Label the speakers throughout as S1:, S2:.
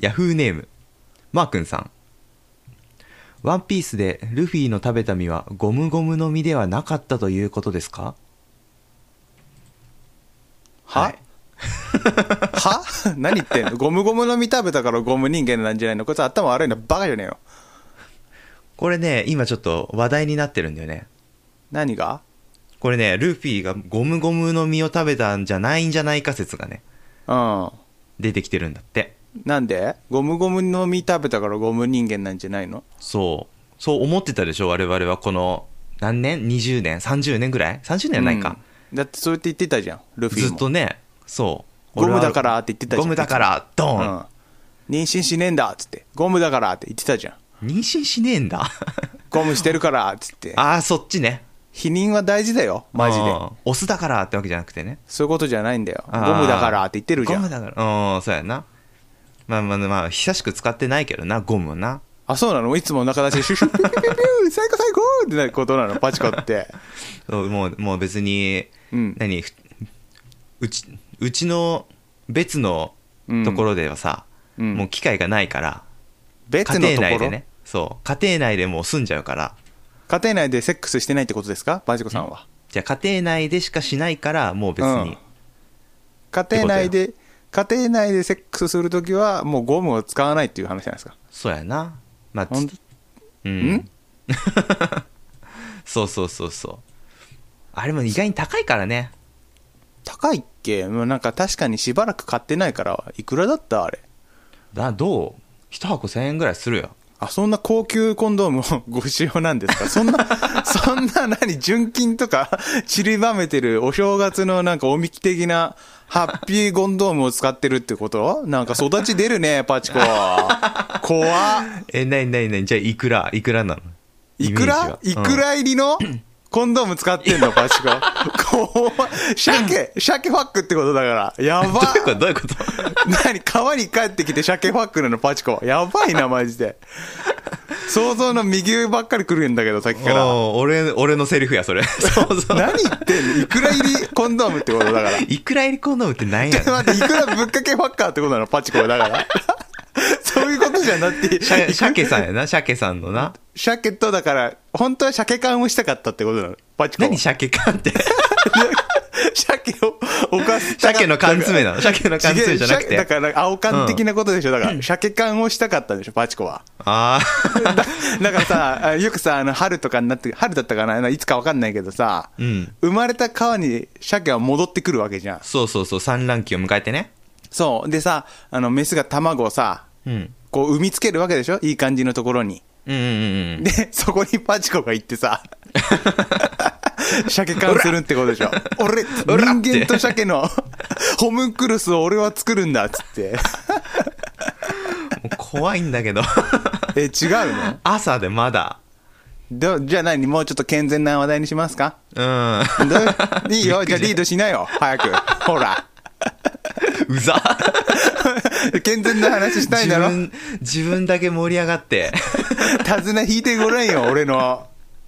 S1: ヤフーネームマー君さんワンピースでルフィの食べた実はゴムゴムの実ではなかったということですか
S2: は、
S1: はい
S2: は 何言ってんのゴムゴムの実食べたからゴム人間なんじゃないのこいつ頭悪いのバカじゃねえよ
S1: これね今ちょっと話題になってるんだよね
S2: 何が
S1: これねルフィがゴムゴムの実を食べたんじゃないんじゃないか説がね
S2: うん
S1: 出てきてるんだって
S2: なんでゴムゴムの実食べたからゴム人間なんじゃないの
S1: そうそう思ってたでしょ我々はこの何年20年30年ぐらい30年はないか、
S2: うんだってそうやって言ってたじゃんルフィも
S1: ずっとねそう
S2: ゴムだ
S1: 俺は
S2: からって言ってたじゃん
S1: ゴムだからド
S2: う
S1: ーン、
S2: ん妊娠しねえんだっつってゴムだからって言ってたじゃん
S1: 妊娠しねえんだ
S2: ゴムしてるからっつって
S1: ああそっちね
S2: 否認は大事だよマジで
S1: うんオスだからってわけじゃなくてね
S2: そういうことじゃないんだよゴ
S1: あー
S2: ムだからって言ってるじ
S1: ゴ
S2: ゃ
S1: ム
S2: ん
S1: だからうんそうやなまあまあまあ久しく使ってないけどなゴムはな
S2: あそうなのいつもお腹出してシュシュピュピュピュピュ最高最高ってなることなのパチコって
S1: そうもうもう別に、
S2: うん
S1: 何ふうちうちの別のところではさ、
S2: うん
S1: もう機会がないから
S2: 別
S1: 家
S2: のと
S1: 庭
S2: ころ
S1: 内でねそう家庭内でもう済んじゃうから
S2: 家庭内でセックスしてないってことですかバジコさんは
S1: じゃあ家庭内でしかしないからもう別
S2: う
S1: に
S2: ん、家庭内で家庭内でセックスするときはもうゴムを使わないっていう話じゃないですか
S1: そうやなまあつ
S2: ほん
S1: うん
S2: ん
S1: そうそうそうそうあれも意外に高いからね
S2: 高いっけもうなんか確かにしばらく買ってないからいくらだったあれ
S1: だどう一箱1000円ぐらいするよ
S2: あそんな高級コンドームをご使用なんですかそん なそんな何純金とか散りばめてるお正月のなんかおみき的なハッピーコンドームを使ってるってことなんか育ち出るねパチコ怖っ
S1: えなになになにじゃあいくらいくらなの
S2: いくら
S1: イメー
S2: い
S1: ジは
S2: くら入 りのコンドーム使ってんの、パチコ。こう、鮭、鮭ファックってことだから。やば
S1: うんどういうことどういうこ
S2: 何川に帰ってきて鮭ファックなの、パチコ。やばいな、マジで。想像の右上ばっかり来るんだけど、さっき
S1: と
S2: から。
S1: おー俺俺のセリフやそ れそうそう
S2: 何言ってんのいくら入りコンドームってことだから。
S1: いくら入りコンドームってなんや
S2: ちょっと待って、いくらぶっかけファッカーってことなの、パチコはだから。 そういうことじゃなくて、
S1: シャケさんやなシャケさんの な
S2: 鮭とだから、本当は鮭缶をしたかったってことなの、パチコは。
S1: 何鮭缶って
S2: 鮭を犯す
S1: 鮭の缶詰なの鮭の缶詰じゃなく
S2: 違う鮭だ
S1: て
S2: から青缶的なことでしょ、だから鮭缶をしたかったんでしょパチコは
S1: あ
S2: だだからさ あよくさあの春とかになって春だったかなないつか分かんないけどさ、
S1: うん
S2: 生まれた川に鮭は戻ってくるわけじゃん
S1: あそうそうそう産卵期を迎えてね
S2: そうでさあのメスが卵をさ
S1: うん
S2: こう産みつけるわけでしょいい感じのところに
S1: うんうんうんうん
S2: でそこにパチコが行ってさ鮭缶するってことでしょ俺
S1: おらって
S2: 人間と鮭のホムンクルスを俺は作るんだっつって
S1: もう怖いんだけど
S2: え違うの
S1: 朝でまだ
S2: どじゃあ何もうちょっと健全な話題にしますか
S1: うん
S2: ど ういいよじゃあリードしなよ早くほら
S1: うざ
S2: 健全な話したいんだろ
S1: 自分自分だけ盛り上が って
S2: 手綱引いてごらんよ俺の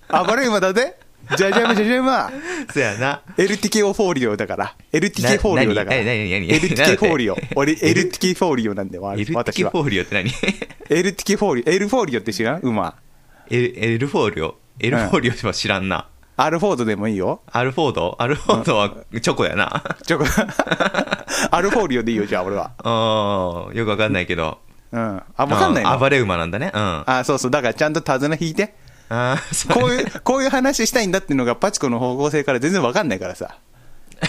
S2: 暴れ馬だぜじゃじゃまじゃじゃま
S1: そやな
S2: LTK フォーリオだから。LTK フォーリオだから。
S1: ななになになに
S2: LTK フォーリオ
S1: なんだっ。て
S2: 俺、LTK フォーリオなんで、わ
S1: L
S2: 私
S1: キ
S2: は
S1: フ。ォーリオって何
S2: LTK フォーリオ。L フォーリオって知らん馬。
S1: L, L フォーリオ L フォーリオは知らんな、
S2: アルフォードでもいいよ。
S1: アルフォードアルフォードはチョコやな
S2: ちょ、こアルフォーリオでいいよ、じゃあ俺は。
S1: ああよくわかんないけど
S2: うん。あ、わかんない
S1: うん
S2: の
S1: 暴れ馬なんだねうんあ
S2: あ、そうそう。だからちゃんと手綱引いて。
S1: あーそう
S2: こういう、こういう話したいんだっていうのがパチコの方向性から全然わかんないからさ。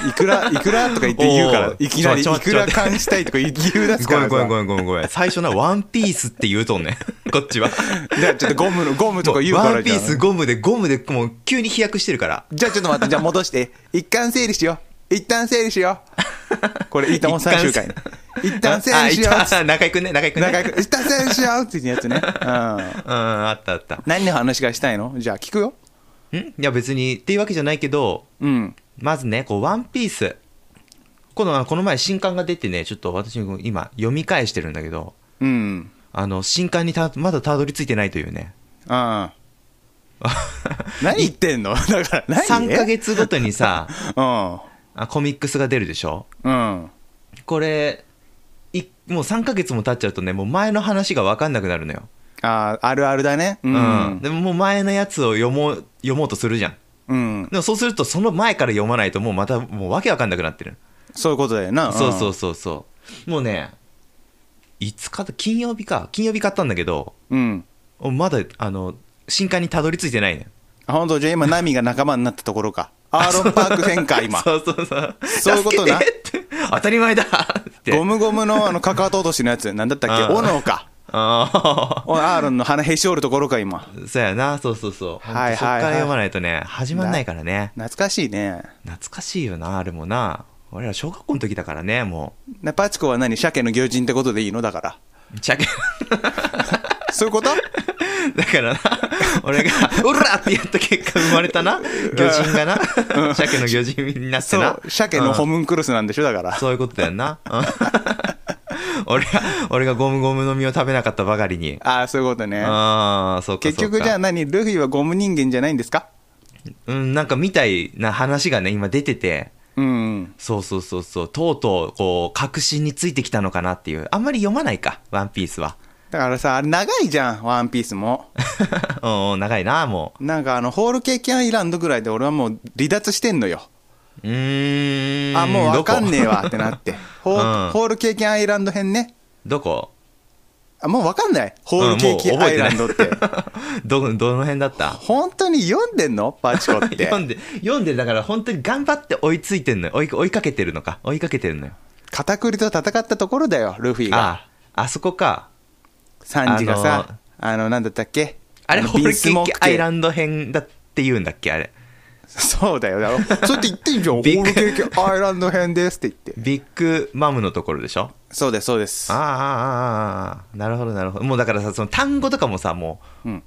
S2: いくら、いくらとか言って言うから
S1: お、ー
S2: いきなり、い
S1: ちょちょ
S2: くら感したいとか言い言う出す
S1: ご
S2: か
S1: めんごめ
S2: ら
S1: んご
S2: さ。
S1: めんごめんごめん最初なワンピースって言うとんねんこっ ちは
S2: じゃあちょっとゴムの、ゴムとか言うからじゃん
S1: ワンピースゴムでゴムでもう急に飛躍してるから
S2: じゃあちょっと 待って、じゃあ戻して。一貫整理しよう。一旦整理しよう。これ、いいとも最終回 ね。一旦整理しよう
S1: ああいた 中居くんね中居くんね
S2: 長く。一旦整理しようっていうやつね。う ん。
S1: うんあったあったん
S2: 何の話がしたいのじゃあ聞くよ。
S1: いや別にっていうわけじゃないけど
S2: うん。
S1: まずねこう「ワンピースこのこの前新刊が出てねちょっと私も今読み返してるんだけど
S2: うん。
S1: あの新刊にたまだたどり着いてないというね
S2: うん。何言ってんのだから何、
S1: 3ヶ月ごとにさ
S2: うん。
S1: あコミックスが出るでしょ
S2: うん。
S1: これいもう3ヶ月も経っちゃうとねもう前の話が分かんなくなるのよ、
S2: あーあるあるだねう、
S1: うん
S2: うん
S1: でももう前のやつを読もう読もうとするじゃんでもそうするとその前から読まないともうまたもうわけわかんなくなってる、
S2: そういうことだよな
S1: そうそううそうそうもうねいつか金曜日か金曜日買ったんだけど
S2: ん、うん、
S1: まだあの新刊にたどり着いてないね
S2: あ本当じゃあ今ナミが仲間になったところ かアーロンパーク変化 今
S1: そうそうそう
S2: そういうことな
S1: 助けてって当たり前だって
S2: ゴムゴムのあのかかと落としのやつなんだったっけ
S1: うん
S2: 斧か
S1: あ
S2: おアーロンの鼻へし折るところか今
S1: あそうやなそうそうそう、
S2: はいはいはい
S1: そっから読まないとね始まんないからね
S2: 懐かしいね
S1: 懐かしいよなあれもな俺ら小学校の時だからねも
S2: なパチコは何鮭の行人ってことでいいのだから
S1: うちゃけ
S2: そういうこと
S1: だからな俺が「うら!」ってやった結果生まれたな魚人がな鮭の魚人になって
S2: そ
S1: な
S2: う鮭のホムンクルスなんでしょだから
S1: そういうことだよなうん 俺が俺がゴムゴムの実を食べなかったばかりに
S2: ああそういうことね
S1: ああそうかそう
S2: 結
S1: か
S2: 局じゃあ何ルフィはゴム人間じゃないんですか
S1: うん、なんかみたいな話がね、今出てて、
S2: うん
S1: そうそうそうそう、とうとう、こう、確信についてきたのかなっていう。あんまり読まないか、ワンピースは。
S2: だからさあれ長いじゃんワンピースも
S1: うんうん、長いな、も
S2: なんかあのホールケーキアイランドぐらいで俺はもう離脱してんのよ
S1: う。うーん。
S2: あもうわかんねえわってな ってホ
S1: うん
S2: ーホールケーキアイランド編ね
S1: どこ
S2: あもうわかんないホールケーキ
S1: うんもう
S2: ア
S1: 覚えてな
S2: イラ
S1: い
S2: ンドって
S1: ど こ、ど、どの辺だった
S2: 本当に読んでんのパチコっ て
S1: 読んで、読んで、だから本当に頑張って追いついてんのよ。追い、追いかけてるのか。追いかけてるのよ。
S2: 片栗と戦ったところだよルフィが
S1: ああ、あそこか。
S2: サンジがさあのなんだったっけ
S1: あれ、
S2: の
S1: ホール
S2: ビ
S1: ケ
S2: ンスモ
S1: ー
S2: ー
S1: キ
S2: ク
S1: アイ
S2: 系
S1: ランド編だって言うんだっけ、あれ。
S2: そうだよ だからそうやって言ってんじゃんホ
S1: ビッ
S2: ー
S1: グ
S2: ルケーキアイランド編ですって言って
S1: ビッグマムのところでしょ
S2: そうですそうです
S1: ああああああなるほどなるほどもうだからさその単語とかもさもう、
S2: うん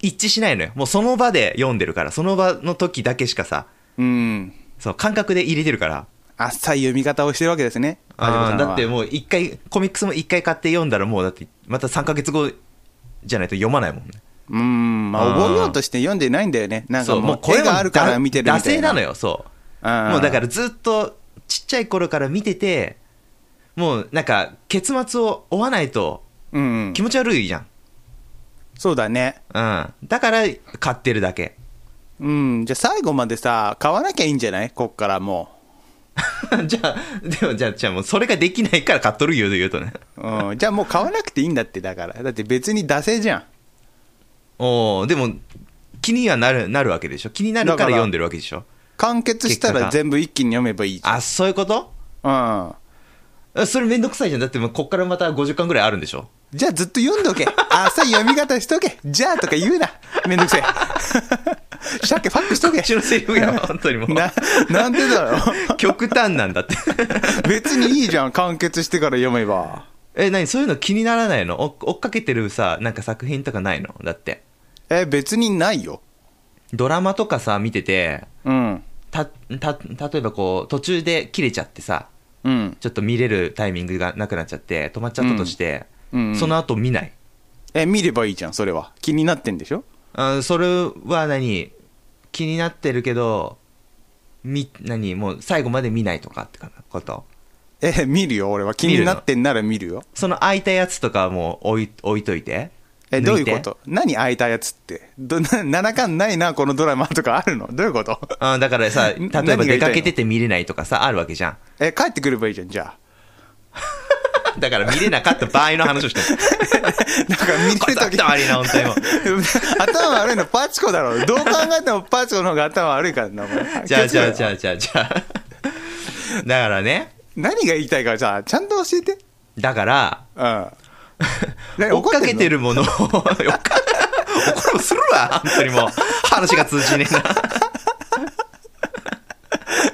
S1: 一致しないのよもうその場で読んでるからその場の時だけしかさ
S2: うん
S1: その感覚で入れてるから
S2: 浅い読み方をしてるわけですねパ
S1: あ
S2: チコ
S1: ー
S2: さんは
S1: だってもう一回コミックスも一回買って読んだらもうだってまた3ヶ月後じゃないと読まないもんね
S2: うーん、まあ、
S1: うん
S2: 覚えようとして読んでないんだよね。なんか
S1: そう
S2: も
S1: も
S2: う
S1: うこ
S2: 絵
S1: れ
S2: があるから見てるみたい
S1: 惰
S2: な。
S1: 性なの
S2: よ。
S1: よそう
S2: も。
S1: もうだかららずっとちっちゃい頃から見ててもうなんか結末を追わないと
S2: うん
S1: 気。持ち悪いじゃん、
S2: そうだね。
S1: うん、だから買ってるだけ
S2: うん。じゃあ最後までさ、買わなきゃいいんじゃないこっからも
S1: じゃあ、でもじゃあ、じゃあもうそれができないから買っとるよと言うとね。
S2: う。うん。じゃあもう買わなくていいんだって、だから。だって別に惰性じゃん。
S1: おおでも気にはなるなるわけでしょ気になる
S2: だ
S1: か
S2: からら
S1: 読んでるわけでしょ
S2: 完結した
S1: 結果
S2: ら
S1: が
S2: 全部一気に読めばいいじ
S1: あ、そういうこと
S2: ゃん。うん。
S1: あそれめんどくさいじゃん。だってもうこっからまた50巻ぐらいあるんでしょ
S2: じゃあずっと読んどけ。 浅い読み方しとけ。じゃあとか言うな。めんどくせえ。 鮭ファックしと け
S1: う。ちのセリフが本当にもう。
S2: な、なんでだろう。
S1: 極端なんだって。
S2: 別にいいじゃん。完結してから読めば。
S1: え、何そういうの気にならないのお追っかけてるさ、なんか作品とかないのだって。
S2: え、別にないよ。
S1: ドラマとかさ、見てて、
S2: うん。
S1: た、た、例えばこう、途中で切れちゃってさ、
S2: うん。
S1: ちょっと見れるタイミングがなくなっちゃって、止まっちゃったとして、
S2: うんうんうん
S1: その後見ない。
S2: え、見ればいいじゃん、それは。気になってんでしょ
S1: あそれは何気になってるけどみ何もう最後まで見ないとかってこと
S2: え、見るよ、俺は。気になってんなら見るよ。
S1: その空いたやつとかはもう置い置いといて
S2: え、どういうこ
S1: 抜て
S2: と何空いたやつって。ど、な、七巻ないな、このドラマとかあるのどういうこと
S1: あだからさ例え
S2: 何
S1: ば
S2: が言
S1: 出
S2: いたいの
S1: かけてて見れないとかさあるわけ じゃん
S2: え、帰ってくればいいじゃん、じゃ
S1: だから見れなかった場合の話をしてる
S2: あ。なんか見
S1: これ
S2: てる
S1: だっ
S2: とき
S1: たわりな本当にもう
S2: 頭悪いのパチコだろ。どう考えてもパチコの方が頭悪いからな、お前
S1: じゃあじゃあじ
S2: 気をつけろ
S1: ゃ
S2: よ
S1: あじゃあじ ゃあだからね
S2: 何が言いたいか、じゃあ、ちゃんと教えて。
S1: だから
S2: うん。何
S1: 追っかけて
S2: る。
S1: るも のを追っかけ怒るするわ本当にもう話が通じねえな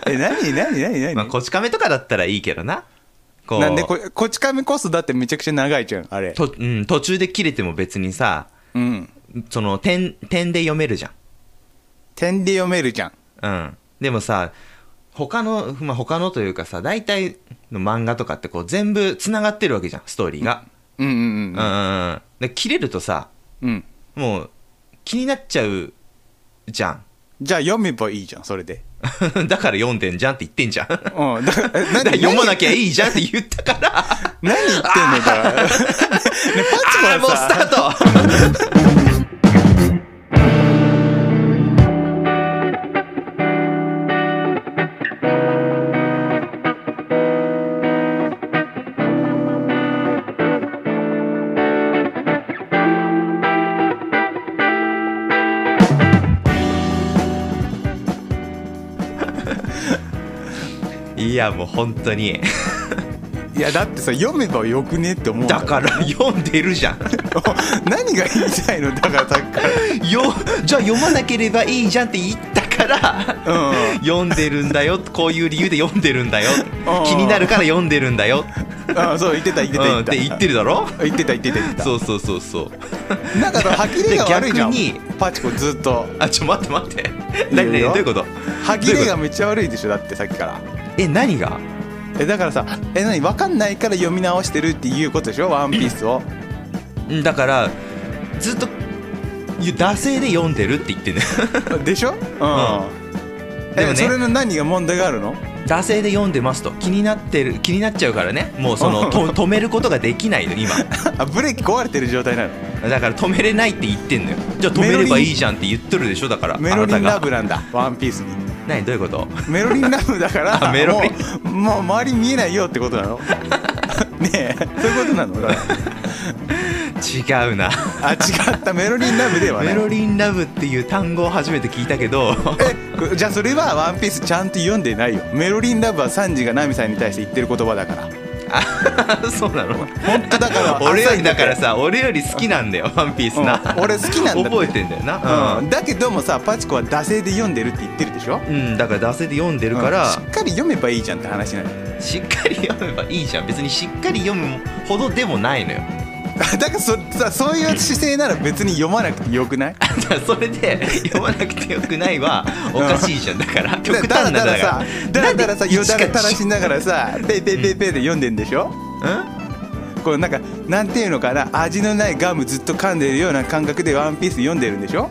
S2: え、何何何 何、
S1: まあ、こち亀とかだったらいいけどな。こう
S2: なんでこ、こち亀こそだってめちゃくちゃ長いじゃん、あれ。
S1: と、うん、途中で切れても別にさ、
S2: うん。
S1: その点、点で読めるじゃん。
S2: 点で読めるじゃん。
S1: うん。でもさ、他の、まあ、他のというかさ、大体の漫画とかってこう全部繋がってるわけじゃん、ストーリーが。
S2: うん
S1: う
S2: うんん
S1: う
S2: うん
S1: んうん。で、切れるとさ、
S2: うん
S1: もう気になっちゃうじゃん。
S2: じゃあ読めばいいじゃんそれで
S1: だから読んでんじゃんって言ってんじゃん。だか
S2: うん。だから、え何
S1: ら読まな
S2: き
S1: きゃいいじゃんって言ったから。あ
S2: 何何言ってんのだから。ね、パッチ
S1: あー、も
S2: も
S1: う
S2: さ
S1: スタートいや、もう本当に。
S2: いや、だってさ、読めばよくねって思うん。
S1: だからら読んでるじゃん。
S2: 何が言いたいのだからさっきか
S1: よじゃあ読まなければいいじゃんって言ったから
S2: ら。うん。
S1: 読んでるんだよこういう理由で読んでるんだよ
S2: あー
S1: 気になるから読んでるんだよ
S2: あそう言ってた言ってた
S1: うんって
S2: 言った
S1: 言ってるだろ
S2: 言ってた言ってた言ってた
S1: そうそうそうそう
S2: なんかさ歯切れが悪いじゃん
S1: で逆
S2: パチコずっと
S1: あちょ待って待って
S2: いいよ
S1: 何何どういうこと
S2: 歯切れ
S1: ど
S2: がめっちゃ悪いでしょだってさっきから
S1: え何が
S2: えだからさえ何わかんないから読み直してるっていうことでしょ「ワンピース を
S1: うんだからずっといや惰性で読んでるって言ってんだよ
S2: でしょうん、
S1: で
S2: え
S1: もね
S2: それの何が問題があるの
S1: 惰性で読んでますと気になってる気になっちゃうからねもうそ のと止めることができないの今
S2: あブレーキ壊れてる状態なの
S1: だから止めれないって言ってんのよじゃあ止めればいいじゃんって言っとるでしょだからあ
S2: メ
S1: な
S2: ロリ
S1: た
S2: ンラ
S1: が
S2: ブなんだ「ワンピースに
S1: 何どういうこと
S2: メロリンラブだから
S1: あメロリ
S2: もうもう周り見えないよってことなの ねえそういうことなのだから
S1: 違うな
S2: あ違ったメロリンラブではな
S1: メ
S2: い
S1: ロリンラブっていう単語を初めて聞いたけ ど
S2: えじゃあそれは「ワンピースちゃんと読んでないよメロリンラブはサンジがナミさんに対して言ってる言葉だから
S1: そうなの
S2: 本当だから
S1: 俺よりだから
S2: さ、
S1: さ俺より好きなんだよ「ワンピースな、
S2: うん俺好きなんだって
S1: 覚えてんだよな
S2: う、
S1: うん
S2: だけどもさパチコは惰性で読んでるって言ってるでしょ
S1: ん、うん、だから惰性で読んでるか
S2: うん
S1: ら
S2: し、っかり読めばいいじゃんって話なの
S1: しっかり読めばいいじゃん別にしっかり読むほどでもないのよ
S2: だからそさそういう姿勢なら別に読まなくてよくない
S1: だからそれで読まなくてよくないはおかしいじゃんだから極
S2: だ
S1: 端な
S2: だ
S1: ん
S2: ら
S1: だか
S2: さ
S1: ら
S2: だらだらさ
S1: なんで
S2: よだ
S1: 一
S2: れ垂
S1: から
S2: しながらさペイペイペイペイで読んでんでしょ
S1: うん
S2: こうなんかなんていうのかな味のないガムずっと噛んでるような感覚で「ワンピース読んでるんでしょ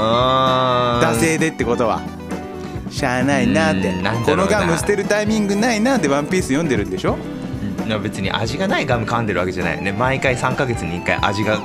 S1: あー
S2: 惰性でってことはしゃあないなって
S1: うんなんだろ
S2: こ
S1: うな
S2: のガム捨てるタイミングないなって「ワンピース読んでるんでしょ
S1: いや別に味がないガム噛んでるわけじゃないよね毎回3ヶ月に1回味が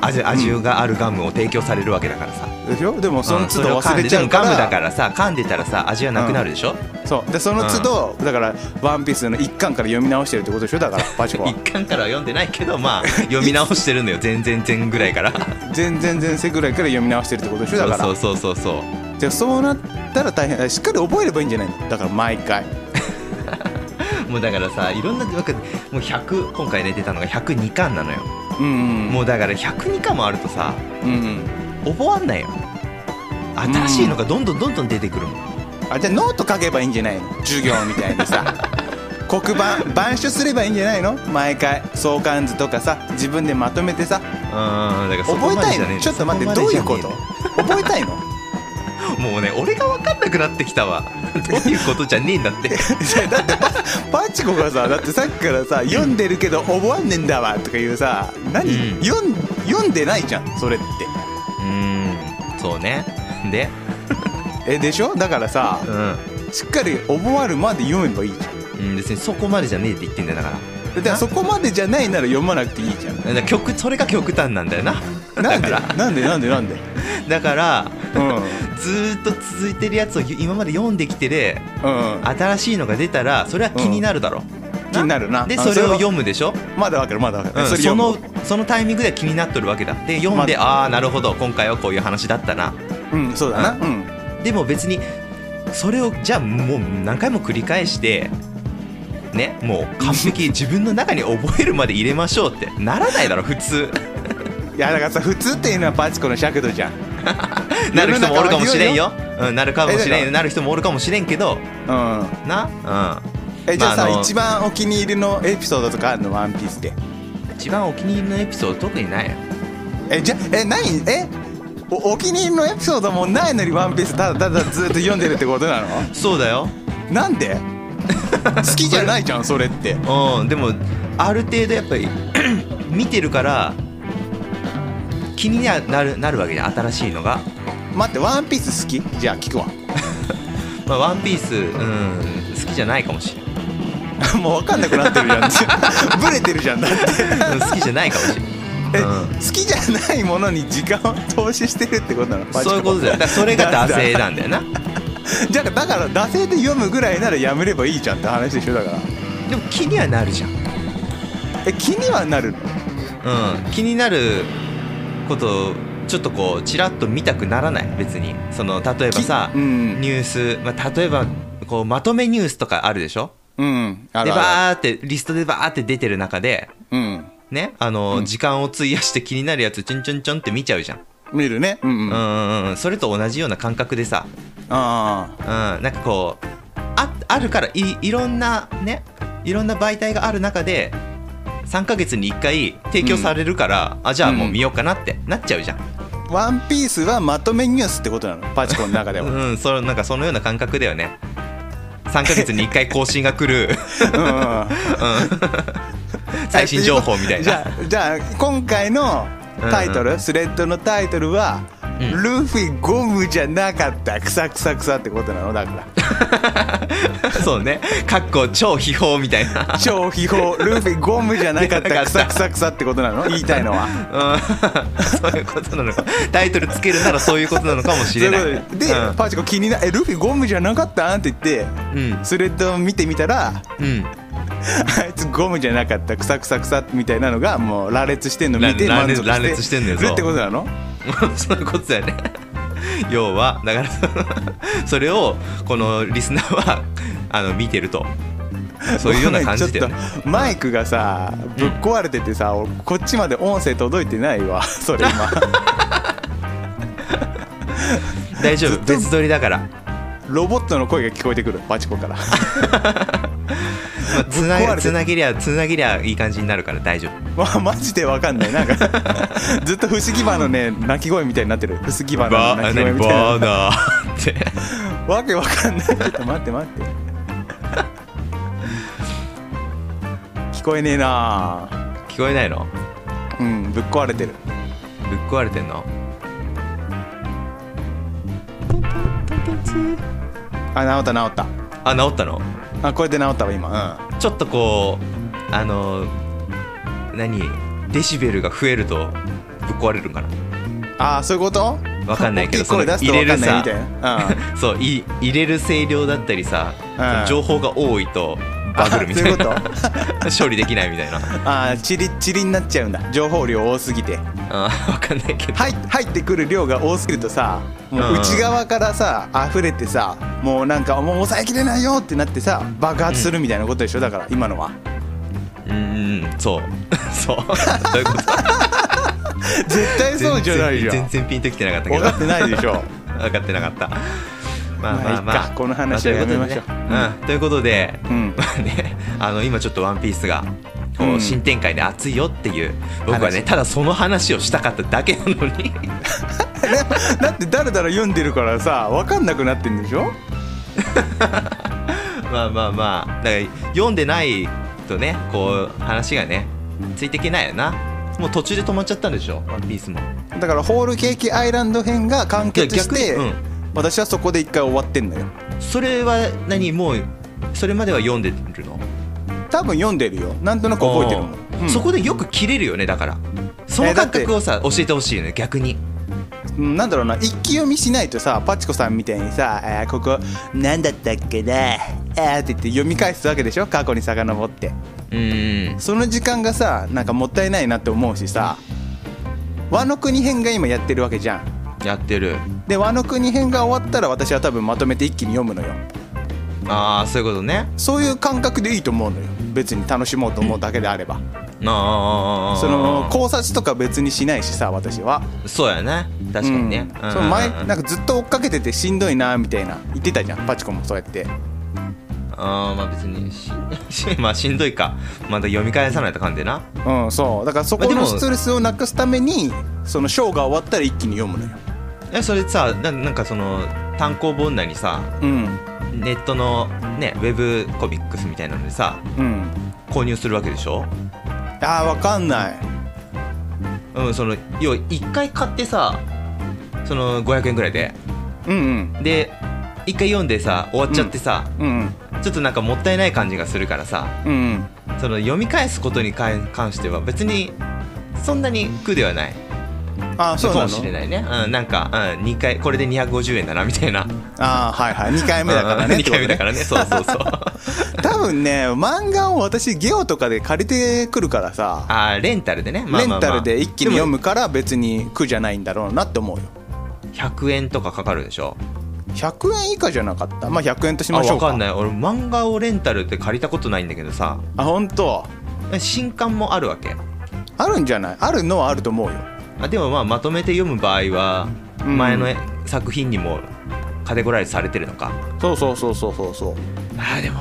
S1: 味味があるガムを提供されるわけだからさ、
S2: でしょでもその
S1: うん
S2: 都
S1: れ
S2: 度
S1: を噛ん
S2: 忘
S1: で
S2: れちゃうか
S1: でもガム
S2: ら,、
S1: だからさ噛んでたらさ味はなくなるでしょ、
S2: そうでその都度、だから「ワンピースの一巻から読み直してるってことでしょだからパチコは
S1: 一巻からは読んでないけどまあ 読み直してるのよ全然前ぐらい から
S2: 全然前世ぐらいから読み直してるってことでしょだから
S1: そうそうそうそう
S2: じゃあそうなったら大変しっかり覚えればいいんじゃないのだから毎回
S1: そうもうだからさいろんなわけでもう100今回ね出たのが102巻なのよ、
S2: うんうん
S1: もうだから102巻もあるとさ
S2: うんうん
S1: 覚わんないよ新しいのがどんどんどんどん出てくるもん
S2: あじゃあノート書けばいいんじゃないの授業みたいにさ 黒板板書すればいいんじゃないの毎回相関図とかさ自分でまとめてさ
S1: うんだからそこ
S2: 覚え
S1: まで
S2: たい
S1: じゃねえ
S2: の
S1: の
S2: ちょっと待って
S1: そ
S2: どう
S1: までじ
S2: い
S1: ゃ
S2: う
S1: ねえ
S2: こ
S1: の
S2: と覚えたいの
S1: もうね俺が分かんなくなってきた わどういうことじゃねえんだって
S2: いやだってパパチコがさだってさっきからさ読んでるけど覚わんねんだわとかいうさ何、
S1: うん
S2: 読ん読んでないじゃんそれって
S1: うーんそうねで
S2: えでしょだからさ
S1: う
S2: しっかり覚わるまで読めばいいじゃん
S1: ん、うん、別にそこまでじゃねえって言ってんだよだから
S2: だからそこまでじゃないなら読まなくていいじゃん
S1: だから極それが極端なんだよな
S2: な
S1: だ
S2: ん
S1: か
S2: で
S1: ら
S2: なんでなんでなんで
S1: だから
S2: うんうん
S1: ずーっと続いてるやつを今まで読んできてで新しいのが出たらそれは気になるだろ、
S2: 気になるな
S1: で
S2: あ
S1: それを
S2: は
S1: 読むでしょ
S2: まだわかるまだわか
S1: うん
S2: る、
S1: そ
S2: れ読む
S1: のそのタイミングでは気になっとるわけだで読んで、ああなるほど今回はこういう話だったな
S2: うんそうだなうん
S1: でも別にそれをじゃあもう何回も繰り返してねもう完璧に自分の中に覚えるまで入れましょうってならないだろ普 通
S2: いやだからさ普通っていうのはパチコの尺度じゃん
S1: なる人もおるかもしれんよ、うん、なるかもし
S2: え
S1: れ
S2: だから
S1: んなる人もおるかもしれんけど
S2: うん
S1: なうん
S2: えじゃあ
S1: ま
S2: さ、
S1: ああの
S2: 一番お気に入りのエピソードとかあるの「ワンピースで
S1: 一番お気に入りのエピソード特にないよ
S2: えじゃえ何えおお気に入りのエピソードもないのに「ワンピースただただずっと読んでるってこと なの
S1: そうだよ
S2: なんで好きじゃないじゃんそれって
S1: うんでもある程度やっぱり 見てるから気になるなるわけじゃん新しいのが
S2: 待って「ワンピース好きじゃあ聞くわ
S1: まあ、ワンピース、うん、好きじゃないかもしれない
S2: もう分かんなくなってるじゃ んブレてるじゃんだって
S1: うん好きじゃないかもしれ
S2: え、
S1: な
S2: 好きじゃないものに時間を投資してるってことなの
S1: い、うん、そういうことだよだからそれが惰性なんだよな
S2: じゃあだから惰性で読むぐらいならやめればいいじゃんって話 でしょだから
S1: でも気にはなるじゃん、
S2: え気にはなるの
S1: うん、気になることをちょっとこうちらっと見たくならない別にその例えばさ、
S2: きうん
S1: ニュース、まあ、例えばこうまとめニュースとかあるでしょ
S2: うんあ
S1: で
S2: るあ
S1: バーってリストでバーって出てる中で
S2: るうん
S1: ねあの、時間を費やして気になるやつちょんちょんちょんって見ちゃうじゃん
S2: 見るねうんうん、
S1: う
S2: あ
S1: んうんうんそれと同じような感覚でさ、
S2: あ
S1: うん、なんかこうああるからいいろんなねいろんな媒体がある中で3ヶ月に1回提供されるから、あじゃあもう見ようかなってなっちゃうじゃん、
S2: ワンピースはまとめニュースってことなのパチコの中で
S1: う
S2: は。
S1: んそのなんかそのような感覚だよね3ヶ月に1回更新が来 る
S2: うん
S1: 最新情報みたい
S2: じ
S1: な
S2: ゃあ、じゃあ今回のタイトル、スレッドのタイトルは、
S1: ん
S2: ルフィゴムじゃなかった、くさくさくさってことなのだか
S1: そうねかっこ超秘宝みたいな
S2: ら。超秘宝、ルフィゴムじゃなかっ
S1: じゃなか
S2: た、く
S1: った
S2: さくさくさってことなの 言いたいのは。
S1: うん そういうことなのかタイトルつけるならそういうことなのかもしれない
S2: そういうことでで、
S1: うん
S2: パチコ気になえルフィゴムじゃなかったんって言って、
S1: うん
S2: スレッドを見てみたら、
S1: うん
S2: あいつゴムじゃなかったくさくさくさみたいなのがもう羅列してんの見て
S1: ら
S2: 満足して
S1: 羅列してんのよそう
S2: るってことなの
S1: そういうことだよね要はだからそ のそれをこのリスナーは あの見てるとそういうような感じ だよね
S2: ごめんちょっとマイクがさぶっ壊れててさ、俺こっちまで音声届いてないわ それ今
S1: 大丈夫
S2: ずっと
S1: 別撮りだから、ま
S2: ロボットの声が聞こえてくるパチコから
S1: あ、つな
S2: 壊れて
S1: つなげりゃつなげりゃいい感じになるから大丈夫
S2: まマジでわかんないなん かずっと不思議花のね鳴き声みたいになってる不思議花の鳴き声みたいな
S1: ナーって
S2: わけわかんないちょっと待って待って聞こえねえな
S1: 聞こえないの
S2: うんぶっ壊れてる
S1: ぶっ壊れてんの
S2: あ治った治った
S1: あ治ったの
S2: あこれで治ったわ今
S1: ちょっとこうあの何デシベルが増えるとぶっ壊れるんかな
S2: うんああそういうこと
S1: わかんないけど
S2: 大き
S1: そ
S2: 声
S1: の
S2: 出すとわかんな
S1: 入れ
S2: いみた
S1: る
S2: いなうん
S1: そうい入れる声量だったりさ、
S2: うん
S1: 情報が多いとバグるみたいな
S2: あそういうこ
S1: 処理できないみたいな
S2: ああチリチリになっちゃうんだ情報量多すぎて
S1: あーわかんないけど
S2: 入っ入ってくる量が多すぎるとさもう
S1: うん
S2: 内側からさ溢れてさもうなんかもう抑えきれないよってなってさ爆発するみたいなことでしょだから今のは
S1: うーんそう そうどういうこと
S2: 絶対 そうじゃないじゃ
S1: 全
S2: ん
S1: 然ピンときてなかったけ
S2: 分
S1: ど
S2: かってないでしょ
S1: 分かってなかったまあまあ
S2: まあい
S1: ま
S2: っ
S1: あ
S2: かこの話はやめましょう
S1: まあということでね
S2: う
S1: うん
S2: ん
S1: まあねあの今ちょっと「ワンピースがこう
S2: うん
S1: 新展開で熱いよっていう僕はね
S2: 話
S1: ただその話をしたかっただけなのに
S2: だってだらだら読んでるからさ分かんなくなってんでしょ
S1: まあまあまあだから読んでないとねこう話がねついていけないよなもう途中で止まっちゃったんでしょ「ワンピースも
S2: だからホールケーキアイランド編が完結し
S1: いや
S2: て、
S1: 逆にうん
S2: 私はそこで一回終わってんのよ
S1: それは何もうそれまでは読んでるの
S2: 多分読んでるよなんとなく覚えてるもん、
S1: あー
S2: うん
S1: そこでよく切れるよねだからその感覚をさ教えてほしいよね逆に
S2: うんなんだろうな一気読みしないとさパチコさんみたいにさ「えーここなんだったっけなえー」って言って読み返すわけでしょ過去に遡って
S1: うーん
S2: その時間がさなんかもったいないなって思うしさ和の国編が今やってるわけじゃん
S1: やってる
S2: で和の国編が終わったら私は多分まとめて一気に読むのよ
S1: ああそういうことね
S2: そういう感覚でいいと思うのよ別に楽しもうと思うだけであれば、
S1: ああ
S2: その考察とか別にしないしさ私は
S1: そうやね確かにね、
S2: うん
S1: うん
S2: その前
S1: うん
S2: なんかずっと追っかけててしんどいなみたいな言ってたじゃんパチコもそうやって
S1: あーまあ別にし し,、まあ、しんどいかまた読み返さないとかんでな
S2: うんそうだからそこ
S1: まあ
S2: の
S1: でも
S2: ストレスをなくすためにそのショーが終わったら一気に読むのよ
S1: えそれさななんかその単行本内にさ
S2: うん
S1: ネットのねウェブコミックスみたいなのでさ
S2: うん
S1: 購入するわけでしょ
S2: あーわかんない
S1: うんその要は1回買ってさその500円ぐらいで
S2: うんうん
S1: で一回読んでさ終わっちゃってさ、
S2: うん
S1: ちょっとなんかもったいない感じがするからさ
S2: うんうん
S1: その読み返すことにかん関しては別にそんなに苦ではない
S2: あそう
S1: か
S2: な
S1: も
S2: の
S1: しれないね、うん、なんか、うん、2回これで250円だなみたいな
S2: ああはいはい2回目 だからね
S1: 2回目だからねそうそうそう
S2: 多分ね漫画を私ゲオとかで借りてくるからさ
S1: あーレンタルでね、まあ
S2: レン
S1: まあまあ
S2: タルで一気に読むから別に苦じゃないんだろうなって思うよ
S1: でも100円とかかかるでしょ
S2: 100円以下じゃなかったまあ100円とし
S1: あ
S2: まし
S1: 分
S2: ょうか
S1: かんない俺漫画をレンタルって借りたことないんだけどさ
S2: あ本当
S1: 新刊もあるわけ
S2: あるんじゃないあるのはあると思うよ
S1: あでもまあまとめて読む場合は
S2: うん
S1: 前の作品にもカテゴライズされてるのか、
S2: そうそうそうそうそうそう
S1: あーでも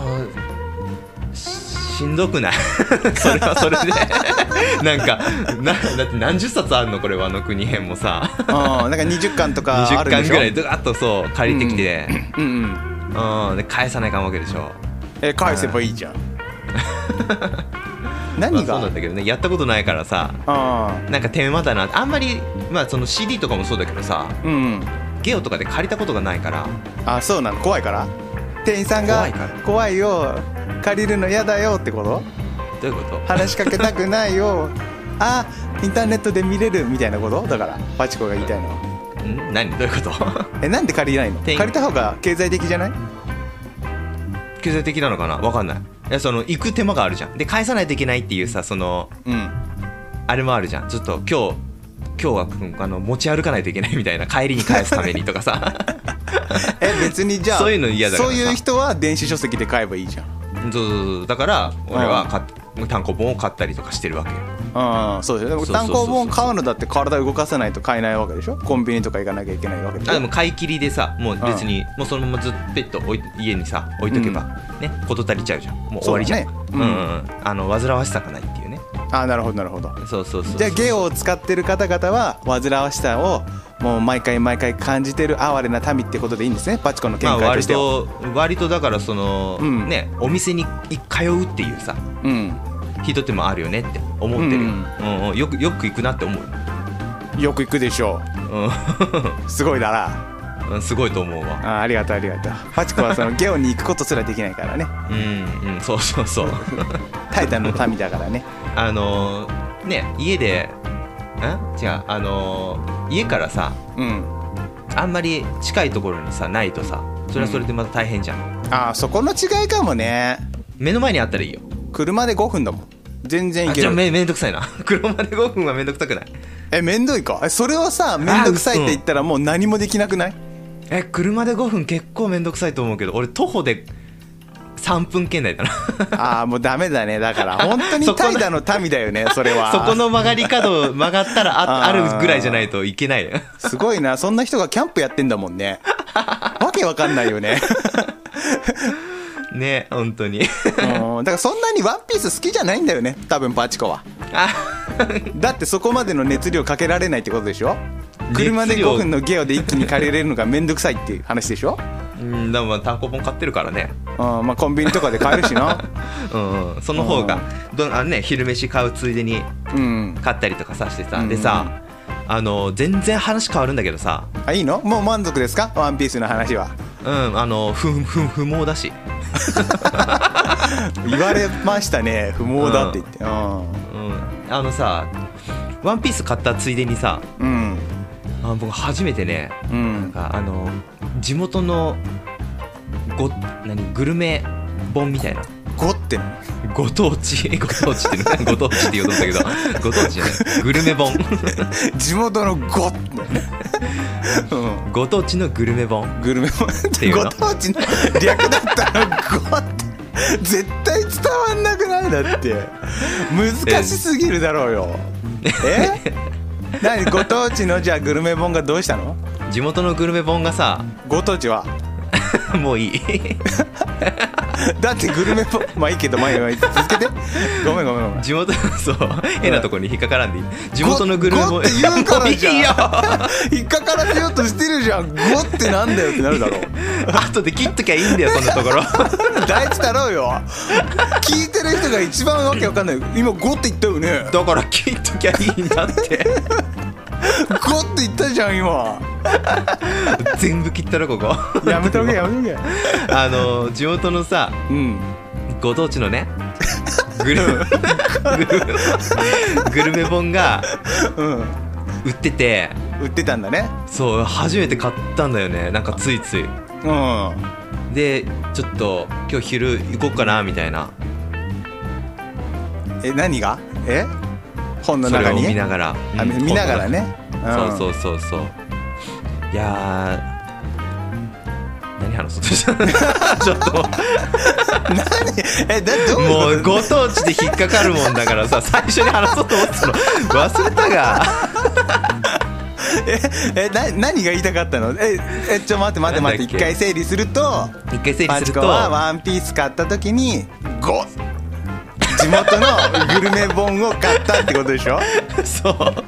S1: ししんどくない それはそれで なんかなだって何十冊あるのこれはあの国編もさ
S2: うんなんか20巻とかあ
S1: 20
S2: るで
S1: 巻
S2: し
S1: ぐ
S2: ょ
S1: らいドカッとそう借りてきて、
S2: うんうん
S1: うんで返さないかんわけでしょ
S2: え返せばいいじゃん何
S1: まあ
S2: が、
S1: そうなんだけどねやったことないからさ
S2: あ
S1: なんか手間だなあんまりまあその CD とかもそうだけどさ
S2: ーうんうん
S1: ゲオとかで借りたことがないから
S2: あそうなの怖いから店員さん
S1: 怖
S2: が
S1: いから
S2: 「怖いよ借りるの嫌だよ」ってこと
S1: どういうこと
S2: 話しかけたくないよ あインターネットで見れるみたいなことだからパチコが言いたいのは
S1: ん何どういうこと
S2: えなんで借りないの
S1: 店員
S2: 借りた方が経済的じゃない
S1: 経済的なのかなわかんないいやその行く手間があるじゃんで返さないといけないっていうさその
S2: うん
S1: あれもあるじゃんちょっと今日今日はあの持ち歩かないといけないみたいな帰りに返すためにとかさ
S2: え別にじゃあ
S1: そういうの嫌だから
S2: そう
S1: さ
S2: いう人は電子書籍で買えばいいじゃ
S1: そうそうそうだから俺は買っ単行本を買ったりとかしてるわけよ
S2: んうんそうですよでも
S1: そうそうそう
S2: 単
S1: そう
S2: 行本買うのだって体動かさないと買えないわけでしょコンビニとか行かなきゃいけないわけでし
S1: あ
S2: ょ
S1: でも買い切りでさもう別に、もうそのままずっとペット置い家にさ置いとけば、ね事足りちゃうじゃんもう終わりじゃん
S2: そう
S1: う
S2: だねうん
S1: んうんうんあの煩わしさがないっていうね
S2: あなるほどなるほど
S1: そうそうそう
S2: じゃあゲ
S1: オ
S2: オを使ってる方々は煩わしさをもう毎回毎回感じてる哀れな民ってことでいいんですねパチコの見
S1: まあ
S2: 解と
S1: 割
S2: しては、
S1: と割とだからその、
S2: うん
S1: ねお店に通うっていうさ
S2: うん
S1: ひと手間あるよねって思ってるよ、う
S2: うん
S1: んうんよくよく行くなって思う、
S2: よく行くでしょうすごいだな
S1: うん うん、すごいと思うわ
S2: あありがとうありがとうパチコはそのゲオに行くことすらできない からね
S1: うんうんそうそう そう
S2: タイタンの民だからね
S1: あのーね家でん違うあのー家からさ
S2: うん
S1: あんまり近いところにさないとさそれはそれでまた大変じゃん、
S2: ああそこの違いかもね
S1: 目の前にあったらいいよ
S2: 車で5分だもん全然
S1: あ
S2: 行け
S1: じゃあ
S2: る
S1: めめんどくさいな 車で5分はめんどくさくない
S2: えめんどいかえそれはさめんどくさいって言ったらもう何もできなくない
S1: え車で5分結構めんどくさいと思うけど俺徒歩で3分圏内だな
S2: ああもうダメだねだから本当に
S1: そこ
S2: タ
S1: の
S2: イタンの民だよねそれは
S1: そこの曲がり角曲がったらあ
S2: あー
S1: あるぐらいじゃないといけないよ
S2: すごいな、そんな人がキャンプやってんだもんね。わけわかんないよね。
S1: ね本当に
S2: うんだからそんなにワンピース好きじゃないんだよね、多分パチコは。
S1: あ
S2: だってそこまでの熱量かけられないってことでしょ
S1: 熱量
S2: 車で5分のゲオで一気に借りれるのがめんどくさいっていう話でしょ、
S1: うんでもまあ単行本買ってるからね
S2: うんまあ、コンビニとかで買えるしな。
S1: うんうんその方がどんあのね昼飯買うついでに
S2: うん。
S1: 買ったりとかさしてさ、
S2: うん
S1: でさあの全然話変わるんだけどさ
S2: あ、いいのもう満足ですかワンピースの話は。
S1: うんあのふんふん不毛だし、
S2: 言われましたね、不毛だって言って。
S1: う
S2: う
S1: ん、あのさ「ワンピース買ったついでにさ
S2: ん。うん。
S1: あ僕初めてね
S2: う
S1: なん
S2: ん。
S1: かあの地元のご何グルメ本みたいな
S2: 5って何
S1: ご当地 ご当地ってねご当地って言おうと思ったけどご当地じゃないグルメ本
S2: 地元の5って。うん。
S1: ご当地のグルメ本
S2: グルメも
S1: ていうの
S2: ご当地の略だったら「ご」って絶対伝わんなくないだって難しすぎるだろうよえ何ご当地のじゃあグルメ本がどうしたの
S1: 地元のグルメ本がさ
S2: ご当地は
S1: もういい
S2: だってグルメ本まあいいけどまあいいよ続けてごめんごめんごめん
S1: 地元のそう変なとこに引っかからんでいい地元のグルメ
S2: ご
S1: 本
S2: って言うからじゃ ん
S1: もういいよ
S2: 引っかからせようとしてるじゃん「ご」ってなんだよってなるだ ろう
S1: 後で切っときゃいいんだよそんなところ
S2: 大事だろうよ聞いてる人が一番わけわかんない今「ご」って言ったよね
S1: だから切っときゃいいんだって
S2: ゴッていったじゃん今
S1: 全部切ったろこ こ
S2: やめとけやめと
S1: あの地元のさ
S2: けうん
S1: ご当地のねグ ルメグルメ本が
S2: うん
S1: 売ってて
S2: 売ってたんだね
S1: そう初めて買ったんだよねなんかついつい
S2: うん
S1: でちょっと今日昼行こうかなみたいな
S2: え何がえ本の
S1: それ
S2: 中
S1: を
S2: に
S1: 見ながら
S2: あ
S1: うん
S2: 見ながらね、
S1: そうそううそうそういやー何話そうとした ちょっと
S2: んえだどういう
S1: もう
S2: こと
S1: ご当地で引っかかるもんだからさ最初に話そうと思ってたの忘れたが
S2: えな何が言いたかったのええちょ待って待っ
S1: な
S2: て待って
S1: んだっけ
S2: 一回整理すると
S1: 一回整理
S2: マ
S1: する
S2: チコ
S1: と
S2: はワンピース買った時にゴッ地元のグルメ本を買ったってこと でしょ
S1: そう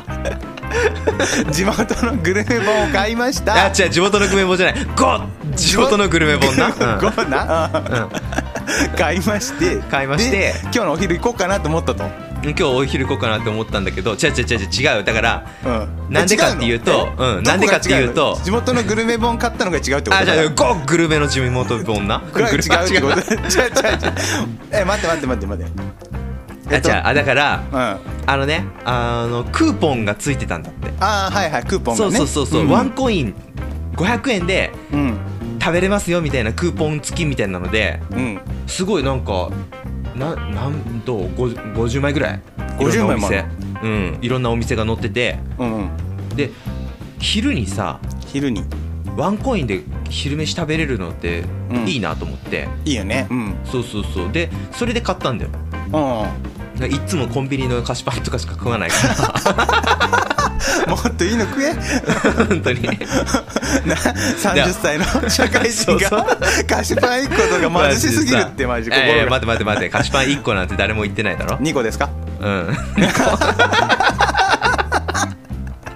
S2: 地元のグルメ本を買いまし
S1: あ
S2: た
S1: 違う地元のグルメ本じゃないゴッ地元のグルメ本な、うん
S2: ゴッな、 買いまして
S1: 買いまして
S2: で今日のお昼行こうかなと思ったと、う
S1: 今日お昼行こうかなって思ったんだけど違う違う違う違う違うだから
S2: ん、
S1: なんでかっていうと
S2: え違の
S1: うんなんでかっていうと
S2: どこが違の地元のグルメ本買ったのが違うってこと
S1: あじゃあ
S2: だ
S1: ゴッグルメの地元本な
S2: これは違う
S1: あ
S2: ってこ
S1: 違う
S2: とだ違う違う違うえ待って待って待って待って
S1: あ違うあだから
S2: うんあ
S1: あのねあのクーポンがついてたんだって
S2: あーはいはいクーポンが
S1: そう
S2: ね
S1: そうそうそう、
S2: ん
S1: ワンコイン500円で
S2: うん
S1: 食べれますよみたいなクーポン付きみたいなので
S2: うん
S1: すごいなんかななんどう50 50枚ぐらいいろんなお
S2: 50枚もあ
S1: 店
S2: る
S1: うんいろんなお店が載ってて
S2: うんうん
S1: で昼にさ
S2: 昼に
S1: ワンコインで昼飯食べれるのって
S2: うん
S1: いいなと思って、
S2: いいよねうん
S1: そうそうそうでそれで買ったんだよ
S2: うんも
S1: いっつもコンビニの菓子パンとかしか食わないか
S2: っといいの 食え
S1: ら 本当に
S2: な30歳の社会人
S1: そうそう
S2: が菓子パン1個とか貧しすぎるってマジ
S1: いやいや
S2: 心が
S1: 待って待って待って菓子パン1個なんて誰も言ってないだ ろ
S2: 2個ですか
S1: うん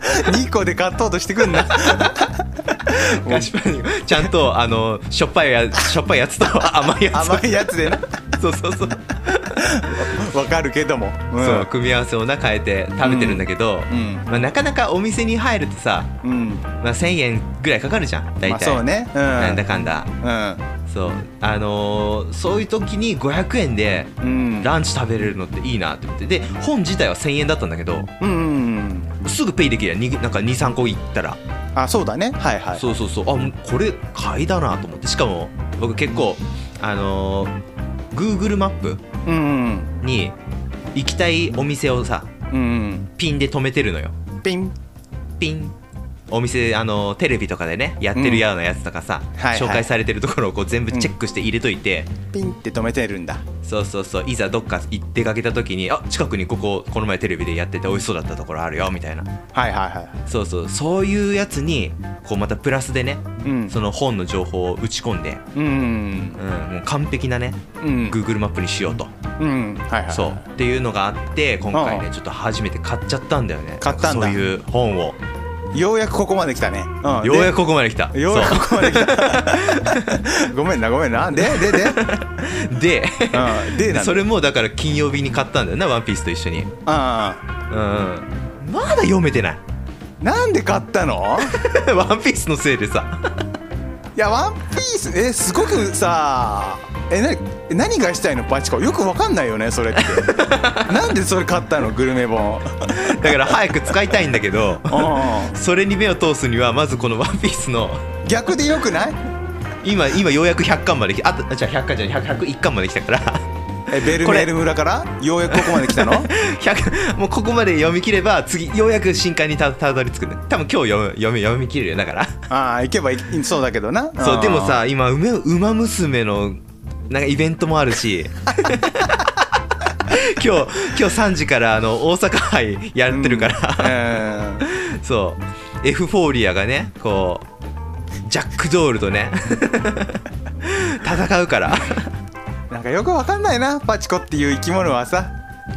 S2: 2個で買とうとしてく んな
S1: 菓子パンにちゃんとあのしょっぱいやしょっぱいやつと甘いやつ
S2: 甘いやつでな
S1: そうそうそう,、
S2: わかるけどもうん
S1: そう組み合わせをな変えて食べてるんだけど、
S2: うん
S1: まあ、なかなかお店に入るとさ、
S2: うん
S1: まあ、1,000円ぐらいかかるじゃん大体、
S2: まあそうねうん
S1: なんだかんだそうあのーそういう時に500円で
S2: うんうん
S1: ランチ食べれるのっていいなって思ってで本自体は1,000円だったんだけど
S2: うんうん
S1: すぐペイできるやんになんか23個いったら、
S2: あそうだねはいはい
S1: そうそうそうあもうこれ買いだなと思ってしかも僕結構あのー Google マップ
S2: うん
S1: に行きたいお店をさ
S2: うんうん
S1: ピンで止めてるのよ
S2: ピン
S1: ピンお店あのテレビとかでねやってるようなやつとかさ、
S2: はいはい
S1: 紹介されてるところをこう全部チェックして入れといて、
S2: ピンって止めてるんだ
S1: そうそうそういざどっか行ってかけた時にあ近くにこここの前テレビでやってて美味しそうだったところあるよみたいな
S2: はいはいは
S1: そうそうそういうやつにこうまたプラスでね
S2: いうん
S1: その本の情報を打ち込んで、
S2: うん
S1: うん、もう完璧なね
S2: うん
S1: Google マップにしようと、
S2: うんはいはい
S1: そうっていうのがあって今回
S2: う
S1: ねちょっと初めて買っちゃったんだよね
S2: 買ったんだ
S1: そういう本を
S2: ようやくここまで来たねん
S1: ようやくここまで来た
S2: でようやくここまで来た ごめんなごめんなででで
S1: そうで
S2: うんでなの
S1: それもだから金曜日に買ったんだよな「ワンピースと一緒にうん
S2: あ
S1: まだ読めてない 「
S2: あなんで買ったの
S1: ワンピースのせいでさ
S2: いやワンピースえすごくさえなえ何がしたいのバチコよくわかんないよねそれって なんでそれ買ったのグルメ本
S1: だから早く使いたいんだけど
S2: う
S1: それに目を通すにはまずこの「ワンピースの
S2: ん逆でよくない
S1: 今今ようやく100巻まで来あとあじゃあ100巻じゃない100 101巻まで来たから
S2: えベル
S1: これ
S2: メール村からようやくここまで来たの
S1: 100もうここまで読み切れば次ようやく新刊にたたどり着くね多分今日読む読み読み切れるよだから
S2: ああ行けばいいそうだけどな
S1: そ
S2: ん
S1: うでもさ今うめ「ウマ娘」のなんかイベントもあるし 今日今日3時からあの大阪杯やってるから、
S2: ら、
S1: そうエフフォーリアがねこうジャック・ドールとね 戦うから
S2: うんなんかよくわかんないなパチコっていう生き物はさ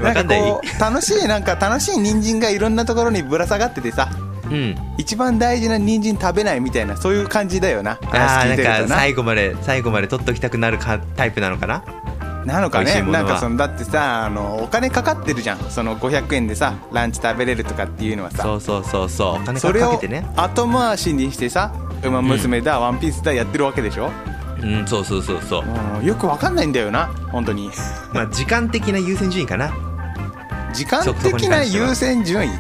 S1: わかんない
S2: んこう 楽しいなんか楽しい人参がいろんなところにぶら下がっててさ
S1: うん
S2: 一番大事な人参食べないみたいなそういう感じだよな
S1: あー
S2: 話聞いてる
S1: なん
S2: と
S1: か最後まで最後まで取っときたくなるかタイプなのかな
S2: なのか
S1: 美味しい
S2: ね
S1: ものは
S2: なんかそのだってさあのお金かかってるじゃんその500円でさランチ食べれるとかっていうのはさ
S1: そうそうそうそうお金
S2: そ
S1: か
S2: れ
S1: け
S2: を
S1: てね
S2: 後回しにしてさ「ウマ娘だ」ワンピースだ」やってるわけでしょ
S1: うんそうそうそうそう
S2: もうよくわかんないんだよな本 当に
S1: まあ時間的な優先順位かな
S2: 時間的な優先順位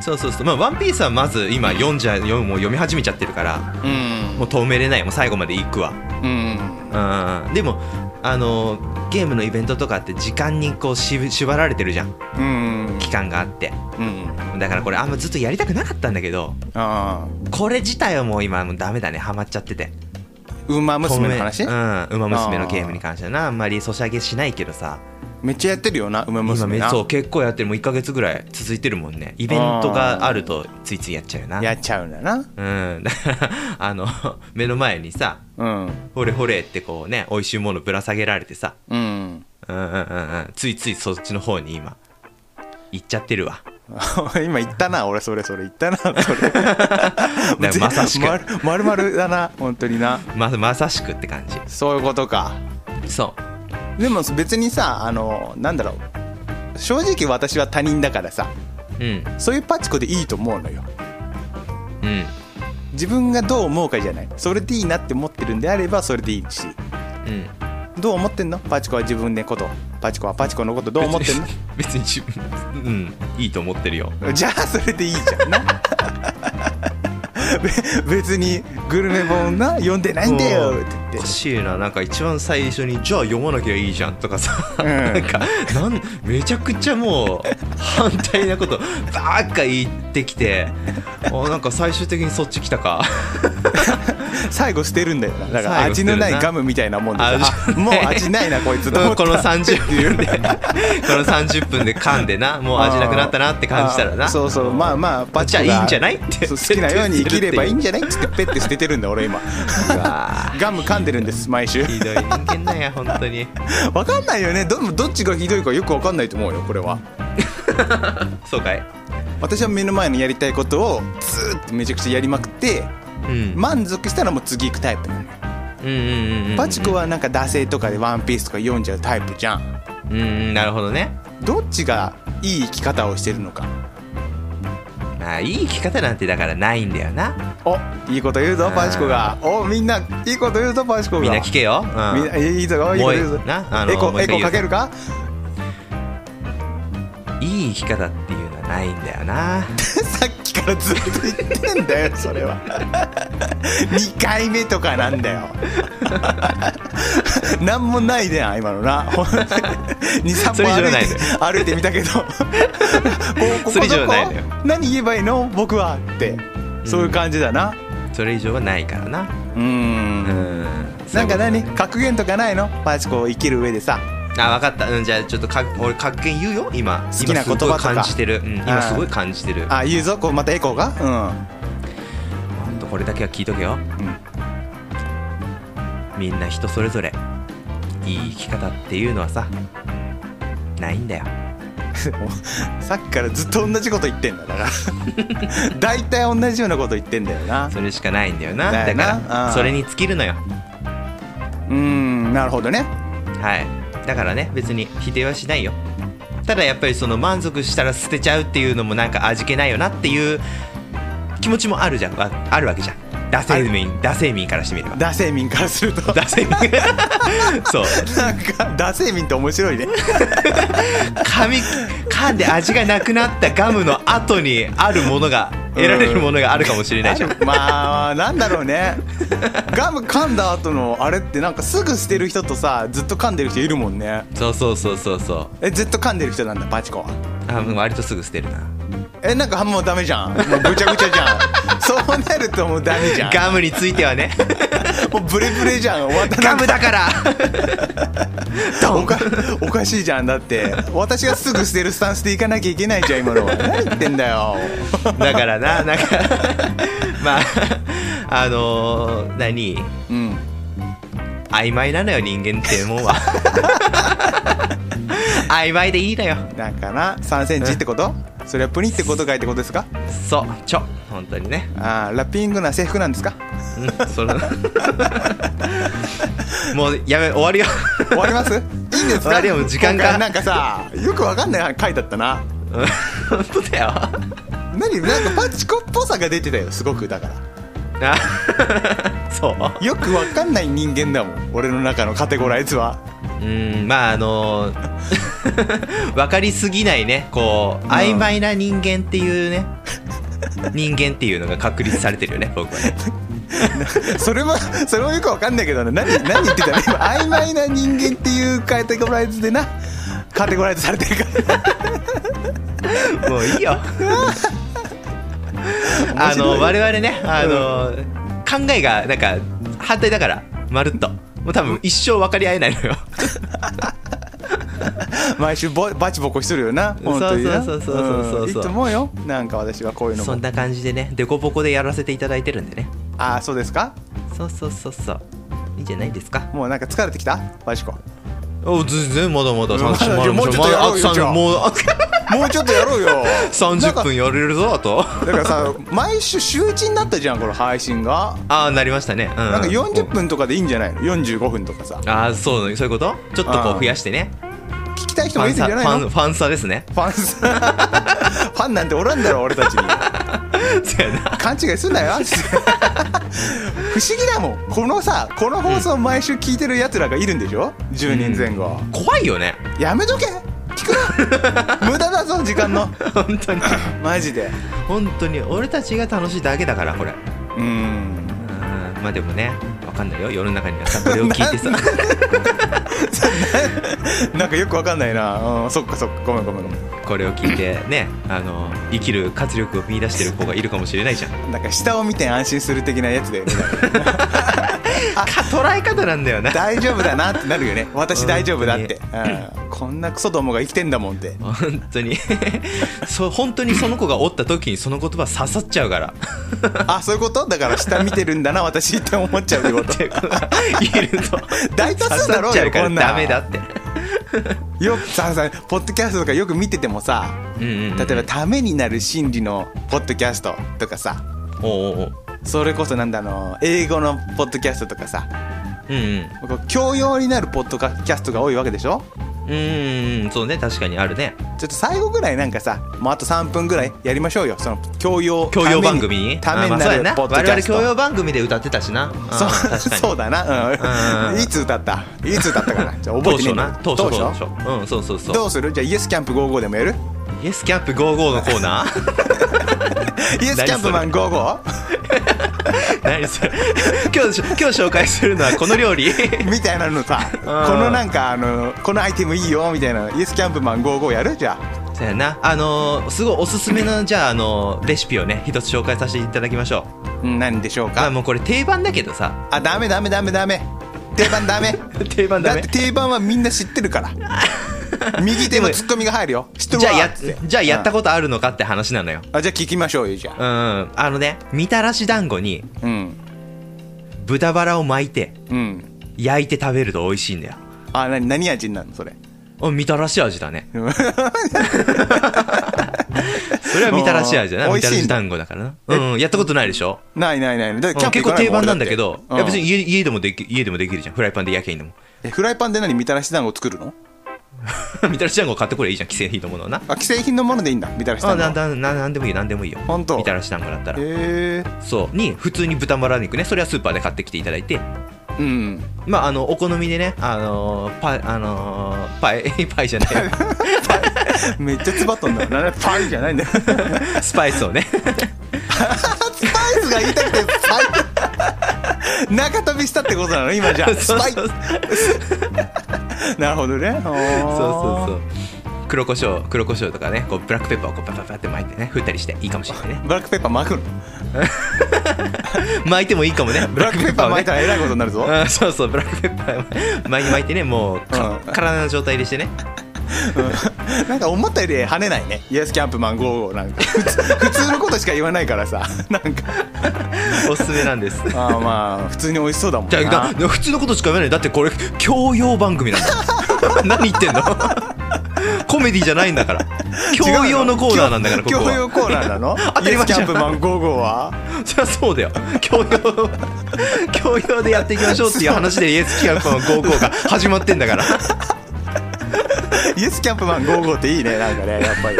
S1: そうそうそうまあ「ワンピースはまず今読んじゃ読むもう読み始めちゃってるから
S2: うん
S1: もう止めれないもう最後まで行くわ
S2: うん
S1: うんでもあのゲームのイベントとかって時間にこうし縛られてるじゃん
S2: うん
S1: 期間があって
S2: うん
S1: だからこれあんまずっとやりたくなかったんだけど
S2: ああ
S1: これ自体はもう今もうダメだねハマっちゃってて
S2: ウマ娘の話
S1: うん「ウマ娘」のゲームに関してはなあんまりソシャゲしないけどさ
S2: めっちゃやってるよなウマ
S1: 今
S2: 娘
S1: め
S2: な
S1: そう結構やってるもう1か月ぐらい続いてるもんねイベントがあるとついついやっちゃうよな
S2: やっちゃうんだな
S1: うんだからあの目の前にさ
S2: うん
S1: 「ほれほれ」ってこうね美味しいものぶら下げられてさ
S2: うん
S1: うんうんうんうんついついそっちの方に今行っちゃってるわ
S2: 今言ったな俺それそれ言ったな それ
S1: だからまさしく
S2: まるまるまるだな本当にな
S1: ままさしくって感じ
S2: そういうことか
S1: そう
S2: でも別にさあのなんだろう正直私は他人だからさ
S1: うん
S2: そういうパチコでいいと思うのよ
S1: うん
S2: 自分がどう思うかじゃないそれでいいなって思ってるんであればそれでいいし
S1: うん
S2: どう思ってんのパチコは自分のことパチコはパチコのことどう思ってんの
S1: 別に 別に自分うんいいと思ってるよ
S2: じゃあそれでいいじゃんな べ別にグルメ本な読んでないんだよって
S1: お
S2: 言っ
S1: かしいななんか一番最初に「じゃあ読まなきゃいいじゃん」とかさ、
S2: うん
S1: なんかなんめちゃくちゃもう反対なことばっか言ってきてあなんか最終的にそっち来たか
S2: て最後捨てるんだよなだから
S1: 最後捨て
S2: 味
S1: るな
S2: のないガムみたいなもんでさ
S1: 味
S2: あもう味ないなこいつ
S1: うん
S2: と思った
S1: この30分で この30分で噛んでなもう味なくなったなって感じたら
S2: あ
S1: な
S2: ーそうそうまあまあパチ
S1: じ
S2: コ
S1: ゃあ
S2: が
S1: いいんじゃないって
S2: そう好きなように生きればいいん
S1: じ
S2: じゃないっつってペッて捨ててるんだ俺今
S1: ゃ な
S2: ガム噛んでるんです毎週
S1: ひどい人間なんや本当に
S2: わかんないよねどどっちがひどいかよくわかんないと思うよこれは
S1: そうかい
S2: 私は目の前のやりたいことをずーっとめちゃくちゃやりまくって
S1: うん、
S2: 満足したらもう次行くタイプなのよ
S1: うんうんうんうんうん
S2: パチコはなんか惰性とかで「ワンピースとか読んじゃうタイプじゃん
S1: うんうんなるほどね
S2: どっちがいい生き方をしてるのか
S1: まあいい生き方なんてだからないんだよな
S2: おいいこと言うぞ
S1: あー
S2: パチコがおみんないいこと言うぞパチコが
S1: みんな聞けよ、
S2: みんないいぞいいこと言うぞ
S1: もうなあの
S2: エ
S1: も
S2: コ
S1: う一回
S2: エコ
S1: 言うぞ
S2: かけるか
S1: うん、いい生き方っていうのはないんだよな
S2: さっきからずっと言ってんだよそれは2回目とかなんだよなんもないでな今のな23
S1: そ
S2: 歩
S1: れ以上
S2: 歩い
S1: ない
S2: て
S1: のよ
S2: 歩いてみたけどこここ
S1: それ以上
S2: どこ
S1: ないのよ
S2: 何言えばいいの僕はってそういう感じだな
S1: それ以上はないからな
S2: う
S1: う
S2: ん
S1: ん
S2: なんか
S1: そうい
S2: 何
S1: うこ
S2: 格言とかないのパチコを生きる上でさ
S1: とあ分かった、うん、じゃあちょっとか俺格言言うよ今
S2: 好きな言葉とか
S1: 今すごい感じてる、うん、
S2: あ
S1: 今
S2: ー
S1: すごい感じてる
S2: あ言うぞこうまたエコーが
S1: ほんとこれだけは聞いとけよ
S2: うん、うん、
S1: みんな人それぞれいい生き方っていうのはさないんだよ
S2: さっきからずっと同じこと言ってんだから 大体同じようなこと言ってんだよな
S1: それしかないんだよな
S2: だ
S1: だ
S2: よな
S1: から
S2: うん
S1: それに尽きるのよ
S2: うーんなるほどね
S1: はいだからね別に否定はしないよただやっぱりその満足したら捨てちゃうっていうのもなんか味気ないよなっていう気持ちもあるじゃんああるわけじゃん惰性民惰性民からしてみれば
S2: 惰性民からす るとなんか
S1: 惰性民 そう
S2: 惰性民って面白いね
S1: 噛み噛んで味がなくなったガムの後にあるものが得られるものがあるかもしれないじゃん
S2: まあなんだろうねガム噛んだ後のあれってなんかすぐ捨てる人とさずっと噛んでる人いるもんね
S1: そうそうそうそうそう
S2: えずっと噛んでる人なんだパチコは
S1: あもう割とすぐ捨てるな
S2: えなんかもうダメじゃんもうぐちゃぐちゃじ ゃんそうなるともうダメじゃん
S1: ガムについてはね
S2: もうブレブレじゃん終わった
S1: ガムだからド
S2: お
S1: ン
S2: かおかしいじゃんだって私がすぐ捨てるスタンスでいかなきゃいけないじゃん今のは何言ってんだよ
S1: だからな、なんか、 まあ、あのー何
S2: うん
S1: 曖昧なのよ、人間ってもんは。 曖昧でいいのよ。
S2: なんかな3センチってことそれはプニってことかいってことですか
S1: そう、ちょ、本当にね。
S2: あーラッピングな制服なんですか
S1: うん、それもうやめ終わるよ
S2: 終わりますいいんです
S1: 終
S2: か
S1: わりよもう時間が
S2: 今回なんかさよくわかんない回だったな
S1: うん本当だよあ
S2: 何なんかパチコっぽさが出てたよすごくだから
S1: そう
S2: よくわかんない人間だもん俺の中のカテゴライズは
S1: うんまああの分かりすぎないねこう曖昧な人間っていうね、人間っていうのが確立されてるよね 僕はね
S2: それもそれもよくわかんないけどな何何言ってたの今曖昧な人間っていうカテゴライズでなカテゴライズされてるから
S1: もういい よあの我々ねあの、考えがなんか反対だからまるっともう多分一生分かり合えないのよ
S2: 毎週ぼバチボコしとるよな本当にな
S1: そうそうそうそうそうそうん
S2: いいと思うよなんか私はこういうの
S1: そん
S2: も
S1: な感じでねデコボコでやらせていただいてるんでね
S2: ああそうですか
S1: そうそうそうそういいんじゃないですか
S2: もうなんか疲れてきたバチコも
S1: お全然まだまだ
S2: うんまだもうちょっとやろうよじゃあ
S1: も うあ
S2: うちょっとやろうよなん
S1: 30
S2: か
S1: 分やれるぞあと
S2: だからさ毎週週1になったじゃんこの配信が
S1: ああなりましたね、うん、
S2: なんか40分とかでいいんじゃないの45分とかさ
S1: ああそうそういうことちょっとこ
S2: あー
S1: う増やしてね
S2: 聞きたい人
S1: フ
S2: も
S1: ァ
S2: いる
S1: ン
S2: んじ
S1: サ
S2: ゃ
S1: フ
S2: ない
S1: ァン
S2: の
S1: ファンサですね
S2: ファンさ ファンなんておらんだろ俺たちに
S1: そうやな
S2: 勘違いすんなよ 不思議だもんこのさこの放送毎週聞いてるやつらがいるんでしょ10人前後、
S1: 怖いよね
S2: やめとけ聞くな無駄だぞ時間の
S1: 本当に
S2: マジで
S1: 本当に俺たちが楽しいだけだからこれう
S2: うん
S1: んまあでもねわかんないよ世の中には さこれを聞いてさ
S2: なんかよくわかんないな、うん、そっかそっかごめんごめんごめん
S1: これを聞いてねあの生きる活力を見出してる子がいるかもしれないじゃん
S2: なんか下を見て安心する的なやつだよね
S1: か捉え方なんだよな
S2: 大丈夫だなってなる よね私大丈夫だって
S1: う、
S2: うん、こんなクソどもが生きてんだもんって
S1: 本当に そう本当にその子がおった時にその言葉刺さっちゃうから
S2: あそういうことだから下見てるんだな私って思っちゃうっ てこと
S1: っていると
S2: 大多数だ
S1: 刺さ
S2: ろうよ
S1: っちゃから
S2: こんなん
S1: ダメだって
S2: よくささポッドキャストとかよく見ててもさ
S1: うんうんうん
S2: 例えばためになる心理のポッドキャストとかさ
S1: おうおうおう
S2: それこそなんだあの英語のポッドキャストとかさ
S1: うんうん
S2: こう教養になるポッドキャストが多いわけでしょ
S1: うんうんうんそうね確かにあるね
S2: ちょっと最後ぐらいなんかさもうあと3分ぐらいやりましょうよその教養
S1: 教養番組
S2: ために
S1: あまあ
S2: た
S1: そうや
S2: めにな
S1: な
S2: るポッドキ
S1: 我
S2: ャ
S1: 々
S2: スト
S1: 教養番組で歌ってたしなうん
S2: そう
S1: 確かに
S2: そうだな、うん、
S1: うん
S2: いつ歌ったいつ歌ったかなじゃあ覚え
S1: 当
S2: てねえ
S1: 初
S2: んだ
S1: な当初当
S2: どうし
S1: 初
S2: よ
S1: うんそうそう
S2: う
S1: そ
S2: ど
S1: う
S2: うするじゃあイエスキャンプ55でも やる
S1: イエスキャンプ55のコーナー
S2: イエスキャンプマン 55?
S1: 何それ今日今日紹介するのはこの料理
S2: みたいなのさこのなんかあのこのアイテムいいよみたいなイエスキャンプマン55やるじゃあ
S1: そうやなあのーすごいおすすめのじゃあ、あのーレシピをね一つ紹介させていただきましょう
S2: うん何でしょう
S1: あ
S2: か
S1: もうこれ定番だけどさ
S2: あダメダメダメダメ定 番ダメ
S1: 定番
S2: だ
S1: だ
S2: っ
S1: ね
S2: て 定番はみんな知って るから右手のツッコミが入るよ知ってる
S1: じゃ
S2: わ
S1: あや
S2: つて
S1: じゃあやった
S2: うん
S1: ことあるのかって話なのよ
S2: あじゃあ聞きましょうよじゃ
S1: うんあのねみたらし団子に
S2: あうん
S1: 豚バラを巻いて
S2: うん
S1: 焼いて食べると美味しいんだよ
S2: あ何何味になるのそれ
S1: あみたらし味だ ねそれはみたらし味だ
S2: うん
S1: な
S2: 美
S1: みた
S2: 味
S1: ら
S2: しいん
S1: し
S2: だ
S1: 団子だからなうんうんやったことないでしょ
S2: ないないないだ
S1: うん
S2: ってキャン
S1: 結
S2: プ行
S1: 構
S2: かい
S1: 定
S2: も
S1: 番
S2: 俺
S1: なんだけどいや
S2: っ
S1: 別
S2: て
S1: に家家でもでき家でもできるじゃんフライパンで焼けばいいんだもん
S2: うんえフライパンで何みたらし団子作るの
S1: みたらし団子買ってこれいいじゃん既製品のものをな
S2: あ既製品のものでいいんだみたらし
S1: あ
S2: 団子
S1: ななななんでもいいよなんでもいいよ
S2: ほんと
S1: みたらし団子だったら、
S2: へえ
S1: そうに普通に豚バラ肉ねそれはスーパーで買ってきていただいて
S2: うん
S1: まああのお好みでねあのーパイあのーパイ パイじゃ ないよ
S2: めっちゃつばっとんだよなパイじゃないんだよス
S1: スパ
S2: パイ
S1: イスをね
S2: スが言いたくてパイ中飛びしたってことなの今じゃあ ス
S1: そう
S2: パ
S1: そうそ
S2: イ
S1: う
S2: なるほどねそう
S1: そうそうそう黒胡椒黒胡椒とかねこうブラックペッパーをこうパパパって巻いてね振ったりしていいかもしれないね
S2: ブラックペッパー巻くの
S1: 巻いてもいいかもね
S2: ブラックペッパー巻いた
S1: ら
S2: らえらいことになるぞ
S1: うん、そうそうブラックペッパー巻い巻いてねもうか
S2: うん
S1: 体の状態でしてね
S2: なんか思ったより跳ねないねイエスキャンプマン55なんか普通普通のことしか言わないからさなんか
S1: おすすめなんです
S2: あーまあ普通に美味しそうだもん
S1: じ
S2: な
S1: ゃあだ普 通のことしか言わないだってこれ教養番組なんだ何言ってんのコメディじゃないんだから教養のコーナーなんだからここ
S2: 教
S1: は
S2: 養コーナーなの
S1: 当たり前じゃん
S2: イエスキャンプマン5号は
S1: そりゃそうだよ教養教養でやっていきましょうっていう話でイエスキャンプの55が始まってんだから
S2: イエスキャンプマン5号っていいねなんかねやっ ぱり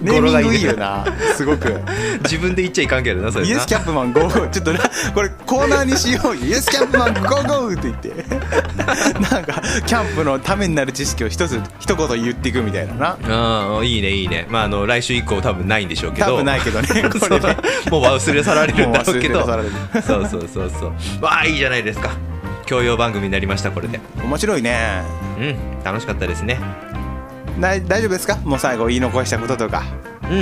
S2: ネ
S1: 語
S2: ー
S1: 呂
S2: ミ
S1: がい
S2: ン
S1: いね
S2: グいいよなすごく
S1: 自分で言っちゃいかんけどなそれ
S2: イエスキ
S1: ャン
S2: ャンプマン5号ちょっとねこれコーナーにしようよイエスキャンプマン5号って言って なんかキャンプのためになる知識を一つ一言言っていくみたいなな
S1: ああいいねいいねまああの来週以降多分ないんでしょうけど
S2: 多分ないけど ねこれ ね
S1: そうもう忘れ去られるんだろうけど
S2: もう忘れ
S1: そうそうそうそうわあいいじゃないですか教養番組になりましたこれで
S2: 面白いね
S1: うん楽しかったですね
S2: な大丈夫ですかもう最後言い残したこととか
S1: うん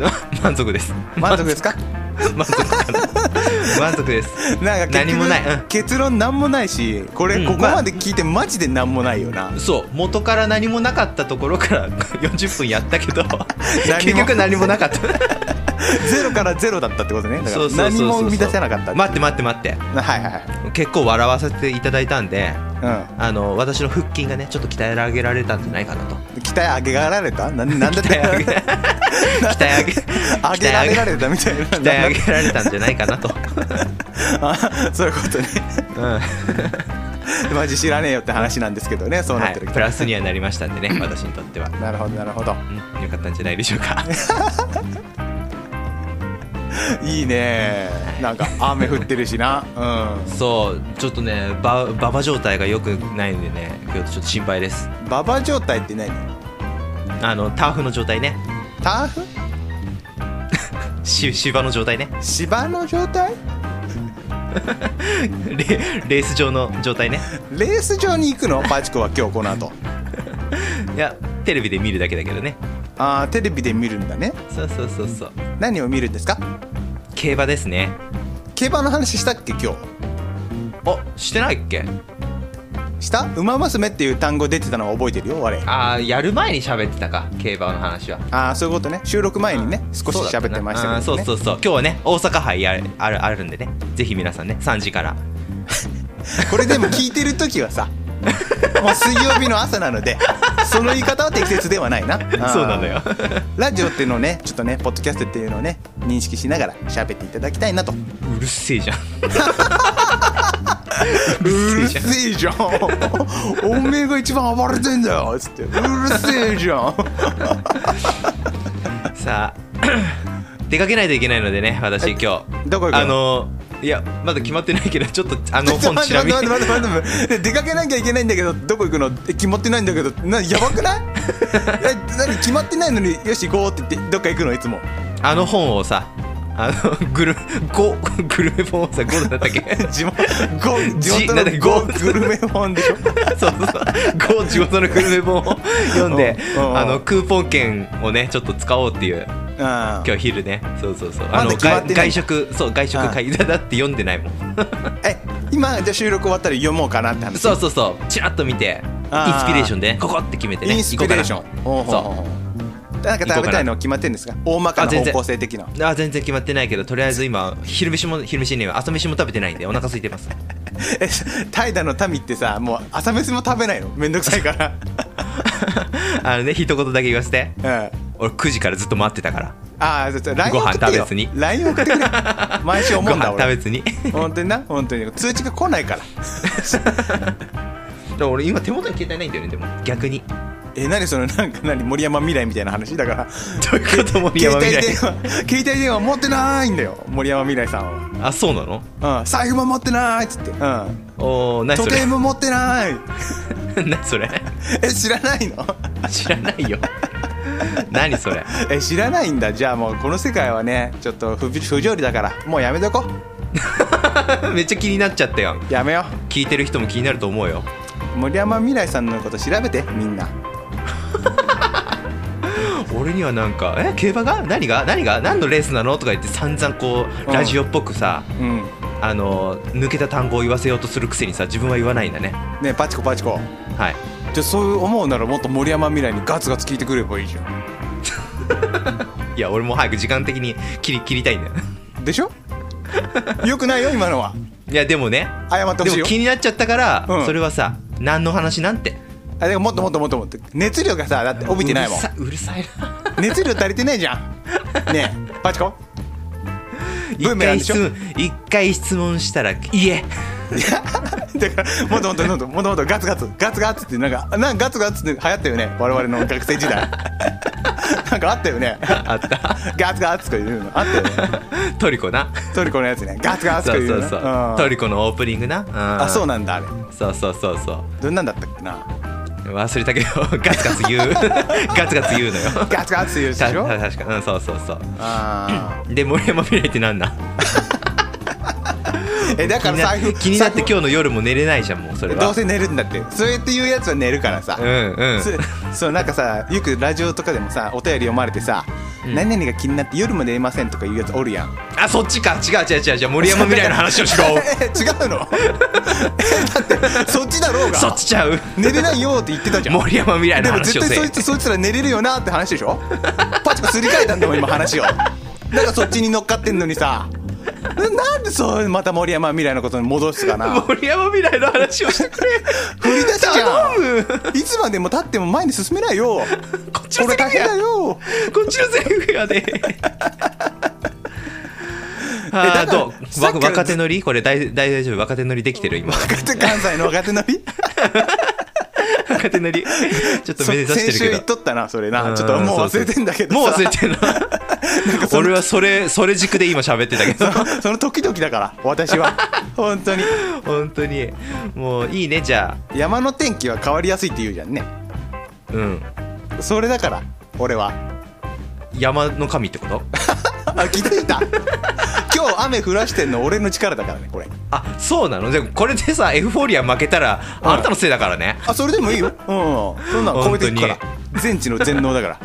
S1: な 満足です
S2: 満 足ですか
S1: 満足かな満足です
S2: なんか結局
S1: 何もないうん
S2: 結論何もないしこ
S1: うん
S2: れここまで聞いてマジで何もないよな、
S1: そう元から何もなかったところから 40分やったけ ど結局何もなかった
S2: ゼロからゼロだったってことねだか
S1: そうそ
S2: ら
S1: うそう
S2: 何
S1: そう
S2: も生み出せなかった
S1: 待って待って待って
S2: はいはいはい
S1: 結構笑わせていただいたんで
S2: う
S1: あの私の腹筋がねちょっと鍛え上げられたんじゃないかなと
S2: ん鍛え上げられたなんなんだって
S1: 鍛え上げ 鍛え上げ
S2: 上げられられたみたいな
S1: 鍛え上げられたんじゃないかなと、
S2: あ そういうことね
S1: うん
S2: マジ知らねえよって話なんですけどねそうな
S1: は
S2: って
S1: い、
S2: る
S1: プラスにはなりましたんでね私にとっては、
S2: なるほどなるほど
S1: うん、よかったんじゃないでしょうか
S2: いいねなんか雨降ってるしなう
S1: そうちょっとねばババ状態が良くないんでね今日ちょっと心配です
S2: んババ状態って何
S1: あのターフの状態ね
S2: ターフ
S1: し芝の状態ね
S2: 芝の状態
S1: レレース場の状態ね
S2: レース場に行くのパチコは今日この後
S1: いやテレビで見るだけだけどね
S2: あーテレビで見るんだね
S1: そうそうそうそう
S2: 何を見るんですか
S1: 競馬ですね
S2: 競馬の話したっけ今
S1: あしてないっけ
S2: 日した馬娘っていう単語出てたのは覚えてるよ我
S1: あーやる前に喋ってたか競馬の話は
S2: ああそういうことね収録前にね、少し喋ってましたけ
S1: そう,、
S2: どね
S1: そうそうそう今日はね大阪杯やるあるあるんでねぜひ皆さんね3時から
S2: これでも聞いてる時はさ もう水曜日の朝なのでその言い方は適切ではないな
S1: そうなのよ
S2: ラジオっていうのをねちょっとねポッドキャストっていうのをね認識しながら喋っていただきたいなと
S1: うるせえじゃん
S2: うるせえじゃんおめえが一番暴れてんだよつってうるせえじゃん
S1: さあ 出かけないといけないのでね私今日
S2: どこ行くの
S1: あのいやまだ決まってないけどちょっとあ の
S2: ちょっと
S1: 本
S2: 待
S1: ち
S2: っ
S1: な
S2: て
S1: み
S2: 待
S1: に
S2: って待って待って待って出かけなきゃいけないんだけどどこ行くのえ決まってないんだけどなやばくない え何決まってないのによし行こうって言ってどっか行くのいつも
S1: あの本をさあのグルゴ グルメ本をさゴルだったっけ
S2: 地元ゴ地元
S1: なんだっけ
S2: のゴ
S1: ゴ
S2: グルメ本でしょ
S1: そうそうゴ地元のグルメ本を読んで
S2: うんうん
S1: あのクーポン券をねちょっと使おうっていう
S2: うん
S1: 今日昼ねそうそうそう
S2: ま
S1: あ
S2: だ
S1: の
S2: 決まっ
S1: 外
S2: てない
S1: 外食そう外食会だって読んでないもん
S2: え今じゃあ収録終わったら読もうかなって話
S1: そうそうそうチラッと見て
S2: あ
S1: イ
S2: ー
S1: ンスピレーションでねここって決めてね
S2: インスピレーショ
S1: 行こ
S2: ン
S1: う
S2: ほう
S1: かな
S2: ほうほうなんか食べたいの決まってるんですか大まか
S1: あ
S2: な
S1: 全
S2: 方
S1: 然
S2: 向性的な
S1: そうあ全然決まってないけどとりあえず今昼飯も昼飯ねえわ朝飯も食べてないんでお腹空いて ます
S2: え怠惰の民ってさもう朝飯も食べないのめんどくさ いか
S1: あのね一言だけ言わせて
S2: らうん
S1: 俺9時からずっと待ってたから
S2: ああ、ちょっと LINE 送ってよ。
S1: ご飯食べずに
S2: LINE 送って くれ。毎週
S1: ご
S2: 思うん
S1: 飯
S2: だ
S1: 食べ
S2: 俺。
S1: ずに
S2: 本当にな、本当に。通知が来ないから。
S1: でも俺今手元に携帯ないんだよねでも逆に
S2: え、何その、なんか何、森山未来みたいな話だから。
S1: どういうことも見
S2: 携
S1: 山
S2: 帯
S1: 未
S2: 電
S1: 来
S2: 話、携帯電話持ってないんだよ。森山未来さん
S1: あそうなの
S2: は。うん、財布も持ってないっつって。うん。
S1: おお何そ
S2: 時計
S1: れ
S2: も持ってない。
S1: 何それ
S2: え、知らないの
S1: 知らないよ何それ
S2: え、知らないんだ。じゃあもうこの世界はね、ちょっと不不条理だから、もうやめとこ
S1: めっちゃ気になっちゃったよ
S2: う。やめよ
S1: 聞いてる人も気になると思うよ
S2: う。森山未来さんのこと調べて、みんな。
S1: 俺にはなんか「え競馬が何が何が何のレースなの?」とか言って散々こう
S2: うん
S1: ラジオっぽくさ、
S2: うん。
S1: あの抜けた単語を言わせようとするくせにさ自分は言わないんだね
S2: ねパチコパチコ。
S1: はい
S2: じゃあそう思うならもっと森山未来にガツガツ聞いてくればいいじゃん
S1: いや俺もう早く時間的に切り切りたいんだよ
S2: でしょよくないよ今のはい
S1: やでもね
S2: 謝ってほ
S1: で
S2: しい
S1: も
S2: よ
S1: 気になっちゃったから、
S2: うん
S1: それはさ何の話なんて
S2: あでももっともっともっともっと熱量がさだって帯びてないも
S1: う
S2: ん
S1: るさうるさいな
S2: 熱量足りてないじゃんねえパチコ ブー
S1: 一
S2: メラ
S1: 回
S2: ンでし
S1: 質
S2: ょ
S1: 問一回質問したら言え
S2: だからもっともっともっともっともっとガツガツガツガツってなんかなんかガツガツって流行ったよね我々の学生時代 なんかあったよね
S1: あった
S2: ガツガツとかいうのあったよね
S1: トリコな
S2: トリコのやつねガツガツ
S1: そ
S2: とか
S1: う
S2: いう
S1: そ
S2: の
S1: う
S2: ね
S1: そう、
S2: ん
S1: トリコのオープニングな、うん、
S2: あ
S1: あ
S2: そうなんだあれ
S1: そうそうそうそう
S2: どんなんだったっけな
S1: 忘れたけど ガツガツ言 うガツガツ言うのよ
S2: ガツガツって言うでした ょ
S1: た確かうんそうそうそう
S2: あ
S1: で森山未来ってなんなん
S2: ーえだから財布
S1: 気になって
S2: 財布
S1: 今日の夜も寝れないじゃんもうそれは
S2: どうせ寝るんだってそうやって言うやつは寝るからさ、
S1: うんうん
S2: そうそうなんかさよくラジオとかでもさお便り読まれてさ、何々が気になって夜も寝れませんとか言うやつおるやん
S1: あそっちか違う違う違う違う森山未来の話をしろ
S2: え違うの えだってそっちだろうが
S1: そっちちゃう
S2: 寝れないよって言ってたじゃん
S1: 森山未来の
S2: でも
S1: 話
S2: 絶
S1: を
S2: 対
S1: せ
S2: そいつそいつら寝れるよなって話 でしょパチコすり替えたんだもん今話をだからそっちに乗っかってんのにさななんでそうまた森山未来のことに戻すかな
S1: 森山未来の話をしてくれ
S2: 振り出しじゃ
S1: 頼む
S2: んいつまでも立っても前に進めないよ
S1: こっち
S2: こ
S1: のセリ
S2: れ大
S1: フ
S2: 変
S1: や
S2: だよ
S1: こっちのセリフや であ
S2: だから
S1: ーどう
S2: さ
S1: わ
S2: っきから
S1: 若手乗りこれ大大大丈夫若手乗りできてる今
S2: 若手関西の若手のり
S1: 若手乗 りちょっと目指してる
S2: 先週
S1: け
S2: 言っ
S1: ど
S2: とったなそれ
S1: う
S2: なんちょっともう忘れてんだけど
S1: もう
S2: さ
S1: 忘れ てんの俺はそれそれ軸で今喋ってたけど
S2: その時々だから 私は本当に
S1: 本当にもういいねじゃあ
S2: 山の天気は変わりやすいって言うじゃんね
S1: うん
S2: それだから俺は
S1: 山の神ってこと
S2: あ気づいた今日雨降らしてんの俺の力だからねこれ
S1: あそうなのでもこれでさエフフォーリア負けたらあんたのせいだからね
S2: あそれでもいいようんそんなん超えていくから
S1: 本
S2: 全知の全能だから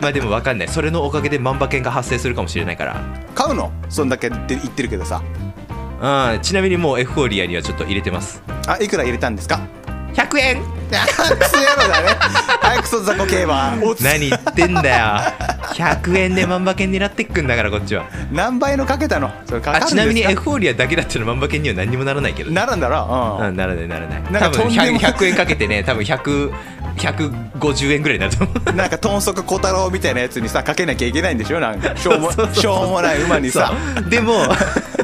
S1: まあでも分かんないそれのおかげで万馬券が発生するかもしれないから
S2: 買うのそんだけって言ってるけどさ
S1: うんちなみにもうエフフォーリアにはちょっと入れてます
S2: あいくら入れたんですか
S1: 100円
S2: あクソ野郎だねはいクソ雑魚競馬おつ
S1: 何言ってんだよ100円 で万馬券狙ってっくんだからこっちは
S2: 何倍のかけたのそれかかるん
S1: あ
S2: ですか
S1: ちなみにエフフォーリアだけだったら万馬券には何にもならないけど
S2: ならんだろう
S1: うんんならないならない
S2: なんか
S1: 多分
S2: とんでも
S1: 100, 100円かけてね多分100 150円ぐらいになると思う
S2: なんか豚足小太郎みたいなやつにさかけなきゃいけないんでしょな んかしょうも
S1: そうそうそう
S2: しょうもない馬にさ
S1: そうでも い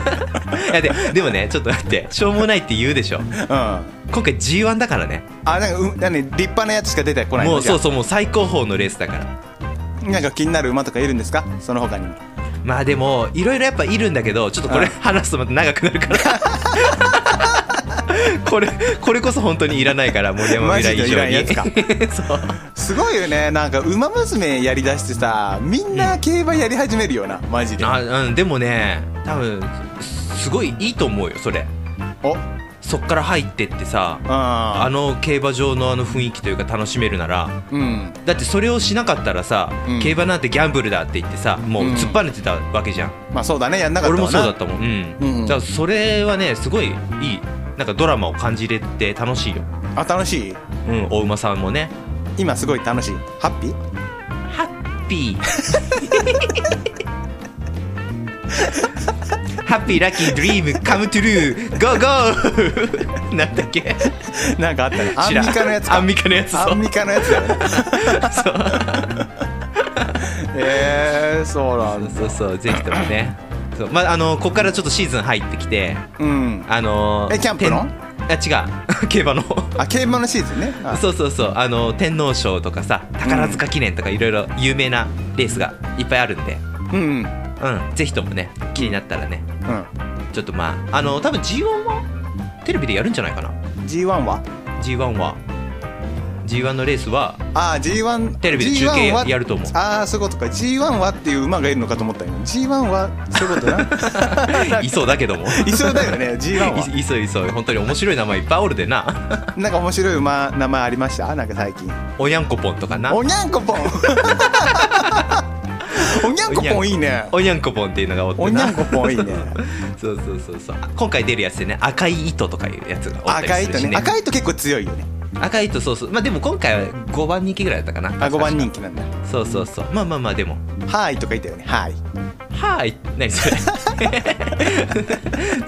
S1: やででもねちょっと待ってしょうもないって言うでしょ
S2: うんあ
S1: 今回 G1 だからね
S2: なんかう何立派なやつしか出てこないの
S1: もう
S2: じゃ
S1: そ
S2: あ
S1: うそうもう最高峰のレースだから
S2: なんか気になる馬とかいるんですかその他にも
S1: まあでもいろいろやっぱいるんだけどちょっとこれ
S2: うん
S1: 話すとまた長くなる からこれこれこそ本当にいらないから森山未来以上に
S2: マジでいら ん
S1: そう
S2: すごいよねなんか「ウマ娘」やりだしてさみんな競馬やり始めるよなマジで
S1: あうんでもね多分すごいいいと思うよそれ
S2: お
S1: そっから入ってってさあ
S2: あ
S1: の競馬場のあの雰囲気というか楽しめるなら
S2: うん
S1: だってそれをしなかったらさ、
S2: うん
S1: 競馬なんてギャンブルだって言ってさもう
S2: うん
S1: 突っぱねてたわけじゃん、
S2: まあそうだねやんなかっ
S1: 俺
S2: た
S1: も
S2: わ
S1: そうだっ
S2: な
S1: たもんうん、
S2: うんうん
S1: じゃあそれはねすごいいいなんかドラマを感じれて楽しいよ
S2: あ楽しい
S1: うんお馬さんもね
S2: 今すごい楽しいハッピー
S1: ハッピーハッピーラッキードリームカムトゥルーゴーゴー なんだっけ
S2: なんかあったねアン
S1: 知
S2: ミ
S1: らん
S2: カのやつ
S1: ア
S2: か
S1: ンミカのやつそ
S2: アン
S1: う
S2: ミカのやつだよね えー、そうなんだ
S1: そうそうぜひともねそうまああのここからちょっとシーズン入ってきて
S2: うん
S1: あのー
S2: えキャンプの
S1: 天あ違う 競馬の
S2: あ競馬のシーズンねあ
S1: そうそうそうあの天皇賞とかさ宝塚記念とかいろいろ有名なレースがいっぱいあるんで
S2: うんうん
S1: うんぜひともね気になったらね
S2: う
S1: ちょっとまああの多分 G1 はテレビでやるんじゃないかなん
S2: G1 は
S1: G1 は G1 のレース は
S2: あー G1
S1: テレビで中継
S2: G1 は
S1: やると思う
S2: ああそういうことか G1 はっていう馬がいるのかと思ったよ G1 はそういうこと な
S1: いそうだけども
S2: いそ うだよね G1 はい
S1: いそういそう本当に面白い名前いっぱいおるでな
S2: なんか面白い馬名前ありましたなんか最近
S1: おにゃんこぽんとかな
S2: おにゃんこ ぽんおにゃんこぽんいいね
S1: おにゃんこぽんっていうのがおってな
S2: おにゃんこぽんいいね
S1: そうそうそうそう今回出るやつでね赤い糸とかいうやつがおった
S2: 赤
S1: り
S2: い
S1: す
S2: と
S1: るし
S2: ね
S1: ね
S2: 赤いと結構強いよね
S1: 赤いとそうそうまあでも今回は5番人気ぐらいだったかな
S2: あ5番人気なんだ「
S1: そうそうそうまあまあまあでも
S2: はーい」とか言ったよね「はーい
S1: はーい何 それ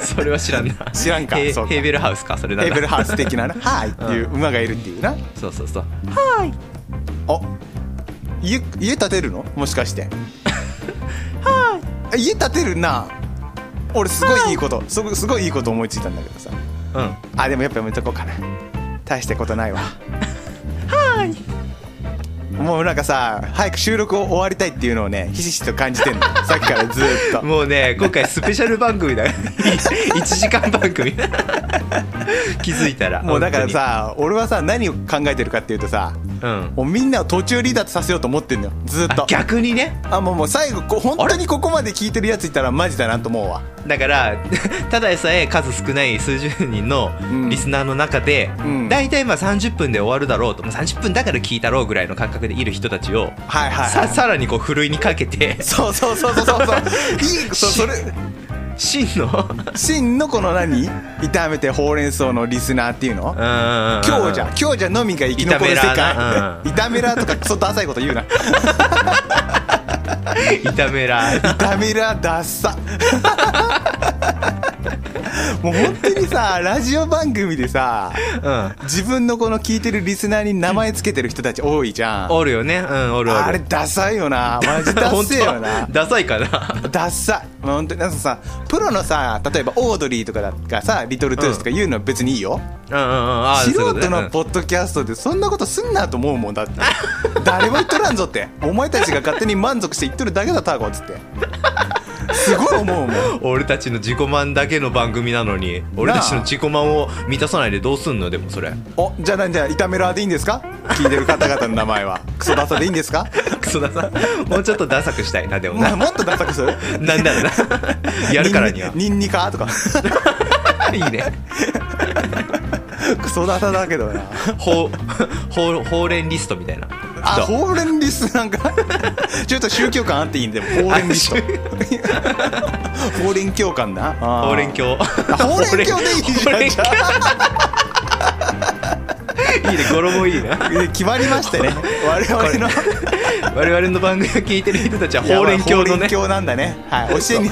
S1: それは知らんな
S2: 知らんか
S1: ヘ
S2: そうか
S1: ヘーベルハウスかそれ」な
S2: テ
S1: ん
S2: ー
S1: だ
S2: ブルハウス的 なな「はーい」っていう馬がいるっていうな
S1: そうそうそう
S2: お家家建てるのもしかして はい家建てるな俺すごいいいことすごすごいいいこと思いついたんだけどさ
S1: うん
S2: あでもやっぱやめとこうかな大したことないわはいもうなんかさ早く収録を終わりたいっていうのをねひしひしと感じてん のさっきからずーっと
S1: もうね今回スペシャル番組 だ1時間番組 気づいたら
S2: もうだからさ俺はさ何を考えてるかっていうと
S1: 本
S2: さ
S1: 当にうん
S2: もうみんなを途中離脱させようと思ってんのよずーっ
S1: あ
S2: と
S1: 逆にね
S2: あもうもう最後こう本当にここまで聞いてるやついたらマジだなと思うわ
S1: だから ただでさえ数少ない数十人の
S2: ん
S1: リスナーの中で、
S2: うん
S1: 大体まあ30分で終わるだろうと、まあ、30分だから聞いたろうぐらいの感覚でいる人たちを
S2: はいはい、は
S1: さ
S2: い、
S1: さらにこうふるいにかけ て
S2: そうそうそうそうそうそう いいそう
S1: し
S2: それ
S1: 真の
S2: 真のこの何炒めてほうれん草のリスナーっていうの強
S1: 強
S2: 者強者のみが生き残る世界 炒めらーとかクソダサいこ と言うな
S1: 炒めら
S2: 炒めらーダッサ もう本当にさラジオ番組でさ
S1: うん
S2: 自分のこの聞いてるリスナーに名前つけてる人たち多いじゃん
S1: おるよねうんおるおる
S2: あれダサいよなマジダ ッ
S1: 本
S2: セーよな
S1: 当ダサいかな
S2: ダッサい本当になんかさプロのさ例えばオードリーとかだがさリトルトゥースとか言うのは別にいいよ、
S1: うんうんうんあー
S2: 素
S1: そういうことね
S2: 人
S1: う
S2: の
S1: ん
S2: ポッドキャストでそんなことすんなと思うもんだって 誰も言っとらんぞってお前たちが勝手に満足して言っとるだけだタコっつってすごい 思うもん
S1: 俺たちの自己満だけの番組なのに俺たちの自己満を満たさないでどうすんのでもそれ
S2: おじゃあなんじゃあ炒めラーでいいんですか聞いてる方々の名前はクソダサでいいんですか
S1: クソダサもうちょっとダサくしたいなでも
S2: も
S1: な
S2: うもっとダサくする
S1: なんだろうな やるからには
S2: ニンニニンニカとか
S1: いいね
S2: クソダサだけどな
S1: ほうほうほうれんリストみたいな
S2: あ
S1: どう
S2: ほうれんリスなんかちょっと宗教感あっていいんでもほうれんリストほうれん教感なあー
S1: ほうれん教
S2: あほうれん教でいいじゃんじゃあ
S1: いいね語呂もいいな
S2: え決まりましたね我々の
S1: 我々の番組を聞いてる人たちは
S2: いや
S1: ほうれん教
S2: ほ
S1: の
S2: うれ
S1: ね
S2: ん教なんだね はい教えに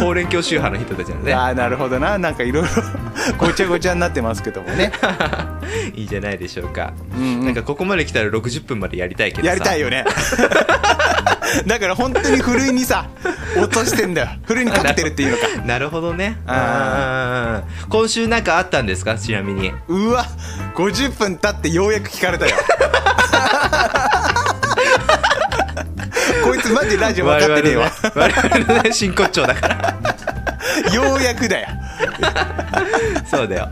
S1: ほうれん教宗派の人たちなんで
S2: ああなるほどななんかいろいろ ごちゃごちゃになってますけどもね
S1: いいじゃないでし ょうか、
S2: んうん
S1: なんかここまで来たら60分までやりたいけどさ
S2: やりたいよね だから本当にふるいにさ落としてんだよふるいにかけてるっていうのか
S1: なるほどね
S2: あ
S1: うん今週なんかあったんですかちなみに
S2: うわ50分経ってようやく聞かれたよ こいつマジラジオ分かってねえわ
S1: 我々のね真骨頂だから
S2: ようやくだよ
S1: そうだよ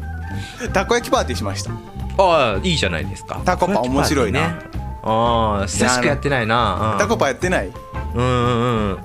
S2: たこ焼きパーティーしました
S1: ああいいじゃないですか
S2: タコパ面白いな
S1: タコパってねああ久しくやってないな
S2: タコパやってない
S1: うんうんうん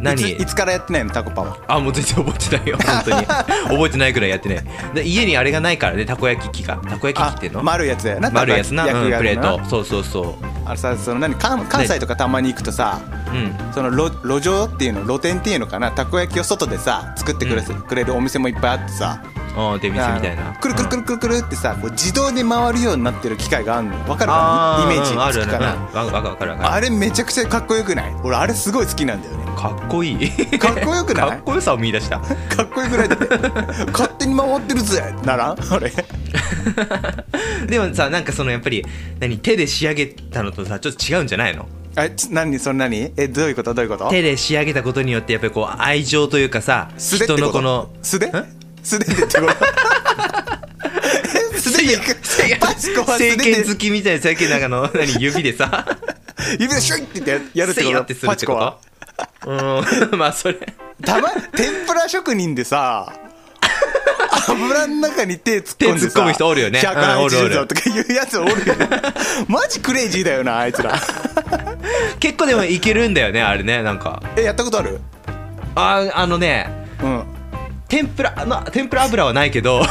S1: 何
S2: いついつからやってないのタコパは
S1: あもう全然覚えてないよ本当 に覚えてないくらいやってないで家にあれがないからねたこ焼き器がたこ焼き器っていうの
S2: あ丸いやつだよな
S1: 丸いやつな、
S2: たこ
S1: う
S2: 焼
S1: ん、
S2: き
S1: プレ
S2: 焼きがあるの
S1: ートそうそうそ
S2: なあれさその何関関西とかたまに行くとさ
S1: ううん
S2: その路路上っていうの露店っていうのかなたこ焼きを外でさ作ってくれ,、くれるお店もいっぱいあってさ
S1: ああ出店みたい
S2: あ
S1: な
S2: のくるくるくるくるくるってさこう自動で回るようになってる機械があるのわかる
S1: あ
S2: か
S1: ー
S2: なイメージ
S1: うんある
S2: つくかな、
S1: あるうんわわかるわかる
S2: あれめちゃくちゃかっこよくない俺あれすごい好きなんだよね
S1: かっこいい
S2: かっこよくない
S1: かっこよさを見出した
S2: かっこよくない だって勝手に回ってるぜならんあれ
S1: でもさなんかそのやっぱり何手で仕上げたのとさちょっと違うんじゃないの
S2: あち何そんなにえどういうことどういうこと
S1: 手で仕上げたことによってやっぱりこう愛情というかさ
S2: 素手って
S1: 人の
S2: こと
S1: この
S2: 素手
S1: ん
S2: 素手でってことえ素手でいくパチコは素手
S1: 政権
S2: で
S1: 好きみたいなさっきなんか の何指でさ
S2: 指でシュイってややるって
S1: せいや
S2: こ
S1: ってす
S2: と
S1: る
S2: パ
S1: っ
S2: チ
S1: て
S2: コ
S1: こ
S2: は
S1: とうん まあそれ
S2: たま天ぷら職人でさ油の中に手突っ込んで
S1: 手
S2: さ
S1: 突っ込む人おるよねうんおるお
S2: 180度
S1: る
S2: とかいうやつおるよねマジクレイジーだよなあいつら
S1: 結構でもいけるんだよねあれねなんか
S2: えやったことある
S1: ああのね
S2: うん、うん、
S1: 天ぷらまあ天ぷら油はないけど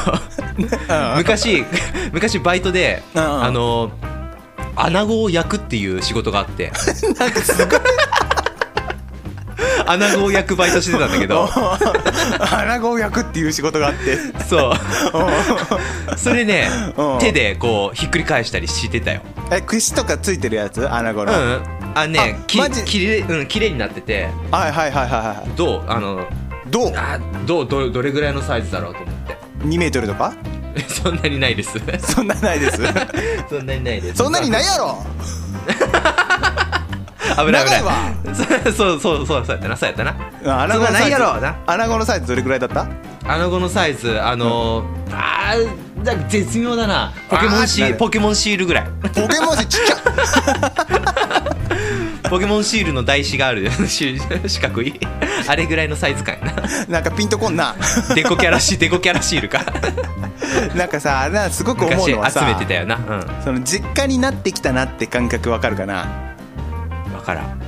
S1: 昔昔バイトで
S2: うんうん
S1: あの穴子を焼くっていう仕事があって
S2: なんかすごい
S1: 穴子を焼くバイトしてたんだけ ど
S2: 穴子を焼くっていう仕事があって
S1: そう
S2: う
S1: それね
S2: うん
S1: 手でこうひっくり返したりしてたよ
S2: んえ串とかついてるやつ穴子
S1: う
S2: の、はい
S1: んあね
S2: あ
S1: き
S2: マジ
S1: きれいうん綺麗になってて
S2: はいはいはいは
S1: どうあの
S2: いどう
S1: あどうどどれぐらいのサイズだろうと思って
S2: 2メートルとか
S1: そんなにないです
S2: そんなないです
S1: そんなにないです
S2: そんなにないやろ
S1: 危ない危ない
S2: 長いわ
S1: そうそうそうそうやったなそうやったな
S2: あ穴子の
S1: そんな
S2: サ
S1: な
S2: イ
S1: い
S2: ズ
S1: やろな
S2: 穴子のサイズどれくらいだった
S1: あの子のサイズあのーあーだ絶妙だなポケモンシ
S2: あ
S1: ー
S2: ーな
S1: ルポケモンシールぐらい
S2: ポケモンしちっちゃ
S1: ポケモンシールの台紙がある し四角いあれぐらいのサイズ感やな
S2: なんかピンとこん な
S1: デコキャラシデコキャラシールか
S2: なんかさあれなすごく思う
S1: 昔集
S2: のはさ
S1: めてたよなう
S2: その実家になってきたなって感覚わかるかなん
S1: 分からん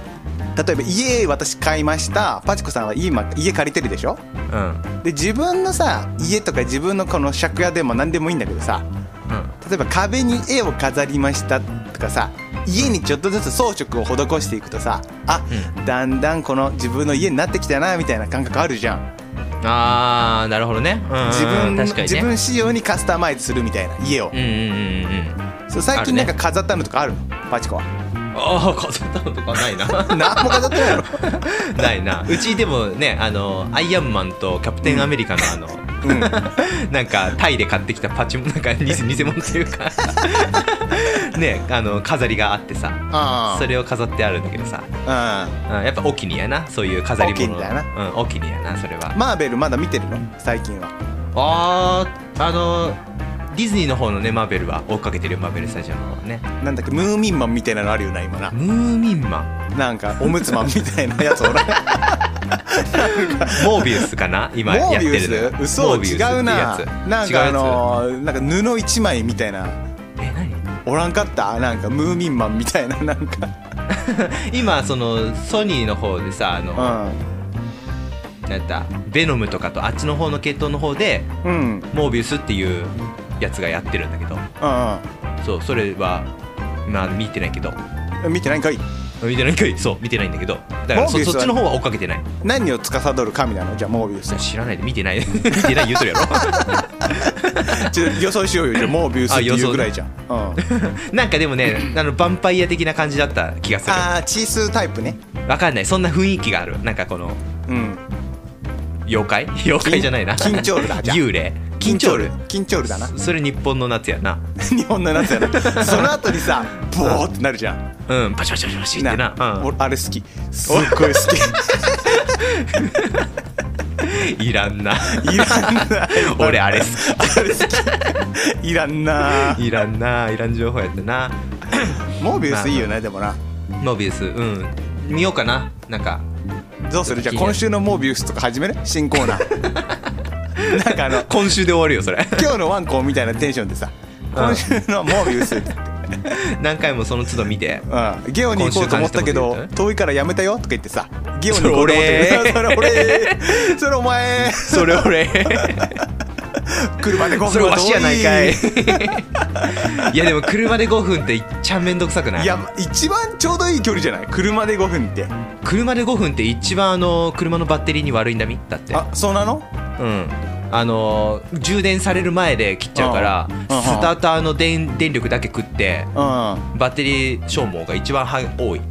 S2: 例えば家私買いましたパチコさんは家今家借りてるでしょ
S1: うん
S2: で自分のさ家とか自分のこの借家でも何でもいいんだけどさ
S1: うん
S2: 例えば壁に絵を飾りましたとかさ家にちょっとずつ装飾を施していくとさあ、だんだんこの自分の家になってきたなみたいな感覚あるじゃん
S1: あーなるほどね、うんうんうん、
S2: 自分の
S1: 確かに
S2: 自
S1: ね
S2: 分仕様にカスタマイズするみたいな家を
S1: うんうんうんうん
S2: そう
S1: あ
S2: 最近な
S1: る
S2: ん
S1: ね
S2: か飾ったのとかあるのパチ コは
S1: ああ飾ったのとか ないな
S2: 何も飾ってないやろ
S1: ないなうちでもねあのアイアンマンとキャプテンアメリカの あの、
S2: うん
S1: なんかタイで買ってきたパチモンなんか 偽偽物というかねあの飾りがあってさ
S2: あ
S1: それを飾ってあるんだけどさ、
S2: あ
S1: うん、やっぱお気に入りやなそういう飾り物
S2: お気に入りだ
S1: な、うん、お気に入りやなそれは
S2: うんマーベルまだ見てるの最近は
S1: あーあのディズニーの方のねマーベルは追っかけてるよマーベルスタジオの方はね
S2: なんだっけムーミンマンみたいなのあるよな今な
S1: ムーミンマ ン
S2: なんかおむつマンみたいなやつ おらん
S1: モービウスかな今
S2: モ
S1: やっ
S2: ー
S1: て
S2: ビウ
S1: るのよ
S2: ス嘘
S1: モービウス
S2: 違
S1: ってやつ
S2: うななん
S1: 違うやつ
S2: かあのーなんか布一枚みたいな
S1: え何
S2: おらんかったなんかムーミンマンみたいな なんか
S1: 今そのソニーの方でさあの、なんやったベノムとかとあっちの方の系統の方で
S2: うんうんうんうん
S1: モービウスっていうやつがやってるんだけどそうそれはまあ見てないけど
S2: 見てないんかい
S1: 見てないんかいそう見てないんだけどだから
S2: モー
S1: そ
S2: ビウスは
S1: そっちの方は追っかけてない
S2: 何を司る神なのじゃあモービウス
S1: 知らないで見てない 見てない言うとるやろ
S2: ちょ予想しようよじゃあモービウスっていうぐらいじゃん あ,、うん、
S1: なんかでもねあのヴァンパイア的な感じだった気がする
S2: あーチースタイプね
S1: わかんないそんな雰囲気があるなんかこの
S2: うん
S1: 妖怪妖怪じゃないな
S2: 緊緊張るだじゃ あ
S1: 幽霊緊張る
S2: 緊張るだな
S1: それ日本の夏やな
S2: 日本の夏やなその後にさボーってなるじゃん
S1: うんパチパチパチパチってなうん
S2: 俺あれ好きすっごい好
S1: いらんな
S2: きいらんな
S1: 俺あれ好
S2: あれ好きいら んない
S1: らんないらん情報やったな
S2: モービウスいいよねでもな
S1: モービウスうん見ようかななんか
S2: どうするじゃあ今週のモービウスとか始める新コーナー なんかあの
S1: 今週で終わるよそ れ
S2: 今日のワンコみたいなテンションでさ今週のモービウス、うん、
S1: 何回もその都度見て
S2: ゲオに行こうと思ったけど
S1: 今週感じたこと言うと
S2: 遠いからやめたよとか言ってさゲオに行こうと思ったけど
S1: それ
S2: それ俺それお前
S1: それ 俺
S2: 車で5分
S1: それわしやないかい
S2: 遠
S1: いやでも車で5分っていっちゃめんどくさくない
S2: いや一番ちょうどいい距離じゃない車で5分って
S1: 車で5分って一番あの車のバッテリーに悪いんだみだって
S2: あそうなの
S1: うんあの充電される前で切っちゃうから
S2: うんうん
S1: スターターの電電力だけ食って
S2: う
S1: バッテリー消耗が一番は多い
S2: ん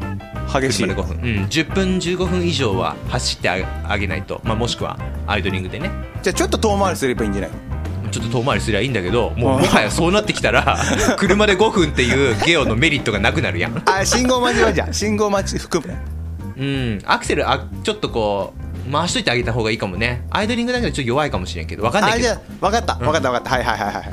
S2: 激しい
S1: 車で5分、うん、10分15分以上は走ってああげないと、まあ、もしくはアイドリングでね
S2: じゃあちょっと遠回りすればいいんじゃない
S1: ちょっと遠回りすりゃいいんだけども
S2: う
S1: うんもはやそうなってきたら 車で5分っていうゲオのメリットがなくなるやん
S2: あ信号待ちはじゃあ信号待ち含む
S1: うんアクセルあちょっとこう回しといてあげた方がいいかもねアイドリングだけどちょっと弱いかもしれんけどわかんない
S2: あ
S1: け
S2: じゃ
S1: ど
S2: あ分かった分かった分かった、はいはいはいはいはい、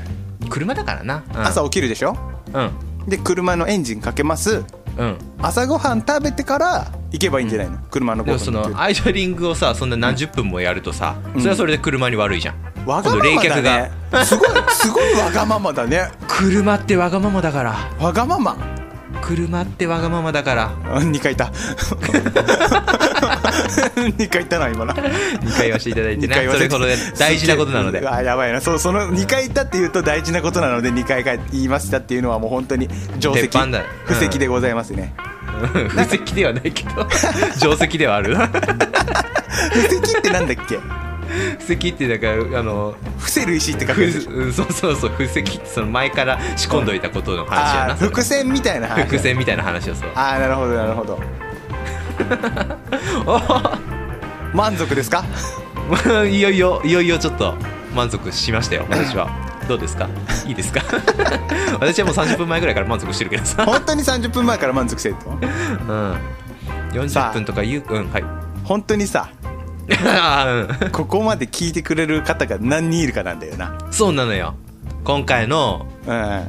S1: 車だからな、うん、
S2: 朝起きるでしょ
S1: うん
S2: で車のエンジンかけます
S1: うん
S2: 朝ごはん食べてから行けばいいんじゃないの、車の
S1: で
S2: ご
S1: もそのアイドリングをさそんな何十分もやるとさ、それはそれで車に悪いじゃん
S2: わ
S1: 今
S2: が
S1: 度
S2: ままだねすごいすごいわがままだね
S1: 車ってわがままだから
S2: わがまま
S1: 車ってわがままだから
S2: 2回いた2回いたな今な
S1: 2回言わせていただいて
S2: 二
S1: ね
S2: 回言わ
S1: そ
S2: せ
S1: れ
S2: て
S1: ほどね大事なことなの で
S2: うわやばいなそうその2回言ったっていうと大事なことなので2回言いましたっていうのはもう本当に定石
S1: 鉄板だ
S2: 布石でございますね、
S1: うん布石ではないけ ど定石ではある
S2: 布石ってなんだっけ
S1: 布石ってだからあの
S2: 伏せる石って書
S1: ふ
S2: くやつ
S1: うんそうそうそう布石ってその前から仕込んどいたことの話や
S2: あ
S1: な
S2: あ
S1: それ
S2: 伏線みたいな話
S1: 伏線みたいな話をそう
S2: ああなるほどなるほど 満足で すか
S1: いよいよいよいよちょっと満足しましたよ私はどうですかいいですか 私はもう30分前ぐらいから満足してるけどさ、
S2: 本当に30分前から満足してると
S1: うん、
S2: さ
S1: 40
S2: あ
S1: 分とか言ううんはい
S2: 本当にさ
S1: あー
S2: ここまで聞いてくれる方が何人いるかなんだよな
S1: うんそうなのよ今回の
S2: うんあ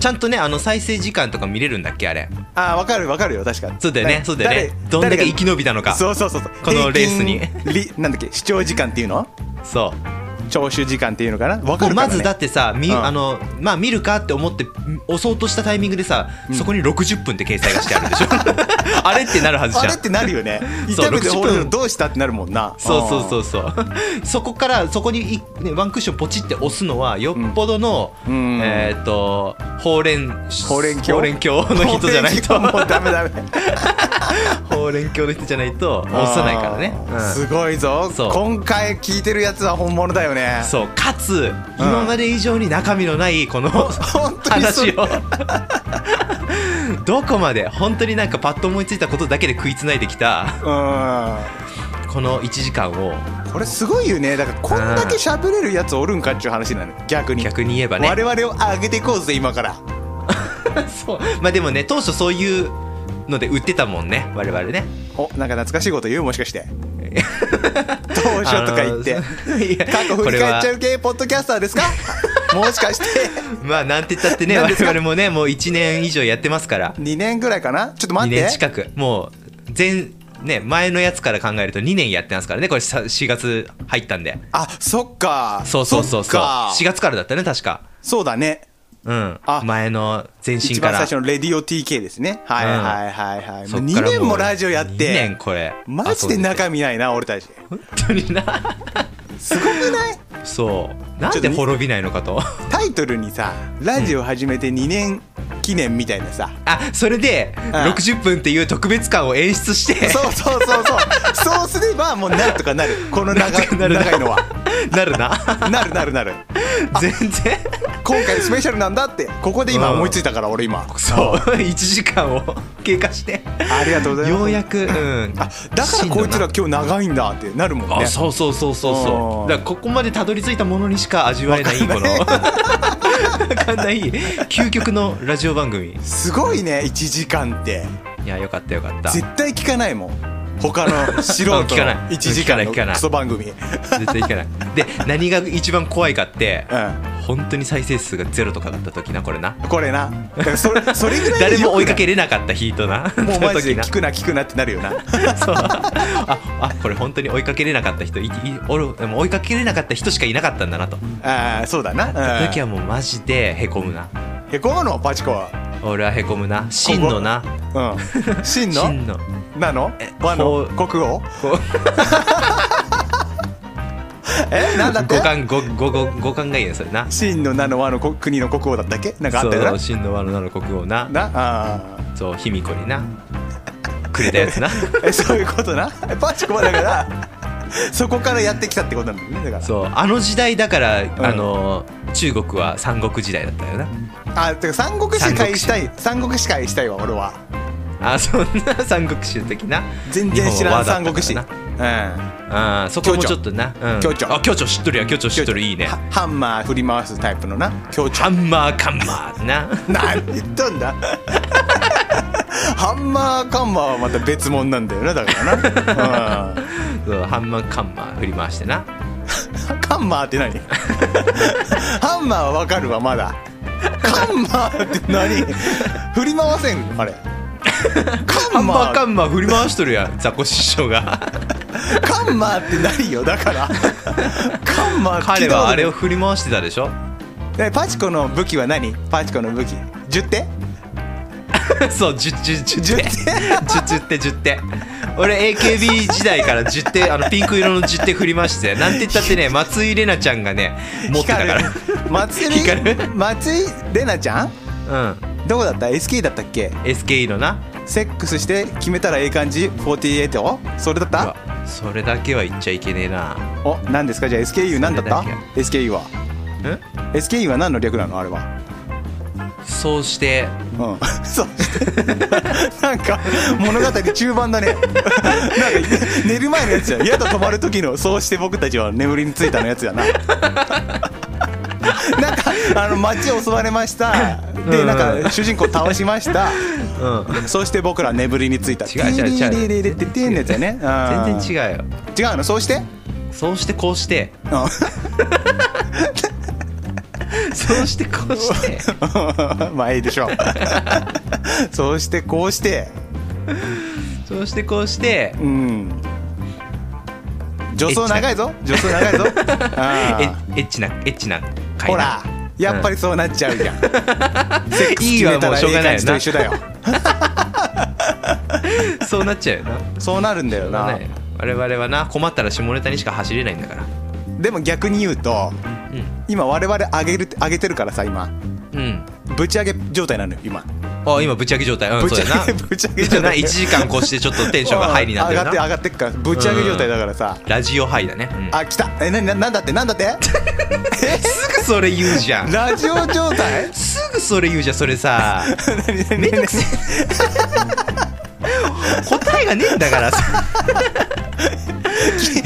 S1: ちゃんとねあの再生時間とか見れるんだっけあれ
S2: あ分かる分かるよ確かに
S1: そうだよねそうだよね
S2: 誰
S1: どんだけ
S2: 誰
S1: 生
S2: が
S1: き延びたのか
S2: そうそうそうそう
S1: このレースに
S2: 平均りなんだっけ視聴時間っていうの
S1: そう
S2: 聴取時間っていうのかな分か
S1: もう
S2: るから、ね、
S1: まずだってさ、み
S2: うん
S1: あのまあ見るかって思ってん押そうとしたタイミングでさ、そこに60分って掲載がしてあるでしょ あれってなるはず
S2: あ
S1: じゃん
S2: れってなるよね
S1: そう
S2: 痛めて
S1: 60分
S2: 俺らどうしたってなるもんな
S1: そうそうそううそう そこからそこにい、ね、ワンクッションポチって押すのはよっぽどの、
S2: うんうん
S1: えっ、とほうれん
S2: ほうれん教
S1: ほうれん教の人じゃない と
S2: もうダメダメ
S1: ほうれん教の人じゃないと押さないからね、
S2: あ
S1: うん
S2: ーすごいぞ
S1: そう
S2: 今回聞いてるやつは本物だよね
S1: そうかつ今まで以上に中身のないこの
S2: 本当にそう
S1: 話を どこまで本当になんかパッと思いついたことだけで食いつないできた
S2: う
S1: この1時間を
S2: んこれすごいよねだからこんだけ喋れるやつおるんかっちゅう話なの逆に
S1: 逆に言えばね
S2: 我々を上げていこうぜ今から
S1: そうまあでもね当初そういうので売ってたもんね我々ね
S2: おなんか懐かしいこと言うもし かして当初とか言って
S1: あのいや
S2: 過去振
S1: こ
S2: り
S1: れ
S2: 返
S1: は
S2: っちゃう系ポッドキャスターですかもしかして
S1: まあなんて言ったってね
S2: 何
S1: 我
S2: ですか
S1: 々もねもう1年以上やってますから
S2: 2年ぐらいかなちょっ
S1: 2
S2: と待って
S1: 年近くもう前ね前のやつから考えると2年やってますからねこれさ4月入ったんで
S2: あそっか
S1: そうそうそう
S2: そっ
S1: そう
S2: か
S1: 4月からだったね確か
S2: そうだね
S1: うん
S2: あ
S1: 前の前身
S2: 一
S1: か
S2: 番
S1: ら
S2: 最初のレディオ TK ですねはい
S1: うん
S2: はいはいはい、
S1: そっ
S2: も
S1: か
S2: う
S1: ら
S2: 2年もラジオやっ
S1: 2
S2: て
S1: 年これ
S2: マジで中身ないな俺たち
S1: 本当にな
S2: すごくない
S1: そうなんで滅びないのかと
S2: タイトルにさラジオ始めて2年記念みたいなさ、
S1: あそれで60分っていう特別感を演出して
S2: そうそうそうそうそうすればもうなんとかなるこの
S1: な
S2: 長
S1: んとかなるな
S2: 長いのは
S1: なるな
S2: なるなるなる
S1: 全然
S2: 今回スペシャルなんだってここで今思いついたから俺今
S1: そう1 時間を経過して
S2: ありがとうございます
S1: ようやく、うん、
S2: あだからこいつら今日長いんだってなるもん
S1: あ、
S2: ね
S1: そうそうそうそう
S2: う
S1: そ
S2: ん
S1: うだからここまでたどり着いたものにしか味わえないこのわかんない究極のラジオ番組い
S2: すごいね1時間って
S1: やよかったよかった絶
S2: 絶対聞かないもん他の素人の
S1: うん 聞かない
S2: 1時間
S1: うん
S2: の
S1: 聞かない
S2: クソ番組
S1: 対いけないで何が一番怖いかって、
S2: う
S1: 本当に再生数がゼロとかだった時なこれなん
S2: これなだからそれそれぐら い
S1: 誰
S2: でよくない
S1: も追いかけれなかった日とな
S2: もうマジで
S1: の
S2: 聞
S1: 時
S2: くな聞くなってなるよな
S1: なそう ああこれ本当に追いかけれなかった人いいおるでも追いかけれなかった人しかいなかったんだなと
S2: あーそうだなう ん
S1: 時はもうマジでへこむな
S2: へこむのパチコは
S1: 俺はへこむな真のな
S2: うん真の
S1: 真の
S2: なの和の
S1: こ
S2: 国語
S1: こう
S2: えなんだって
S1: 五感五五五五感がいいねそれな。
S2: 真のなの和の国国の国語だったっけなんかあ
S1: そ
S2: ったよ
S1: う真の和の名の国王な。
S2: ななあー
S1: そう卑弥呼にな。くれたやつ な。
S2: えそういうことなえパチコはだからそこからやってきたってことなんだよねだから
S1: そうあの時代だから、あの中国は三国時代だったよな。
S2: あてか三国志会したい三国志会したいわ俺は
S1: あそんな三国志的な。
S2: 全然知ら
S1: 日本
S2: ん三
S1: は和だ
S2: 国
S1: った
S2: 志
S1: か
S2: う
S1: ら
S2: ん
S1: なあーそこもちょっとな。うん
S2: 強調
S1: あ強調知っとるや強調知っとるいいね。
S2: はハンマー振り回すタイプのな強調
S1: ハンマーカンマーな。
S2: 何言っとんだ ハンマーカンマーはまた別物なんだよなだからな、うん
S1: そうハンマーカンマー振り回してな。
S2: カンマーって何 ハンマーはわかるわまだカンマーって何振り回せんあれ
S1: ハ
S2: カン
S1: ン
S2: マ
S1: マー
S2: ー
S1: カンマー振り回しとるやんザコシ師匠が。
S2: カンマーって何よだからカンマーって
S1: 彼
S2: 聞いたこと
S1: はあれを振り回してたでしょ。
S2: えパチコの武器は何パチコの武器10手
S1: そう、十十十
S2: 十
S1: 手。
S2: 手
S1: 十十手十手。俺 AKB 時代から十手あのピンク色の十手振りまして、なんて言ったってね、松井玲奈ちゃんがね持ってたか
S2: 光る 松井
S1: 光る
S2: 松井玲奈ちゃん
S1: ら。うん。
S2: どこだった SK だったっけ
S1: SKE のな。
S2: セックスして決めたらええ感じ48をそれだっ
S1: う
S2: た
S1: わそれだけは言っちゃいけねえな
S2: お何ですかじゃあ SKU 何だった
S1: それだ
S2: SKU は
S1: ん
S2: SKU は何の略なのあれは
S1: そうして
S2: うん、そう なんか物語中 盤だねなんか寝る前のやつじゃんやだ止まる時のそうして僕たちは眠りについたのやつやな なんかあの街を襲われましたで
S1: うん
S2: なんか主人公倒しました
S1: うん
S2: そうして僕ら眠りについた
S1: 違う違う違う
S2: ティーリリリリティーリリリってやつやね
S1: 全
S2: う
S1: 然違うよ
S2: ん違うのそうして
S1: そうしてこうして
S2: うん
S1: そうしてこうして
S2: まあいいでしょうそうしてこうして
S1: そうしてこうして
S2: うん。助走長いぞ。助走長いぞ。あー
S1: えエッチなエッチな会
S2: ほら
S1: だ、
S2: やっぱりそうなっちゃうじゃん。セックス
S1: いい
S2: 決め
S1: わ
S2: た
S1: もう
S2: ら
S1: しょうがないよ
S2: ええ感じと
S1: な
S2: 一緒だよ。
S1: そうなっちゃうよな
S2: そうなるんだよな。
S1: ね我々はな困ったら下ネタにしか走れないんだから
S2: でも逆に言うと、今我々上げる上げてるからさ今。
S1: うんうん
S2: ぶち上げ状態なのよ今。
S1: あ今ぶち上げ状態うん
S2: ぶ
S1: そう
S2: ち
S1: だな
S2: 上げ ぶち上げ
S1: そう
S2: 状
S1: だな
S2: 態。
S1: 1時間こうしてちょっとテンションがハイになって
S2: 上
S1: る
S2: がって
S1: な
S2: 上がってっからぶち上げ状態だからさ。
S1: ラジオハイだね、うん
S2: あ来た。えなななんだってなんだって
S1: すぐそれ言うじゃん
S2: ラジオ状 態
S1: すぐそれ言うじゃんそれさ
S2: 何何
S1: めんどくせえ 答えがねえんだからさ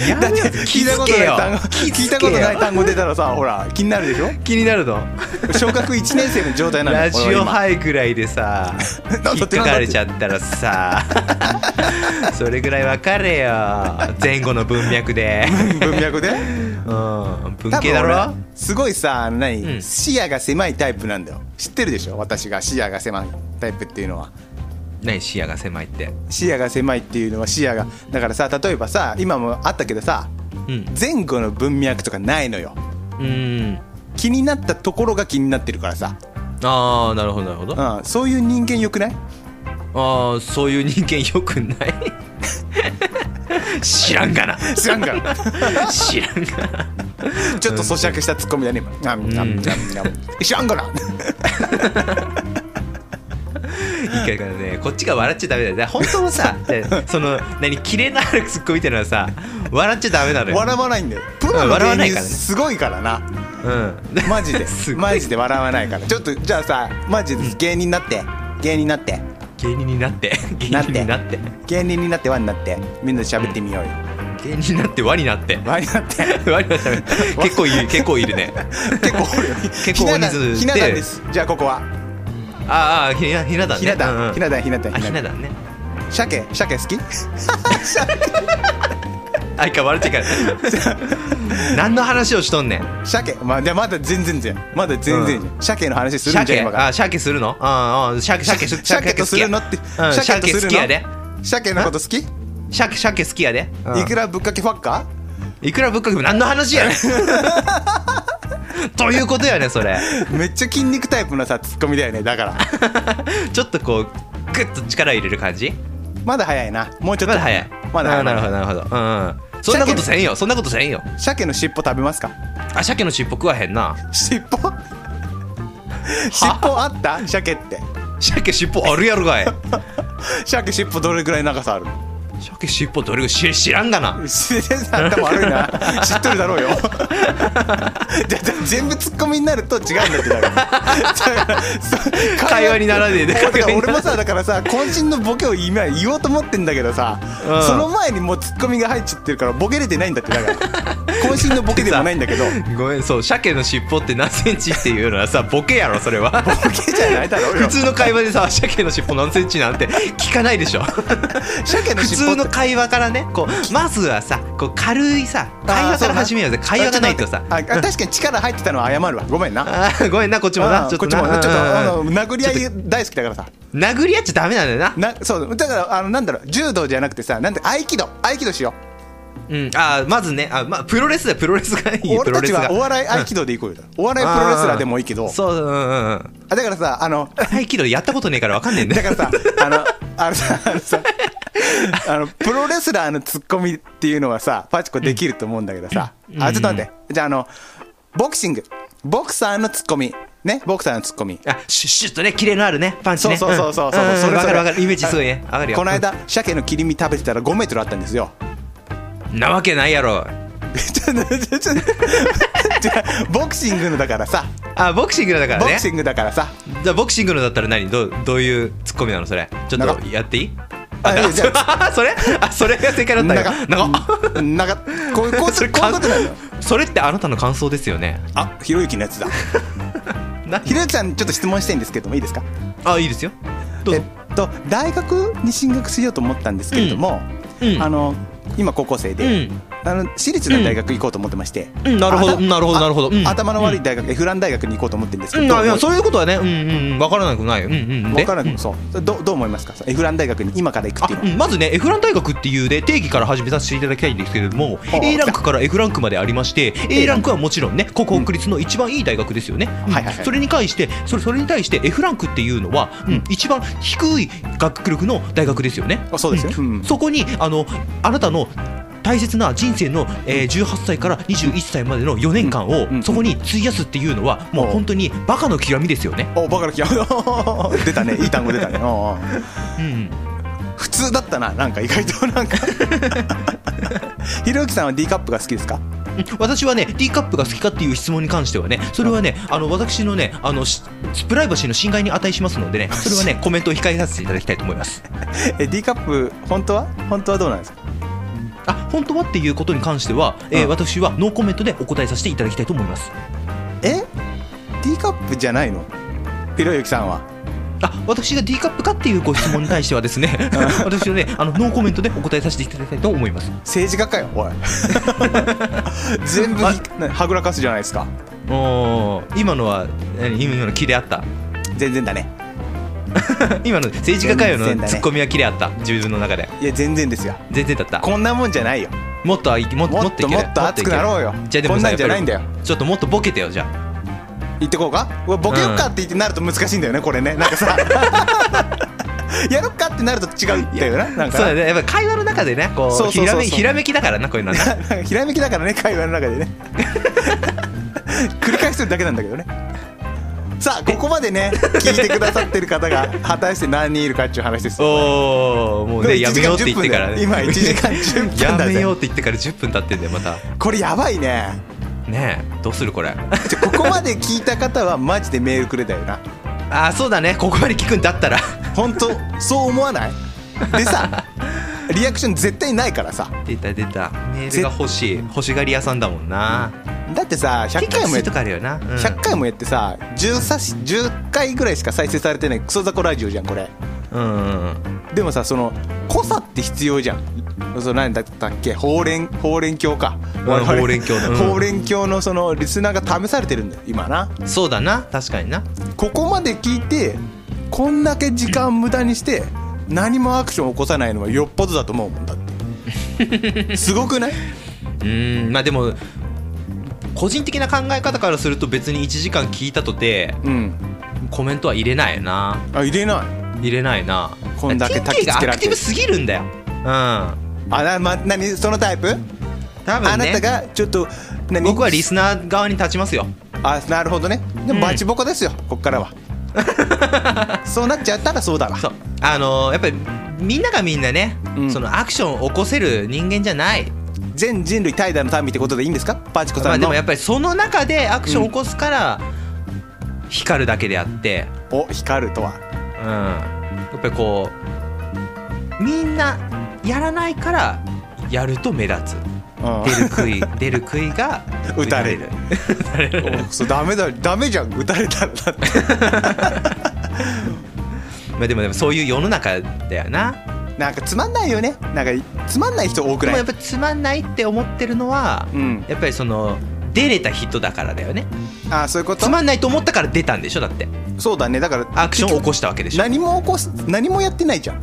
S1: やめ
S2: だ
S1: よ
S2: って聞いたことない単語
S1: 気づけよ
S2: 聞いたことない単語出たらさほら気になるでしょ
S1: 気になるの
S2: 小学1年生の状態なの
S1: ラジ
S2: 俺
S1: オ
S2: は今
S1: ハイぐらいで さ
S2: だって
S1: 引っかかれちゃったらさ それぐらいわかれよ前後の文脈 で
S2: 文脈で
S1: うん文
S2: 多
S1: 系
S2: 分
S1: だろ
S2: 俺はすごいさ何、
S1: うん
S2: 視野が狭いタイプなんだよ知ってるでしょ私が視野が狭いタイプっていうのは
S1: 何視野が狭いって
S2: 視野が狭いっていうのは視野がだからさ例えばさ今もあったけどさ
S1: うん
S2: 前後の文脈とかないのよ
S1: うん
S2: 気になったところが気になってるからさ、
S1: ああなるほどなるほど
S2: うん、そういう人間よくない
S1: ああそういう人間よくない知らんがな
S2: 知らんから
S1: 知らんがな
S2: ちょっと咀嚼したツッコミだね今、うんうんうん、知らんから
S1: いいからねこっちが笑っちゃダメだよだから本当の さでその何キレのあるツッコミってのはさ笑っちゃダメなのよ
S2: 笑わないんだよプロ
S1: うん
S2: の
S1: 笑わな
S2: 芸
S1: いか
S2: 人
S1: らね
S2: すごいからな
S1: うん
S2: マジです
S1: ごい
S2: マジで笑わないからちょっとじゃあさマジで芸人になって芸人になって
S1: 芸人にな って芸
S2: なっ
S1: 人
S2: て
S1: になって
S2: 芸人になって輪になってみんなで喋ってみようよ
S1: 芸人になって輪になって
S2: 輪になって
S1: 輪になって結構いる結構いるね
S2: 結構おるよ
S1: 結構大人数
S2: ひな壇ひな壇ですじゃあここは
S1: あーあーひなひな壇
S2: ひ
S1: ね
S2: な壇ひな壇ひな
S1: うんうんあ
S2: 壇
S1: ひな壇ね
S2: 鮭鮭好き
S1: あいか笑っちゃいから何の話をしとんねん
S2: 鮭まあじゃあまだ全然じゃんまだ全然じゃん鮭の話するんじゃん
S1: 鮭
S2: 今から
S1: あ鮭するのうんうん鮭鮭鮭
S2: 鮭とするの
S1: 好
S2: って
S1: きやうん
S2: 鮭と
S1: 鮭
S2: す
S1: 好
S2: る
S1: きやで
S2: の鮭のこと好きい
S1: 鮭鮭好きやでうん
S2: くらぶっかけファッカ
S1: いくらぶっかけも何の話やねん ということやねそれ
S2: ーめっちゃ筋肉タイプのさツッコミだよねだから
S1: ちょっとこうグッと力入れる感じ
S2: まだ早いなもうちょっ
S1: ま
S2: と
S1: だ早い
S2: まだ
S1: あーなるほ
S2: 早
S1: どな
S2: い
S1: るほどうんうんそんなことせんよそんなことせんよ
S2: 鮭の尻尾食べますか
S1: あ鮭の尻尾食わへんな
S2: 尻尾尻尾あった鮭って
S1: 鮭尻尾あるやろがい
S2: 鮭尻尾どれぐらい長さあるの
S1: 鮭尻尾どれぐらい知知らんがな
S2: 知ってた頭悪いな知っとるだろうよ じゃじゃ全部ツッコミになると違うんだってだからだからそ う
S1: 会話にならねえで
S2: だから俺もさだからさ渾身のボケを今言おうと思ってんだけどさ、
S1: うん
S2: その前にもうツッコミが入っちゃってるからボケれてないんだってだから渾身のボケでもないんだ けど
S1: ごめんそう鮭の尻尾って何センチっていうのはさボケやろそれは
S2: ボケじゃないだろう
S1: 普
S2: よ
S1: 通の会話でさ鮭の尻尾何センチなんて聞かないでし ょ
S2: 鮭の
S1: 普
S2: 尻尾
S1: 通
S2: って
S1: の会話からねこうまずはさこう軽いさ会話から始めようぜ会話がないとさ
S2: あ確かに力入ってたのは謝るわごめんな
S1: あーごめんなこっちも
S2: あ
S1: な
S2: ー
S1: ちょっ
S2: ことっちも
S1: な
S2: ちょっとあ
S1: う
S2: の
S1: んうん
S2: 殴り合い大好きだからさ
S1: 殴り合っちゃダメなんだよな
S2: なそうだからあのなんだろう柔道じゃなくてさなんて合気道合気道しよ
S1: うんあーまずねあまあプロレスだよプロレスがいういプ
S2: 俺
S1: ロ
S2: た
S1: レス
S2: ち
S1: が
S2: はお笑い合気道でいこうよお笑いプロレスラーでもいいけ
S1: あ
S2: ど
S1: ーそううんうんうん
S2: あだからさあの
S1: 合気道やったことねえからわかんねえんだ
S2: だ
S1: よ
S2: からさあのあのさあのさあのプロレスラーのツッコミっていうのはさパチコできると思うんだけどさあちょっと待ってじゃああのボクシングボクサーのツッコミねボクサーのツッコミ
S1: あシュッシュッとねキレのあるねパンチね
S2: そうそうそうそうそうん
S1: んん
S2: それそれ
S1: わかるわかるイメージすごいねわかるよ
S2: この間鮭の切り身食べてたら5メートルあったんですよ
S1: うんなわけないやろ
S2: ちょっとちょっとちょっとじゃあボクシングのだからさ
S1: あボクシングのだから
S2: ボ
S1: ね
S2: クシングだからさ
S1: じゃあボクシングのだったら何どうどういうツッコミなのそれちょっ
S2: なん
S1: と
S2: か
S1: やっていい
S2: あいやじゃ
S1: あ それあそれが正解だったよ
S2: なん
S1: なんか
S2: かなんかこうこうこういうこ
S1: それ
S2: となのよ
S1: それってあなたの感想ですよね
S2: あひろゆきのやつだ
S1: な
S2: ひろゆきさんちょっと質問したいんですけどもいいですか
S1: あいいですよどう
S2: え
S1: ぞ
S2: っと大学に進学しようと思ったんですけれども、
S1: うんうん
S2: あの今高校生
S1: う
S2: で、
S1: ん
S2: あの私立の大学行こうと思ってまして、
S1: うんなるほど
S2: あた
S1: なるほど
S2: あ
S1: なるほどうん
S2: 頭の悪い大学、エフラン大学に行こうと思ってるんです
S1: う
S2: け
S1: ん
S2: ど、
S1: あい
S2: どう
S1: やそういうことはねうんうんうんわからなくないうんうんで
S2: 分からなくもそう、どどう思いますかそのエフラン大学に今から行くっ
S1: あ
S2: ていうのは
S1: うんまずね F ラン大学っていうで定義から始めさせていただきたいんですけれども
S2: あ
S1: A ランクから F ランクまでありまして A ランクはもちろんねここ国立の一番いい大学ですよね、うん
S2: はいはいはい
S1: それに対してそれそれに対して F ランクっていうのは、うん一番低い学力の大学ですよね
S2: あそうですよね
S1: ん
S2: うん
S1: そこにあのあなたの大切な人生の、えー18歳から21歳までの4年間を
S2: うんうん
S1: そこに費やすっていうのはもう本当にバカの極みですよね。
S2: おバカの気が 出たねいい単語出たねおうお
S1: う
S2: う
S1: んうん
S2: 普通だったななんか意外となんかひろゆきさんは D カップが好きですか
S1: 私はね D カップが好きかっていう質問に関してはねそれはねあの私のねあのしプライバシーの侵害に値しますのでねそれはねコメントを控えさせていただきたいと思います
S2: え D カップ本当は本当はどうなんですか
S1: あ本当はっていうことに関しては、えー
S2: うん
S1: 私はノーコメントでお答えさせていただきたいと思います
S2: え D カップじゃないのひろゆきさんは
S1: あ私が D カップかっていうご質問に対してはですね 私はねあのノーコメントでお答えさせていただきたいと思います
S2: 政治家かよ おい全部
S1: あ
S2: ひなはぐらかすじゃないですか
S1: おー今のは何今のキレあった
S2: 全然だね
S1: 今の政治家会よの
S2: 全然だね
S1: ツッコミはキレあった自分の中で
S2: いや全然ですよ
S1: 全然だった
S2: こんなもんじゃないよ
S1: もっとあいもっと
S2: も
S1: も
S2: っ
S1: っと
S2: と
S1: いけ
S2: も
S1: る
S2: っと熱くなろうよ
S1: じゃあでも
S2: こん
S1: さ
S2: なんじゃないんだよ
S1: やっぱりちょっともっとボケてよじゃあ
S2: 言ってこうかうわボケよっかって言ってなると難しいんだよねこれねなんかさ やろっかってなると違うんだよななんか
S1: そうだねやっぱり会話の中でねこう
S2: そうそうそうそう
S1: ひらめひらめきだからなこういうのは な
S2: なんかひらめきだからね会話の中でね繰り返してるだけなんだけどねさあここまでね聞いてくださってる方が果たして何人いるかっていう話ですよ
S1: おおもうね
S2: でも
S1: やめようって言ってからね
S2: 今1時間10分だよ
S1: やめようって言ってから10分経ってんだよまた
S2: これやばいね
S1: ねえどうするこれ
S2: ちょここまで聞いた方はマジでメールくれたよな
S1: あそうだねここまで聞くんだったら
S2: 本当そう思わないでさリアクション絶対ないからさ
S1: 出た出たメールが欲しい欲しがり屋さんだもんな
S2: だってさ100回もやっ
S1: とかあるよな、うん
S2: 100回もやってさ 10, さし10回ぐらいしか再生されてないクソザコラジオじゃんこれ
S1: うんうんうん
S2: でもさその濃さって必要じゃんその何だったっけほうれんほうれん教か、
S1: ん
S2: 我々
S1: ほうれん教だうん
S2: ほうれん教のそのリスナーが試されてるんだよ今な
S1: そうだな確かにな
S2: ここまで聞いてこんだけ時間無駄にして何もアクション起こさないのはよっぽどだと思うもんだ ってすごくないう
S1: ーんまあでも個人的な考え方からすると別に1時間聞いたとて
S2: うん
S1: コメントは入れないよな
S2: あ入れない
S1: 入れないな
S2: こんだけ焚き
S1: が
S2: つけら
S1: アク
S2: れて
S1: ティ
S2: る
S1: ブすぎるんだようん
S2: あな、ま、何そのタイプ、
S1: 多
S2: あ
S1: 分
S2: なた
S1: ね
S2: がちょっと何
S1: 僕はリスナー側に立ちますよ
S2: あなるほどねで
S1: うん
S2: もバチボコですよ、こっからは そうなっちゃったらそうだわ
S1: そうあのーやっぱりみんながみんなね、
S2: うん
S1: そのアクションを起こせる人間じゃない
S2: 全人類怠惰の民ってことでいいんですかバチコ
S1: ま
S2: さ
S1: あ
S2: ん
S1: で
S2: の、
S1: もやっぱりその中でアクションを起こすから光るだけであって
S2: お光るとは
S1: うんやっぱりこうみんなやらないからやると目立つ出る杭出る杭が
S2: 打たれる
S1: 打たれる
S2: うん おそうダメだダメじゃん打たれたらだって
S1: まあでもでもそういう世の中だよな
S2: なんかつまんないよねなんかいつまんない人多く
S1: でもや
S2: ない
S1: っぱつまんないって思ってるのは、
S2: うん
S1: やっぱりその出れた人だからだよね
S2: あそういうこと
S1: つまんないと思ったから出たんでしょだって
S2: そうだねだから
S1: アクションを起こしたわけでしょ
S2: 何も起こす何もやってないじゃん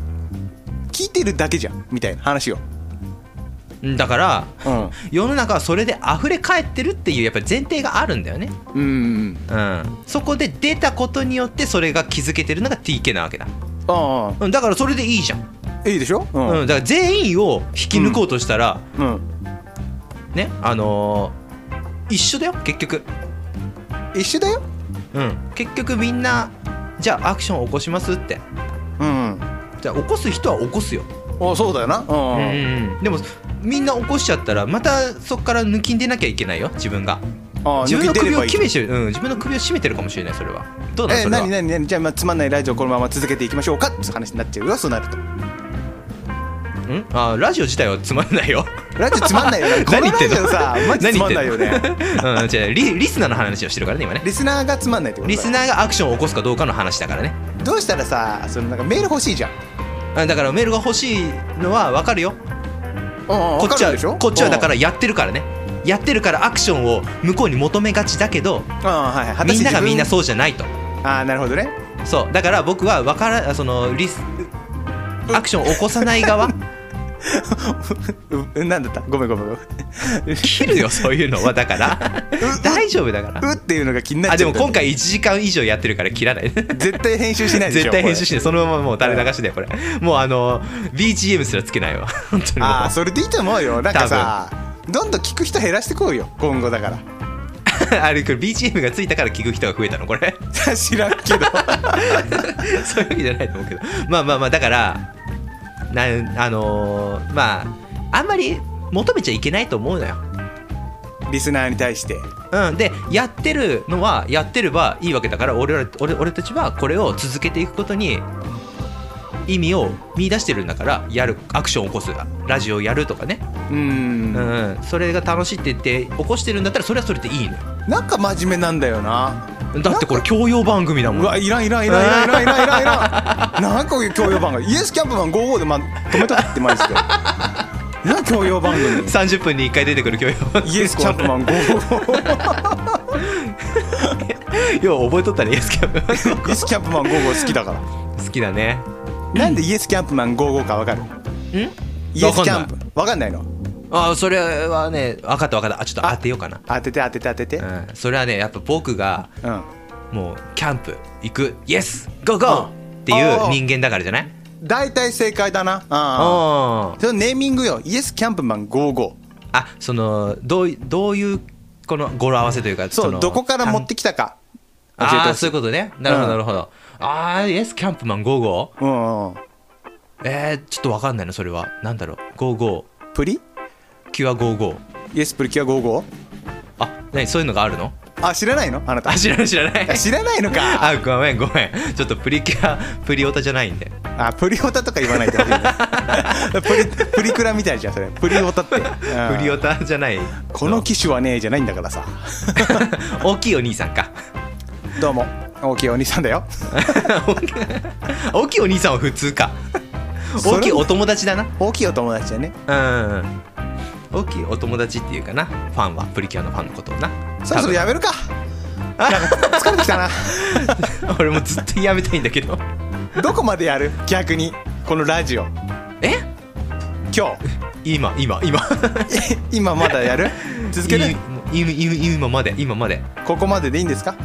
S2: 聞いてるだけじゃんみたいな話を
S1: うんだから
S2: うん
S1: 世の中はそれで溢れ返ってるっていうやっぱり前提があるんだよね
S2: うんうん
S1: うんそこで出たことによってそれが気づけてるのが TK なわけだ
S2: ああ
S1: うんだからそれでいいじゃん、
S2: いいでしょう
S1: うんだから全員を引き抜こうとしたら、
S2: うん
S1: ねあのー一緒だよ結局
S2: 一緒だよ
S1: うん、結局みんなじゃあアクション起こしますって
S2: うん
S1: じゃあ起こす人は起こすよ、
S2: あそうだよなうん、
S1: でもみんな起こしちゃったらまたそこから抜きんでなきゃいけないよ自分が
S2: あ
S1: 自分の
S2: 抜き出
S1: 首
S2: れ
S1: を
S2: ばいい
S1: 決めちゃう、うん、自分の首を絞めてるかもしれないそれはどうなん
S2: え
S1: それは、
S2: 何何何じゃあ、まあ、つまんないラジオこのまま続けていきましょうかって話になっちゃうよそうなると
S1: んあラジオ自体はつまんないよ
S2: ラジオつまんないよねこ の
S1: 何言
S2: ラ
S1: ってん
S2: ジ
S1: の
S2: オさマジつまんないよ
S1: 何言っ
S2: ね
S1: うんじゃあリリスナーの話をしてるからね今ね
S2: リスナーがつまんないってこと
S1: リス
S2: ー
S1: ナーがアクションを起こすかどうかの話だからね
S2: どうしたらさそのなんかメール欲しいじゃん
S1: うんだからメールが欲しいのは分かるよ
S2: こ
S1: こっちはこっちはだかららやってるからねやってるからアクションを向こうに求めがちだけど
S2: はいはい果た
S1: み
S2: し
S1: ん
S2: て
S1: ながみんな
S2: 自
S1: そうじゃないと
S2: 分ああなるほどね
S1: そうだから僕はわからそのリスアクションを起こさない側
S2: うなんだったごめんごめんごめん
S1: 切るよそういうのはだから 大丈夫だから
S2: うっていうのが気にな
S1: あ
S2: っち
S1: で
S2: ゃう
S1: も
S2: んだよ
S1: 今回1時間以上やってるから切らない
S2: 絶対編集しないでし
S1: 絶
S2: ょ
S1: 対編集
S2: し
S1: しないそのままもう垂れ流しだよこれもうあの BGM すらつけないわ本当にもう
S2: ああそれでいいと思うよなんかさどんどん聞く人減らしてこうよ今後だから
S1: あれこれ BGM がついたから聞く人が増えたのこれ
S2: 知らん けど
S1: そういうわけじゃないと思うけどまあまあまあだからなんあのーまああんまり求めちゃいけないと思うのよ
S2: リスナーに対して
S1: うん、でやってるのはやってればいいわけだから俺ら俺俺たちはこれを続けていくことに意味を見出してるんだからやるアクションを起こすラジオやるとかね、
S2: うーん
S1: うん、それが楽しいって言って起こしてるんだったらそれはそれでいいのよ
S2: なんか真面目なんだよな
S1: だってこれ教養番組だも
S2: うんわいらんいらんいらんいらんいらんいらんいらんいらんなんか教養番組イエスキャンプマン55でま止めとくってマジでなんか教養番組
S1: 30分に1回出てくる教養番組
S2: イエス キャンプマン55
S1: よう覚えとったねイエスキャン
S2: イエスキャンプマン55好きだから
S1: プ好きだね
S2: なんでイエスキャンプマン55かわかる
S1: ん
S2: イエスキャンプわかんないの
S1: ああそれはね分かった分かったあちょっと当てようかな、
S2: 当てて当てて当てて
S1: うん、それはねやっぱ僕が
S2: うん
S1: もうキャンプ行くイエスゴーゴーっていう人間だからじゃない
S2: 大体正解だなあ
S1: あ
S2: そのネーミングよイエスキャンプマン55
S1: あそのどういどういうこの語呂合わせというか
S2: そう
S1: の
S2: どこから持ってきたか教えて
S1: あ
S2: ほ
S1: あ
S2: し
S1: そうい
S2: いう
S1: ことねなるほ
S2: う
S1: どな
S2: ん
S1: るほど、ああイエスキャンプマン55
S2: うんうん
S1: えー、ちょっとわかんないのそれはなんだろう55
S2: プリ
S1: キュア55
S2: イエスプリキュア 55?
S1: あ何そういうのがあるの
S2: あ知らないのあなた
S1: あ知らない知らない
S2: 知らないのか
S1: あ ごめんごめんちょっとプリキュアプリオタじゃないんで
S2: あプリオタとか言わないでほしいね プリプリクラみたいじゃんそれプリオタ って、うん
S1: プリオタじゃない
S2: この機種はねえじゃないんだからさ
S1: 大きいお兄さんか
S2: どうも大きいお兄さんだよ
S1: 大きいお兄さんは普通か
S2: それ
S1: 大きいお友達だな
S2: 大きいお友達だね
S1: うん大きいお友達っていうかなファンはプリキュアのファンのことをな
S2: そろそろやめるかなんか疲れてきたな
S1: 多分 俺もずっとやめたいんだけど
S2: どこまでやる逆にこのラジオ
S1: え
S2: 今
S1: 今今今
S2: 日今まだやる 続ける
S1: い今今今まで今まで
S2: ここまででいいんですか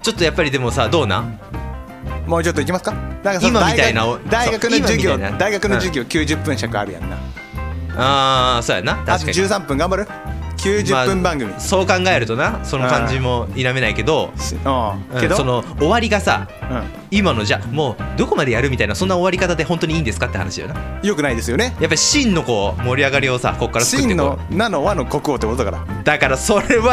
S1: ちょっとやっぱりでもさどうなん
S2: もうちょっといきますかなんかさ
S1: 今みたいな
S2: 大学
S1: そう
S2: 大学の授業
S1: 今みたいな
S2: 大学の授業90分尺あるやんな、
S1: ああそうやな
S2: あ
S1: 確か
S2: と
S1: に
S2: 13分頑張る90分番組、
S1: まあそう考えるとなその感じも否めないけど、
S2: し
S1: う
S2: うんんけど、
S1: その終わりがさ
S2: う
S1: 今のじゃあもうどこまでやるみたいなそんな終わり方で本当にいいんですかって話だよなや
S2: ん、よくないですよね
S1: っぱり真のこう盛り上がりをさこっから作って
S2: 真
S1: いこう
S2: のなの和の国王ってことだから
S1: だからそれは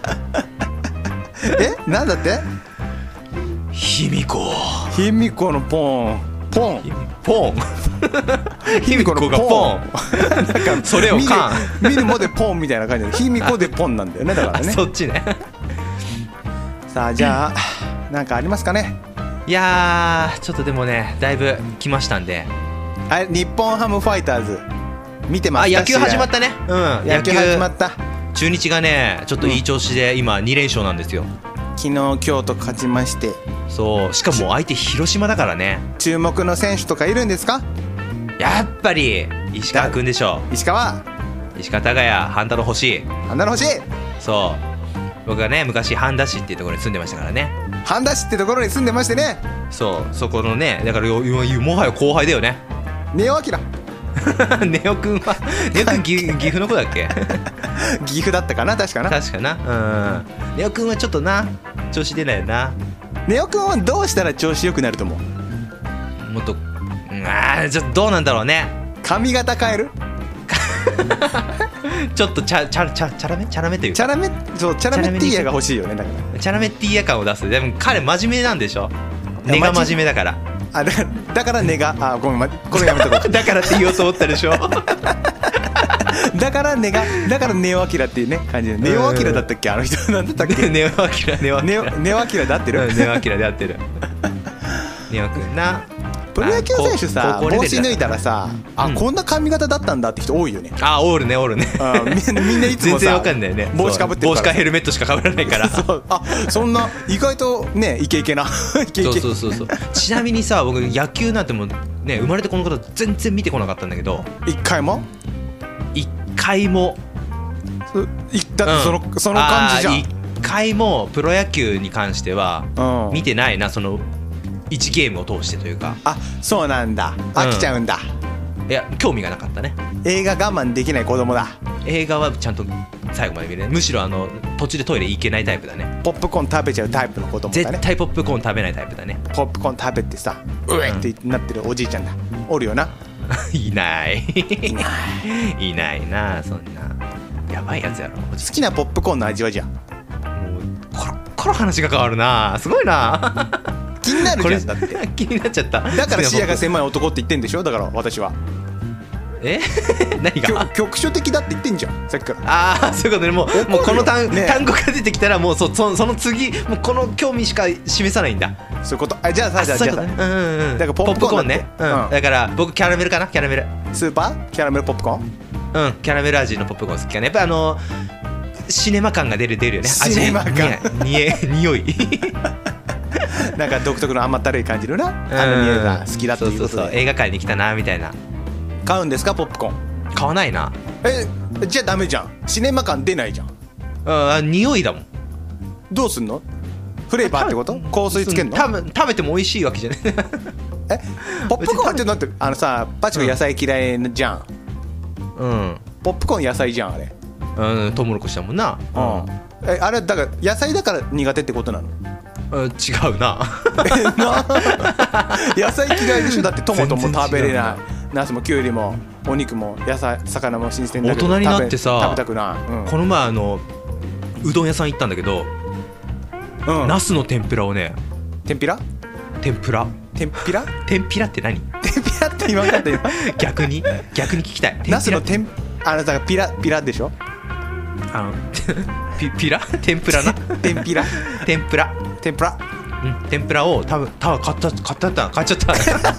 S2: えなんだって
S1: 卑弥呼
S2: 卑弥呼のポンポン
S1: ポン 卑弥呼がポン
S2: なんか
S1: それをカ
S2: 見る見るもでポンみたいな感じで卑弥呼でポンなんだよねだから
S1: あ
S2: ね
S1: そっちね
S2: さあじゃあなんかありますかね
S1: いやーちょっとでもねだいぶ来ましたんで
S2: あ日本ハムファイターズ見てま
S1: あ
S2: すか
S1: 野球始まったねうん
S2: 試合野球始まった
S1: 中日がねちょっといい調子で今2連勝なんですよ
S2: 昨日今日と勝ちまして
S1: そうしかも相手広島だからね
S2: 注目の選手とかいるんですか
S1: やっぱり石川君でしょ
S2: 石川
S1: 石川隆也半田の星
S2: あんなの欲しい
S1: そう僕がね昔半田市っていうところに住んでましたからね
S2: 半田市ってところに住んでましてね
S1: そうそこのねだからよよもはや後輩だよね
S2: ネオアキラ
S1: ネオくんはネオくん岐岐阜の子だっけ
S2: 岐阜だったかな確かな
S1: 確かなうんネオくんはちょっとな調子出ないよな
S2: ネオくんはどうしたら調子良くなると思う
S1: もっとうんあーちょっとどうなんだろうね
S2: 髪型変える
S1: ちょっとチャチャチャチャラめチャラめという
S2: チ
S1: か
S2: ャラメそうチャラメティーヤが欲しいよねだか
S1: チャラめって嫌感を出すでも彼真面目なんでしょ
S2: いや
S1: 根が
S2: 真
S1: 真面目だから
S2: らあだからだから根があごめんまこれやめとこ
S1: だからって言おうと思ったでしょ
S2: うだから根がだからネオアキラっていうね感じでネオアキラだったっけあの人なんだったっけ
S1: ネオアキラネオアキ
S2: ネオ
S1: ラ
S2: ネオアキラで合ってる
S1: うんネオアキラで合ってるネオくんな
S2: プロ野球選手
S1: ま
S2: さ
S1: あこ
S2: 帽
S1: う高校レベル
S2: 子
S1: だ
S2: 脱いだらさあ
S1: うん
S2: こんな髪型だったんだって人多いよね
S1: あオールねオールね
S2: あみんなみんないつ
S1: 全
S2: もさ
S1: 然わかんないね
S2: 帽子かぶって
S1: そう
S2: る
S1: 帽
S2: か
S1: 子か
S2: ら
S1: ヘルメットしかかぶらないから
S2: そうあそんな意外とねイケイケなイケイ ケ
S1: そうそうそうそうちなみにさ僕野球なんてもうね生まれてこの方全然見てこなかったんだけど
S2: 一回も
S1: 一回も
S2: そいだってその、
S1: うん
S2: その感じじゃん
S1: あー一回もプロ野球に関しては
S2: うん
S1: 見てないなその1ゲームを通してというか
S2: あそうなんだ飽きちゃうんだ、
S1: いや興味がなかったね
S2: 映画我慢できない子供だ
S1: 映画はちゃんと最後まで見れないむしろあの途中でトイレ行けないタイプだね
S2: ポップコーン食べちゃうタイプの子供だ
S1: 絶
S2: ね
S1: 対ポップコーン食べないタイプだね
S2: ポップコーン食べてさうえってなってるおじいちゃんだおるよない
S1: ないいないいないなそんなやばいやつやろもう
S2: 好きなポップコーンの味はじゃん
S1: コロッコロ話が変わるなすごいな
S2: 気になる
S1: こ
S2: じ
S1: れ
S2: ゃんだって
S1: 気になっちゃった
S2: だから視野が
S1: せ
S2: 狭い男って言ってんでしょだから私は
S1: え 何
S2: きょ
S1: が
S2: 局所的だって言ってんじゃんさっきから
S1: ああそういうことねも
S2: 怒るよ
S1: うもうこの単,、
S2: ねえ
S1: 単語が出てきたらもうそそその次もうこの興味しか示さないんだ
S2: そういうことあじゃあさじゃあじゃあ
S1: そういうことねう
S2: さ
S1: んうんうん
S2: だからポップコーンだって
S1: ポね、うん
S2: うん
S1: だから僕キャラメルかなキャラメル
S2: スーパーキャラメルポップコーン
S1: うんキャラメル味のポップコーン好きかねやっぱあのシネマ感が出る出るよね味
S2: シネマ感
S1: にえにえ 匂い
S2: なんか独特の甘ったるい感じのな あの匂いが好きだっていうこ
S1: そうそ
S2: と
S1: うそう
S2: で
S1: 映画館に来たなみたいな
S2: 買うんですかポップコーン
S1: 買わないな
S2: えじゃあダメじゃんシネマ感出ないじゃん
S1: うんあ匂いだもん
S2: どうすんのフレーバーってこと香水つけんの
S1: 多分食べても美味しいわけじゃない
S2: えポップコーンってだってあのさパチコ野菜嫌いじゃん、
S1: うん
S2: ポップコーン野菜じゃんあれ
S1: うんトウモロコシだもんな
S2: うんえあれだから野菜だから苦手ってことなの
S1: うん、違うな
S2: えな 野菜嫌いでしょだってトマトも食べれな
S1: 全然
S2: いナスもキュウリもお肉も野菜魚も新鮮だけど
S1: 大人になってさ
S2: 食べ食べたくない、うん
S1: この前あのうどん屋さん行ったんだけど、
S2: うん
S1: ナスの天ぷらをね
S2: 天ぷら
S1: 天ぷら
S2: 天ぷら
S1: 天ぷらって何
S2: 天ぷらって言わなかった今
S1: 逆 に逆に聞きたい
S2: ナスの
S1: 天
S2: 天あのだからピラピラでしょ
S1: ぷらあの ピピラ天ぷらな
S2: 天ぷら
S1: 天ぷら
S2: 天ぷら
S1: うん天ぷらを多分多分買った買ったった買っちゃった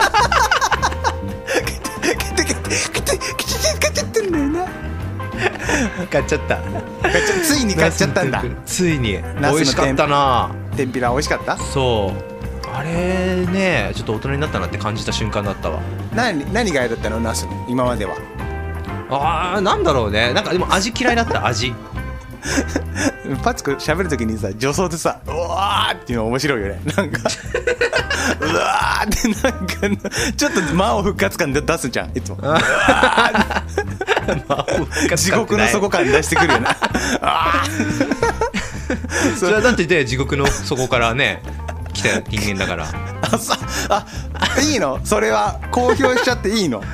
S1: 買っちゃった
S2: ついに買っちゃったんだ
S1: ナスの天ぷらついに
S2: ナスの天
S1: 美味しかったな
S2: 天ぷら美味しかった
S1: そうあれねちょっと大人になったなって感じた瞬間だったわ
S2: 何何が嫌だったのナスの今までは
S1: あーなんだろうねなんかでも味嫌いだった 味
S2: パツコ喋るときにさ女装でさ「うわ!」っていうの面白いよねなんか「うわ!」ってなんかちょっと間を復活感で出すじゃんいつも地獄の底
S1: か
S2: 感出してくるよなあー
S1: それはだってで地獄の底からね来た人間だから
S2: あさあいいのそれは公表しちゃっていいの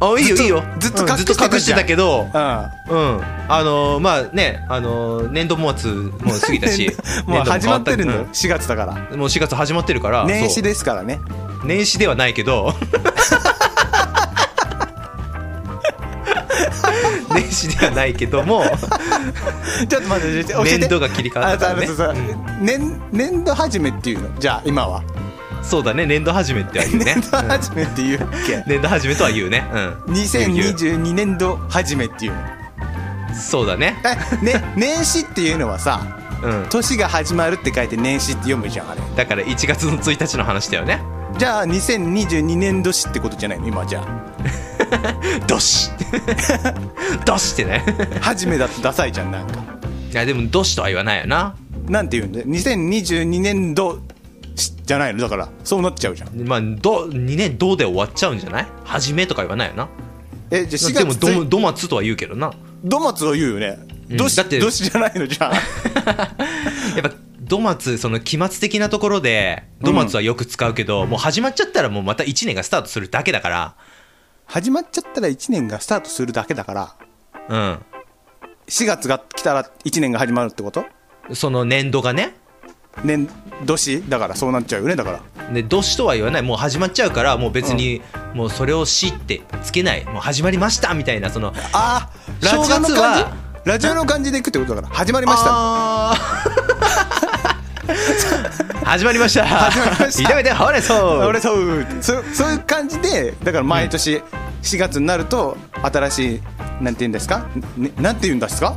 S1: あいいよ
S2: ずっと
S1: いいよ
S2: ずっと
S1: うん
S2: 隠してたじゃ
S1: ずっ
S2: ん
S1: と隠してたけど
S2: うん
S1: うんあのーまあねあのー年度末もう過ぎたし
S2: も
S1: 年
S2: う
S1: 度
S2: 始まってるんだよ
S1: 変わっ
S2: 4月だから
S1: たうんもう4月始まってるから
S2: 年
S1: そ
S2: 始
S1: う
S2: ですからね
S1: 年始ではないけ ど年始ではないけども
S2: ちょっと待って、ちょっと教えて
S1: 年度が切り替わったからね
S2: あそうそうそう年年度始めっていうの、じゃあ今は。
S1: そうだね年度始めっては言うね
S2: 年度始めっていうっけ。
S1: 年度始めとは言うねうん言う言
S2: 2022年度始めっていうの。
S1: うそうだね
S2: え、ね、年始っていうのはさ、
S1: うん
S2: 年が始まるって書いて年始って読むじゃん、あれ。
S1: だから1月の1日の話だよね
S2: じゃあ2022年度始ってことじゃないの、今じゃあ。
S1: ど しどしってね
S2: 始めだとダサいじゃん、なんか。
S1: いやでもどしとは言わないよな
S2: なんて言うんだよ。2022年度始じゃないの、だから。そうなっちゃうじゃん。
S1: まあど2年どうで終わっちゃうんじゃない始めとか言わないよな
S2: えじゃあ4
S1: でも
S2: 月1
S1: ド
S2: 日
S1: ドマツとは言うけどな
S2: ドマツは言うよね、
S1: うん
S2: どし
S1: だって
S2: どしじゃないのじゃあ
S1: やっぱドマツその期末的なところでドマツはよく使うけど、もう始まっちゃったらもうまた1年がスタートするだけだか
S2: 始まっちゃったら1年がスタートするだけだから
S1: ら
S2: 4月が来たら1年が始まるってこと
S1: うんその年度がね
S2: 年年だからそうなっちゃうよねだから
S1: で年とは言わないもう始まっちゃうからもう別に、もうそれを「し」ってつけないもう始まりましたみたいなその
S2: あーラジオの
S1: 正月は
S2: 感じラジオの感じでいくってことだから始まりました
S1: あ ー始まりました始
S2: まりました
S1: 炒めてほうれん草
S2: 俺そうそそういう感じでだから毎年4月になると新しいなんて言うんですか、ね、なんて言うんですか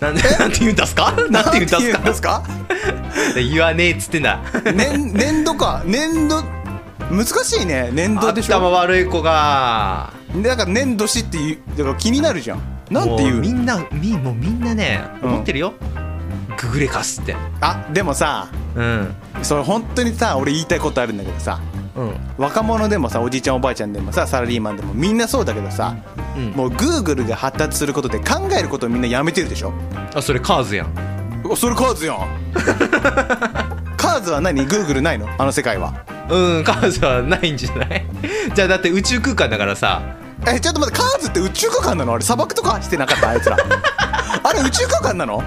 S1: なんでなんて言うんですかなんて言うんです
S2: な
S1: か
S2: んて言うんですか
S1: 言わねえっつってんだ
S2: 年年度か年度難しいね年度でし
S1: 頭
S2: ょ
S1: 悪い子が
S2: だから年度しって言うだから気になるじゃんなんて
S1: も
S2: 言
S1: うみ
S2: うん
S1: なみもうみんなね
S2: うん
S1: 思ってるよ、ググレカスって
S2: あでもさ
S1: うん
S2: それ本当にさ俺言いたいことあるんだけどさ
S1: うん
S2: 若者でもさおじいちゃんおばあちゃんでもさサラリーマンでもみんなそうだけどさ、
S1: うん
S2: もうグーグルが発達することで考えることをみんなやめてるでしょ
S1: あそれカーズやん
S2: おそれカ ーズやんカーズは何グーグルないのあの世界は
S1: うんカーズはないんじゃない じゃあだって宇宙空間だからさ
S2: えちょっと待ってカーズって宇宙空間なのあれ砂漠とかしてなかったあい つらあれ宇宙空間なの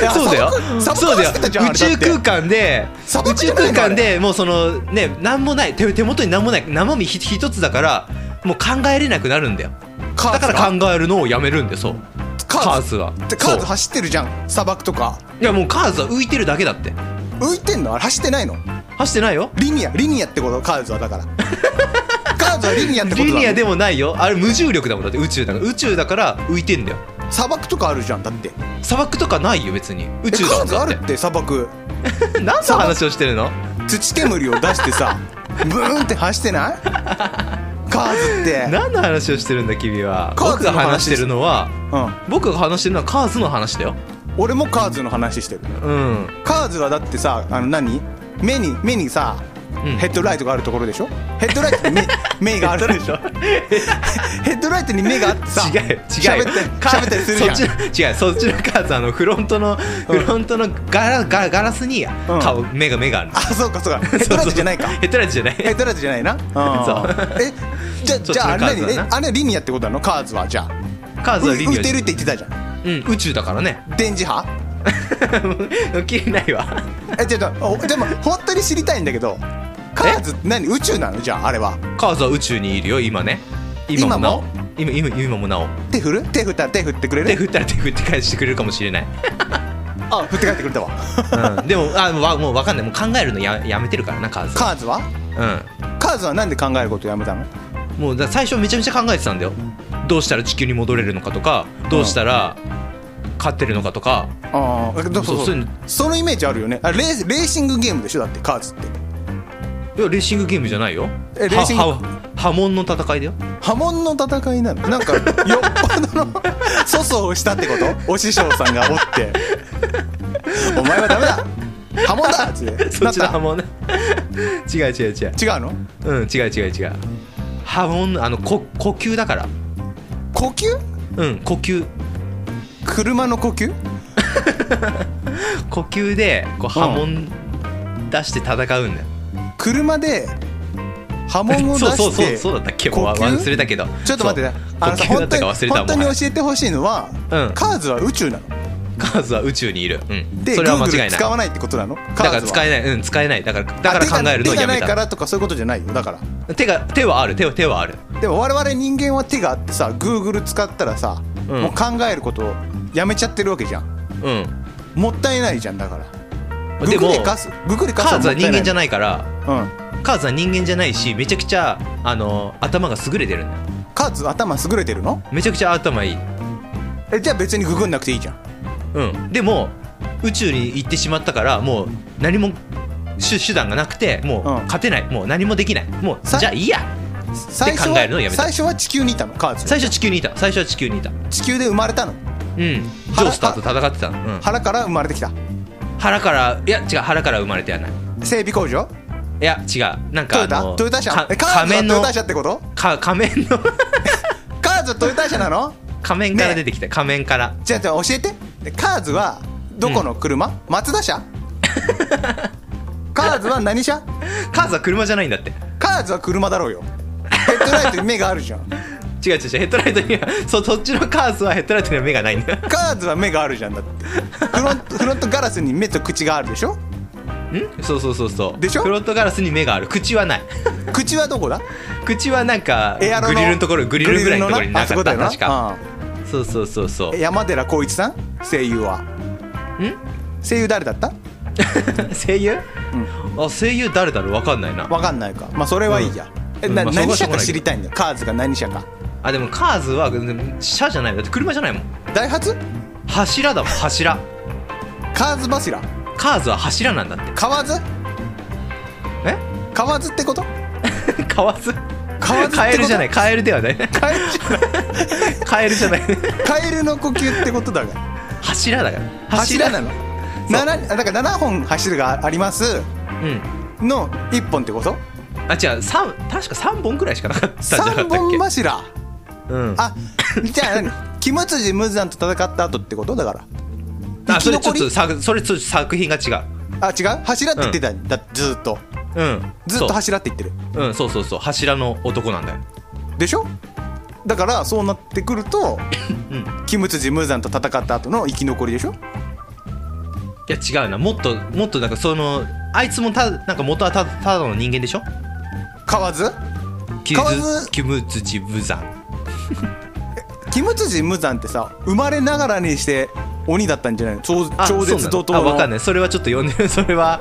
S2: いや
S1: そうだよ
S2: 砂漠
S1: そうだ
S2: 砂漠走ってたじゃん
S1: よ
S2: あ
S1: 宇
S2: れだ
S1: 宙
S2: って
S1: 空間で
S2: 砂
S1: 宇
S2: 漠じ
S1: 宙
S2: ゃないの
S1: 空間でもうそのね何もない手手元に何もない生身ひ一つだからもう考えれなくなるんだよ
S2: カー
S1: だ
S2: ズが
S1: から考えるのをやめるんでそう
S2: カ
S1: カ
S2: ー
S1: ー
S2: ズ
S1: ズは
S2: ってカーズ
S1: そう
S2: 走ってるじゃん砂漠とか
S1: いやもうカーズは浮いてるだけだって
S2: 浮いてんのあれ走ってないの
S1: 走ってないよ
S2: リニアリニアってことカーズはだ からカーズはリニアってことだ
S1: リニアでもないよあれ無重力だもんだって宇宙だから宇宙だから浮いてんだよ
S2: 砂漠とかあるじゃんだって
S1: 砂漠とかないよ別に宇
S2: え
S1: 宙
S2: カ
S1: だも
S2: ー
S1: ん
S2: ズ
S1: だ
S2: あ
S1: って
S2: るって砂漠
S1: 何の話をしてるの
S2: 土煙を出し てさブーンって走ってないカーズって
S1: 何の話をしてるんだ君は
S2: カー
S1: 僕
S2: ズの
S1: が
S2: 話
S1: 話してるのは
S2: うん
S1: 僕が話してるのはカーズの話だよ
S2: 俺もカーズの話してる
S1: うん
S2: カーズはだってさあの何目に目にさ、
S1: うん
S2: ヘッドライトがあるところでしょヘッドライト に目目があるでしょヘッドライトに目があってさ
S1: 違う違う
S2: 喋って
S1: カ
S2: 喋ったりするじゃん
S1: そっちの違うそっちのカーズあのフロントの、フロントのガラガラガラスに顔、目が目がある
S2: あそうか そうかヘッドライトじゃないか
S1: ヘッドライトじゃない
S2: ヘッドライトじゃないな、うん、
S1: そう
S2: えじゃ
S1: そっちの
S2: じゃああれ
S1: カーズ
S2: 何
S1: だ
S2: え
S1: な
S2: あれリニアってことなのカーズはじゃあ
S1: カーズはリニ
S2: 浮
S1: ア
S2: いてるって言ってたじゃん
S1: うん宇宙だから ね
S2: 電磁波
S1: 切れないわ
S2: えちょっとおでも本当に知りたいんだけどカーズって何宇宙なのじゃああれは
S1: カーズは宇宙にいるよ今ね今もなお今今今もなお
S2: 手振る手振ったら手振ってくれる
S1: 手振ったら手振って返してくれるかもしれない、
S2: あ振って帰ってく れたわ
S1: うん、でもあわもう分かんないもう考えるのややめてるからなカーズ
S2: カーズは
S1: う
S2: カーズはなんで考えることをやめたの
S1: んもうだ最初めちゃめちゃ考えてたんだよどうしたら地球に戻れるのかとかどうしたら勝ってるのかとか、
S2: ああそうそう
S1: そ
S2: そう
S1: そういう
S2: う
S1: の
S2: そのイメージあるよねあレーレーシングゲームでしょだってカーズって
S1: いやレーシングゲームじゃないよ
S2: えレーシング
S1: はは波紋の戦いだよ
S2: 波紋の戦いなのなんかよっぽどの粗相をしたってことお師匠さんがおってお前はダメだ波紋だっつって
S1: そっちの波
S2: なっ
S1: 紋ね 違う違う違う
S2: た違うの
S1: うん違う違う違う波紋あのこ呼吸だから
S2: 呼吸
S1: うん呼吸
S2: 車の呼吸
S1: 呼吸でこう波紋出して戦うんだよ、
S2: 車で波紋を出
S1: そうそう
S2: し
S1: そう
S2: て
S1: そうだったっけもう
S2: 呼
S1: わ
S2: 吸
S1: 忘れたけど
S2: ちょっと待ってね
S1: そう
S2: あのさ
S1: 呼吸だ
S2: 本
S1: った
S2: 当
S1: か
S2: に
S1: 忘れたも
S2: 本
S1: ん
S2: 当に
S1: はい
S2: 教えてほしいのは、
S1: うん
S2: カーズは宇宙なの
S1: カーズは宇宙にいる、うん、
S2: で
S1: それは間違いない
S2: Google 使わないってことなの
S1: だから使
S2: え
S1: えないうん使えないだからだから考えるのをやめ
S2: 手がないか
S1: た
S2: らとかそういうことじゃないよだから
S1: 手が手はある手は手はある
S2: でも我々人間は手があってさ Google 使ったらさ、
S1: うん
S2: もう考えることをやめちゃってるわけじゃん
S1: うん
S2: もったいないじゃんだから
S1: でも
S2: Google カス Google カス
S1: カーズは人間じゃ
S2: な
S1: な
S2: い
S1: いから
S2: うん
S1: カーズは人間じゃないしめちゃくちゃあの頭が優れてるんだよ
S2: カーズ頭優れてるの
S1: めちゃくちゃ頭いい
S2: えじゃあ別にググんなくていいじゃん
S1: うん、でも宇宙に行ってしまったからもう何も手手段がなくてもう
S2: うん
S1: 勝てない、もう何もできないもう
S2: さ
S1: じゃあいいや
S2: 最初
S1: 考えるのをや
S2: は
S1: めた
S2: 最初は地球にいたのカーズ
S1: 最初地球にいた最初は地球にいたうん
S2: 地球で生まれたの
S1: ジョースターと戦ってたの、うん、
S2: 腹から生まれてきた
S1: 腹からいや違う腹から生まれてはない
S2: 整備工場
S1: いや違うなん
S2: ト
S1: かあ
S2: ヨタ
S1: の
S2: トヨタ車
S1: か
S2: えカー
S1: 仮
S2: ズは
S1: 面
S2: トヨ
S1: の
S2: タ車ってこと
S1: か仮面の
S2: トヨタ社なの
S1: 仮面から出てきた、仮面から
S2: じゃあじゃあ教えてカーズはどこの車、マツダ車カーズは何車
S1: カーズは車じゃないんだって
S2: カーズは車だろうよヘッドライトに目があるじゃん
S1: 違う違う違うヘッドライトには そそっちのカーズはヘッドライトには目がないんだよ
S2: カーズは目があるじゃんだってフロントフロントガラスに目と口があるでしょ
S1: んそうそうそうそう
S2: でしょ
S1: フロントガラスに目がある口はない
S2: 口はどこだ
S1: 口はなんか
S2: エアロの
S1: グリルのところグリルぐらいのところにな
S2: あ
S1: か
S2: そこ
S1: っ
S2: だ
S1: た
S2: よな
S1: 確か、
S2: うん
S1: そうそうそうそう
S2: え山寺宏一さん声優は
S1: ん
S2: 声優誰だった
S1: 声優、あ声優誰だろうわかんないな
S2: わかんないかまあそれはいいや、え
S1: うん
S2: な
S1: まあそこ
S2: 何
S1: はしょ
S2: 社
S1: うが
S2: か
S1: ないけど
S2: 知りたいんだよカーズが何社か
S1: あでもカーズはうん車じゃないよだって車じゃないもん
S2: ダイハツ
S1: 柱だもん柱
S2: カーズ柱
S1: カーズは柱なんだって
S2: 河津
S1: え
S2: 河津ってこと
S1: カワズ
S2: カワズってこと
S1: カエルじゃないカエルではない
S2: カエルじゃない
S1: カエルじゃない
S2: カエルの呼吸ってことだが
S1: 柱だから
S2: 柱なの
S1: う
S2: 七だから7本走るがあります
S1: うん
S2: の1本ってこと
S1: あ違う三確か3本ぐらいしかなかったんじゃなかった
S2: 3
S1: っ
S2: 本
S1: け
S2: 柱
S1: うん、
S2: あじゃあ何キムツジムズダンと戦った後ってことだから
S1: あそれちょ
S2: 生き残
S1: っ
S2: り
S1: とさそれちょっと作品が違う
S2: あ違う柱って言ってたんだずーっと
S1: うん
S2: ずっと柱って言ってる
S1: そう,、うん、そうそうそう柱の男なんだよ
S2: でしょだからそうなってくると、キムツジムーザンと戦った後の生き残りでしょ
S1: いや違うなもっともっとなんかそのあいつもたなんか元はたただの人間でしょ
S2: 河津
S1: キム
S2: カワズ
S1: キムツジブザン
S2: キムツジムーザンってさ生まれながらにして鬼だったんじゃないの超
S1: あ
S2: 超絶怒
S1: そう
S2: 涛
S1: なの
S2: の
S1: あわかんないそれはちょっと読んで それは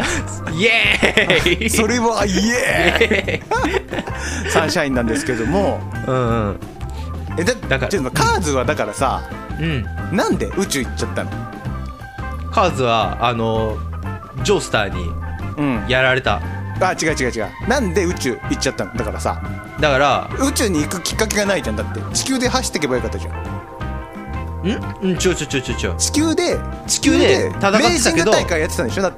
S1: イエーイ
S2: そ れはイエーイサンシャインなんですけども
S1: うんうん
S2: えだ
S1: だから
S2: ちょっとカーズはだからさ
S1: うん
S2: なんで宇宙行っちゃったの
S1: カーズはあのジョースターに
S2: うん
S1: やられた
S2: あ違う違う違うなんで宇宙行っちゃったのだからさ
S1: だから
S2: 宇宙に行くきっかけがないじゃんだって地球で走っていけばよかったじゃん
S1: んうんちょちょちょちょちょ
S2: 地球で
S1: 地球で戦ってたけど
S2: レーシング大会やってたんでしょだって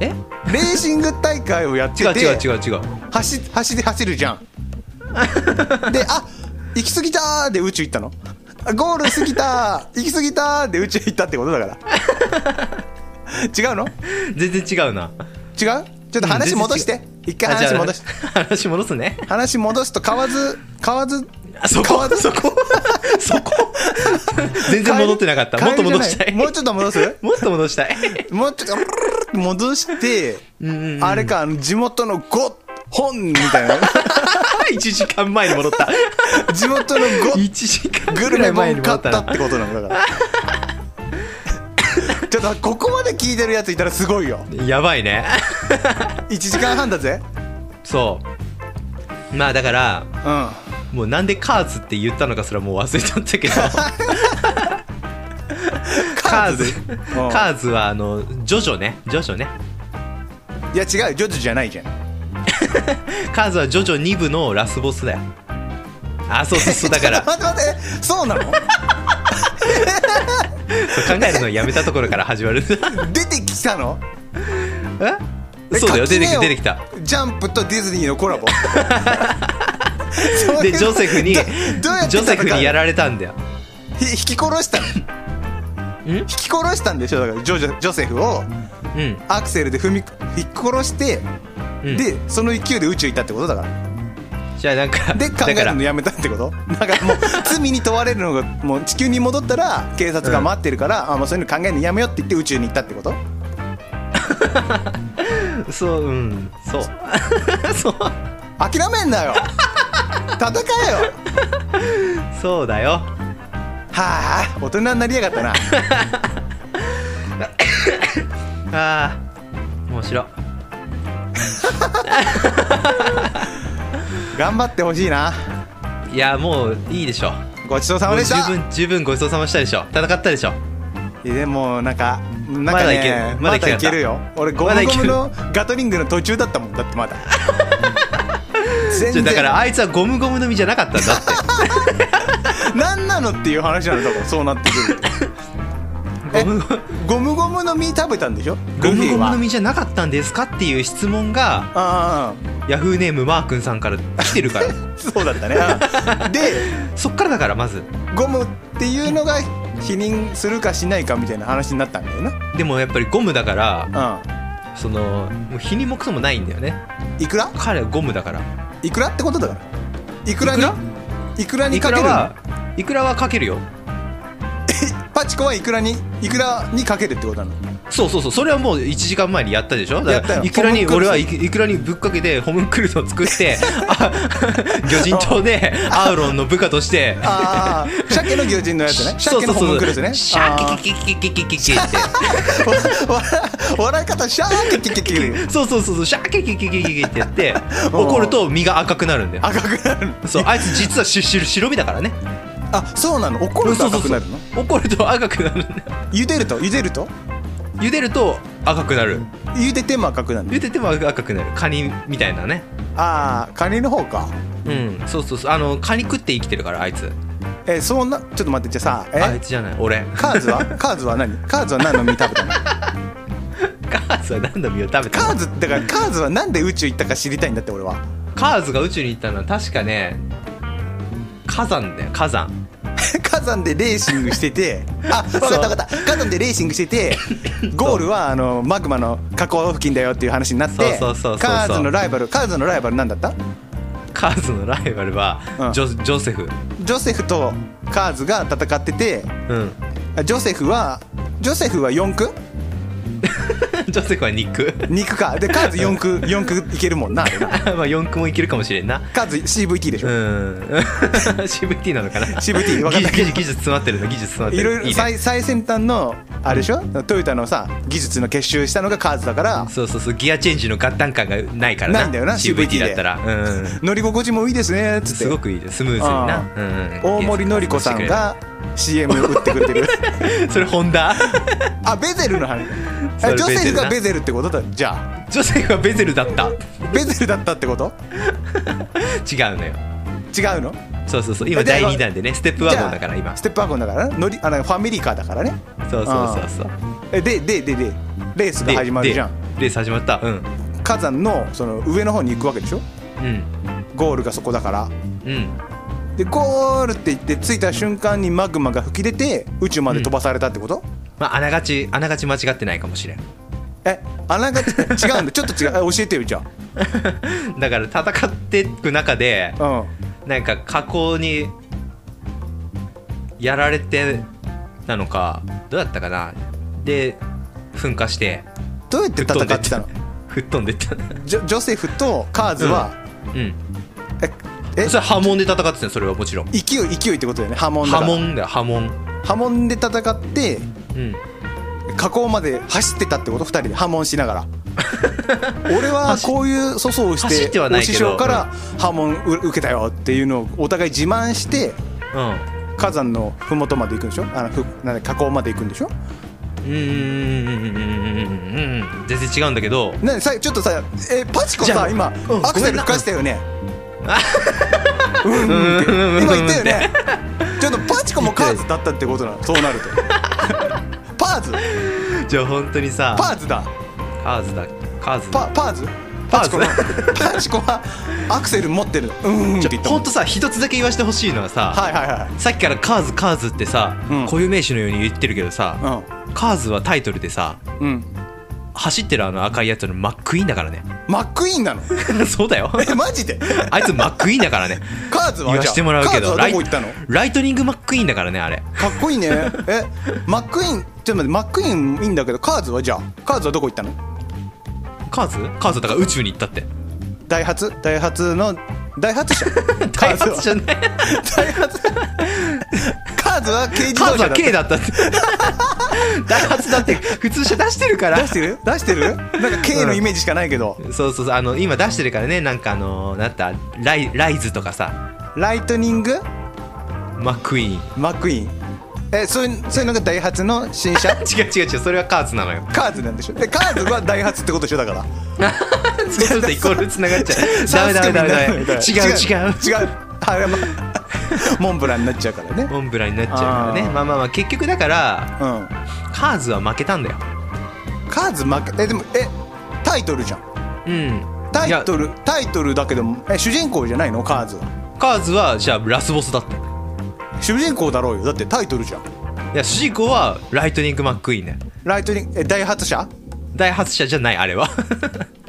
S1: え
S2: レーシング大会をやって
S1: 違う
S2: て
S1: 違う違う違う
S2: 走走り走るじゃんであ行き過ぎたーで宇宙行ったのあゴール過ぎたー行き過ぎたーで宇宙行ったってことだから違うの違う
S1: 全然違うな
S2: ちょっと話戻し
S1: う
S2: て
S1: ん
S2: 一回
S1: あじゃ
S2: 話
S1: あ
S2: 戻して
S1: 話戻すね
S2: 話戻すと買わず買わず
S1: あそ
S2: 変
S1: こ
S2: わる
S1: そこ そこ全然戻ってなかったもっと戻したい
S2: もうちょっと戻す
S1: もっと戻したい
S2: もうちょっと戻してあれかあの地元のゴ本みたいな
S1: 1時間前に戻 った
S2: 地元のゴ
S1: 1時間
S2: グ
S1: ぐら
S2: ルメ
S1: い前に
S2: 本
S1: 戻
S2: 買
S1: っ
S2: ったた
S1: な
S2: ってことなんだから ちょっとここまで聞いてるやついたらすごいよ
S1: やばいね
S2: 1時間半だぜ
S1: そうまあだから
S2: うん
S1: もうなんでカーズって言ったのかすらもう忘れちゃったけど カーズ
S2: うん
S1: カーズはあのジョジョねジョジョね
S2: いや違うジョジョじゃないじゃん
S1: カーズはジョジョ2部のラスボスだよあそうそうそうだから
S2: ちょっと待って待ってそうなの
S1: 考えるのやめたところから始まるんだ
S2: 出てきたの
S1: え
S2: え
S1: そうだよ出
S2: 垣
S1: て
S2: 根
S1: き
S2: を
S1: 出てきた
S2: ジャンプとディズニーのコラ ボそうい
S1: で
S2: う
S1: ジョセフに
S2: どどうやって
S1: ジョセフにや
S2: ら
S1: られたんだよ
S2: 引き殺したの
S1: ん
S2: 引き殺したんでしょだからジョジョジョセフを
S1: うん
S2: アクセルで踏み引き殺して、
S1: うん
S2: でその勢いで宇宙行ったってことだから
S1: じゃあなんか
S2: で考
S1: だ
S2: え
S1: か
S2: る
S1: ら
S2: のやめたってこと だからもう罪に問われるのがもう地球に戻ったら警察が待ってるから、あもうそういうの考えるのやめようって言って宇宙に行ったってこと
S1: そううんそう そう
S2: 諦めんな よ戦えよ
S1: そうだよ
S2: はあ大人になりやがったな
S1: あー面白い
S2: 頑張ってほしいない
S1: やもういいでしょ
S2: ごちそうさまでした
S1: もう十分十分ごちそうさましたでしょ戦ったでしょ
S2: いやでもなんかなん
S1: ま
S2: か
S1: だいけ
S2: ね
S1: るまだいけなかった
S2: いけるよ俺ゴ
S1: まだ
S2: ム
S1: い
S2: ゴ
S1: ける
S2: ムのガトリングの途中だったもんだってまだ全
S1: じゃあ
S2: 然
S1: だからあいつはゴムゴムの実じゃなかったんだって
S2: 何なのっていう話なのだからそうなってくると え
S1: ゴムゴム
S2: ゴムゴムの実食べたんでしょ
S1: ゴ
S2: ルフ
S1: ムゴ
S2: ィ
S1: ム
S2: は
S1: の実じゃなかったんですかっていう質問が
S2: ああ
S1: ヤフーネームマー君さんから来てる から
S2: そうだったねうんで
S1: そっからだからまず
S2: ゴムっていうのが否認するかしないかみたいな話になったんだよな
S1: でもやっぱりゴムだから
S2: う
S1: そのもう日にもくそもないんだよね
S2: んいくら
S1: 彼はゴムだから
S2: いくらってことだからいくらに
S1: いくら
S2: いくらに
S1: い
S2: か
S1: く
S2: け
S1: ら
S2: る
S1: はいくらはかけるよ
S2: パチコはいくらにいくらにかけるってことなの
S1: そうそうそうそれはもう1時間前にやったでしょ
S2: や
S1: だ
S2: っ
S1: か
S2: たよ
S1: らいくらに
S2: ホムンクル
S1: 俺
S2: ス
S1: はいくいくらにぶっかけてホムンクルスを作ってあ魚人島でアウロンの部下として
S2: ああ鮭の魚人のやつね鮭のホムンクルスね
S1: シャーキキキキキキキキって
S2: あー笑い方シャーってキキキキ
S1: そうそうそうそうシャーキキキキキキってやって怒ると身が赤くなるんだよ
S2: 赤くなるの
S1: そうあいつ実はしし白身だからね
S2: あそうなの怒ると赤くな
S1: そう
S2: るの
S1: そうそう怒ると赤くなるんだよ
S2: 茹でると茹でると
S1: 茹でると赤くなる
S2: 茹でても赤くなるの
S1: 茹でても赤くなるカニみたいなね
S2: ああカニの方か
S1: うんそうそうそうあのカニ食って生きてるからあいつ
S2: えー、そんなちょっと待ってじゃあさ
S1: あい
S2: え
S1: つじゃない俺
S2: カーズはカーズは何カーズは何の身食べたの
S1: カーズは何の実を食べたの
S2: カーズだからカーズはなんで宇宙行ったか知りたいんだって俺は
S1: カーズが宇宙に行ったのは確かね火山だよ火山
S2: 火山でレーシングしててあ分かった分かった火山でレーシング しててゴールはあのマグマの河口付近だよっていう話になって
S1: そうそうそうそうそう
S2: カーズのライバルカーズのライバルなんだった
S1: カーズのライバルは
S2: うん
S1: ジョ,、ジョセフ
S2: ジョセフとカーズが戦ってて
S1: うん
S2: あジョセフはジョセフは4区
S1: ジョセフは肉
S2: 肉かでカーズ4区4区いけるもんなあれな
S1: まあ四駆もいけるかもしれんな
S2: カーズ CVT でし
S1: う
S2: ょ
S1: ん CVT なのかな
S2: CVT わか
S1: 技
S2: んない
S1: 術技術技術詰まってるの技術詰まって
S2: い
S1: る
S2: ろいろ
S1: ね
S2: 最最先端のあれでしょトヨタのさ技術の結集したのがカーズだから
S1: そうそうそうギアチェンジの合体感がないからな
S2: ないんだよな CVT
S1: だ
S2: で
S1: ったらうん
S2: 乗り心地もいいですねっつって
S1: すごくいいですスムーズにな
S2: あ、
S1: うんうん
S2: 大森のりこさんが CM 打ってくれてる
S1: それホンダ
S2: あベゼル の話
S1: そ
S2: え
S1: れ
S2: ジョセフがベ
S1: ベ
S2: ゼルってことだじゃ
S1: ジョセフはベゼルだった
S2: あベゼルだったってこと
S1: 違うのよ
S2: 違うの
S1: そうそうそう今
S2: じゃあ
S1: 第2弾でねステップワゴンだから
S2: じゃあ
S1: 今
S2: ス
S1: そ
S2: テップワゴンだからなのりあのファミリーカーだからね
S1: うそうそうそう
S2: えででででレースが始まるじゃん
S1: でレース始まったうん
S2: 火山のその上の方に行くわけでしょ
S1: うん
S2: ゴールがそこだから
S1: うん
S2: でゴールって言って着いた瞬間にマグマが吹き出て宇宙まで飛ばされたってこと、
S1: まああながちあながち間違ってないかもしれん
S2: えあながち違うんだちょっと違うえ教えてよじゃ
S1: だから戦っていく中で
S2: あ、うん、
S1: なんか加工にやられてなのかどうだったかなで噴火して
S2: どうやって戦ってたの
S1: 吹っ飛んでった
S2: ジョジョセフとカーズは、
S1: うん
S2: ええ
S1: それ波紋で戦ってたよそれはもちろん
S2: 勢い勢いってことだよね波紋だ
S1: 波
S2: から
S1: 紋だよ波紋
S2: 波紋で戦って
S1: うん
S2: 河口まで走ってたってこと2人で波紋しな がら俺はこういう粗相をし
S1: 走
S2: て
S1: っては
S2: お
S1: ないけ
S2: 師
S1: ど
S2: 匠から波紋う受けたよっていうのをお互い自慢して
S1: うん
S2: 火山の麓まで行くんでしょあのふなんで河口まで行くんでしょ
S1: うんうんうんうんうんうんうん全然違うんだけど
S2: なんでさちょっとさえパチコ
S1: じゃ
S2: さ
S1: あ
S2: 今、
S1: うん
S2: アク
S1: ご
S2: セル
S1: めんな
S2: 吹かしたよねうんうんって今言ったよねちょっとパチコもカーズだったってことなのそ うなるとパーズ
S1: じゃあ本当にさ
S2: パーズだ
S1: カーズだカーズ
S2: パパーズ
S1: パ
S2: パ
S1: ーズ
S2: チコはパチコはアクセル持ってるのうんうんって言ったも
S1: 本
S2: ん
S1: 当さ一つだけ言わせてほしいのはさ、
S2: はいはいは
S1: さっきからカーズカーズってさ、
S2: うん
S1: 固有名詞のように言ってるけどさ、
S2: い
S1: カーズはタイトルでさ
S2: うんうん
S1: 走ってるあの赤いやつのマックイーンだからね
S2: マックイーンなの
S1: そうだよ
S2: えマジで
S1: あいつマックイーンだからね
S2: カーズ
S1: 言
S2: は
S1: わ
S2: じゃ
S1: せ
S2: あ
S1: てもらうけど
S2: カーズは
S1: ラ
S2: ど
S1: イ
S2: こ行ったの
S1: ライトニングマックイーンだからねあれ
S2: かっこいいねえマックイーンちょっと待ってマックイーンいいんだけどカーズはじゃあカーズはどこ行ったの
S1: カーズカーズだから宇宙に行ったって
S2: ダイハツダイハツのダイハ ツ車カ
S1: 開
S2: ーズ
S1: 発じゃ
S2: は
S1: ない
S2: ダイハツカーズは軽自
S1: カー
S2: 動
S1: ズ
S2: 車
S1: は
S2: だ
S1: K だったって ダイハツだって普通車出してるから
S2: 出してる出してるなんか K のイメージしかないけど、
S1: そうそうそうあの今出してるからねなんかあのなんだったライライズとかさ
S2: ライトニング
S1: マックイーン
S2: マックイーンえそういうそういうのがダイハツの新車
S1: 違う違う違うそれはカーズな のよ
S2: カーズなんでしょでカーズはダイハツってことでしょだから
S1: そうするとイコールつながっちゃうダメダメ
S2: 三
S1: ダメダ
S2: 角
S1: メ違
S2: に
S1: う
S2: なる
S1: 違う
S2: 違う違うあれはまモンブランになっちゃうからね
S1: モンブランになっちゃうからね
S2: あー
S1: まあまあまあ結局だから
S2: うん
S1: カーズは負けたんだよ
S2: カーズ負けえでもえタイトルじゃん
S1: うん
S2: タイトルタイトルだけどもえ主人公じゃないのカーズは
S1: カーズはじゃあラスボスだったい
S2: 主人公だろうよだってタイトルじゃん
S1: や主人公はライトニング・マック・イーンね
S2: ライトニングえ大発者
S1: 大発者じゃないあれは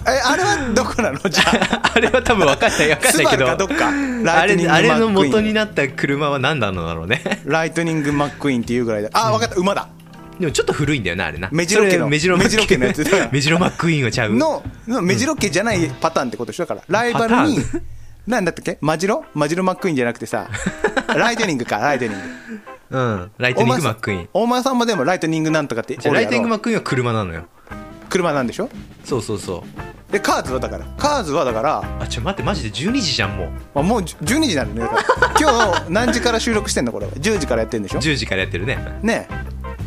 S2: えあ れはどこなのじゃあ
S1: あれは多分分かんない分かんないけど
S2: スバルかどっか
S1: あれあれの元に
S2: な
S1: なった車は何なのだろうね
S2: ライトニング・マックイーンっていうぐらいだあ分かった馬だ
S1: でもちょっと古いんだよなあれな
S2: メジロ家
S1: そ
S2: の
S1: れメジロマック
S2: メジロ家のや つだから
S1: メジロマック・イーンはちゃう
S2: ののメジロ家じゃないパターンってことでしょだからライバルに
S1: パター
S2: なんだったっけマジロマジロマックイーンじゃなく てさライトニングかライトニング
S1: うんライトニング・マック・イーン
S2: 大前さんもでもライトニングなんとかって
S1: じゃあライトニング・マ
S2: ッ
S1: ック・イーンは車なのよ
S2: ク車なんでしょ
S1: そうそうそう
S2: でカーズはだからカーズはだから
S1: あちょ待ってマジで12時じゃんもう
S2: あもうじゅ12時に なるねだから今日何時から収録してんのこれは10時からやってんでしょ
S1: 10時からやってるね
S2: ね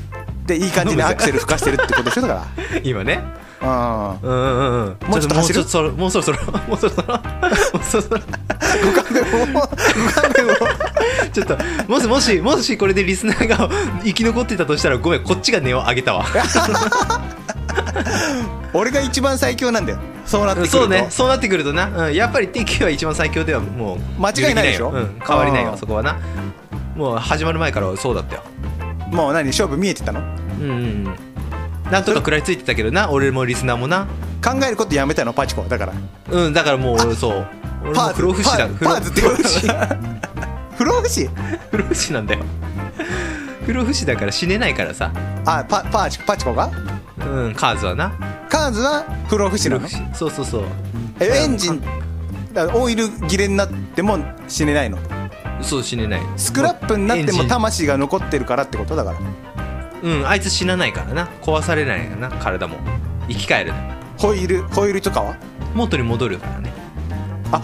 S2: えでいい感じにアクセル吹かしてるってことでしょだか
S1: 今ね
S2: らうん
S1: うんうんうん
S2: もうちょっと走る
S1: もうちょっとそろ もうそろそろもうそろそろもうそろそろ
S2: ご勘弁をご勘弁を
S1: ちょっともしもしもしこれでリスナーが生き残ってたとしたらごめんこっちが値を上げたわ
S2: 俺が一番最強なんだよそうなってくると
S1: そうねそうなってくるとな、うん、やっぱり TK は一番最強ではもう
S2: 間違いないでしょ
S1: 揺るぎないようん、変わりない
S2: あ
S1: わ
S2: ー
S1: そこはなもう始まる前からそうだったよ
S2: もう何勝負見えてたの
S1: うんうんうんなんとか食らいついてたけどな俺もリスナーもな
S2: 考えることやめたのパチコはだから
S1: うんだからもうそう俺
S2: パ
S1: も
S2: ーズ
S1: 不老不死だ
S2: パー
S1: 不老
S2: パーズって不老不死不老不死
S1: 不老不死なんだよ不老不死だから死ねないからさ
S2: あパパチパチコが
S1: うんカーズはな
S2: カーズは不老不死
S1: 不
S2: な
S1: 老
S2: の
S1: 不死そうそうそう
S2: えエンジンだからオイル切れになっても死ねないの
S1: そう死ねない
S2: スクラップになって
S1: エンジ
S2: も
S1: ン
S2: 魂が残ってるからってことだから
S1: うんあいつ死なないからな壊されないからな体も生き返る
S2: ホイールホイールとかは
S1: 元に戻るからね
S2: あ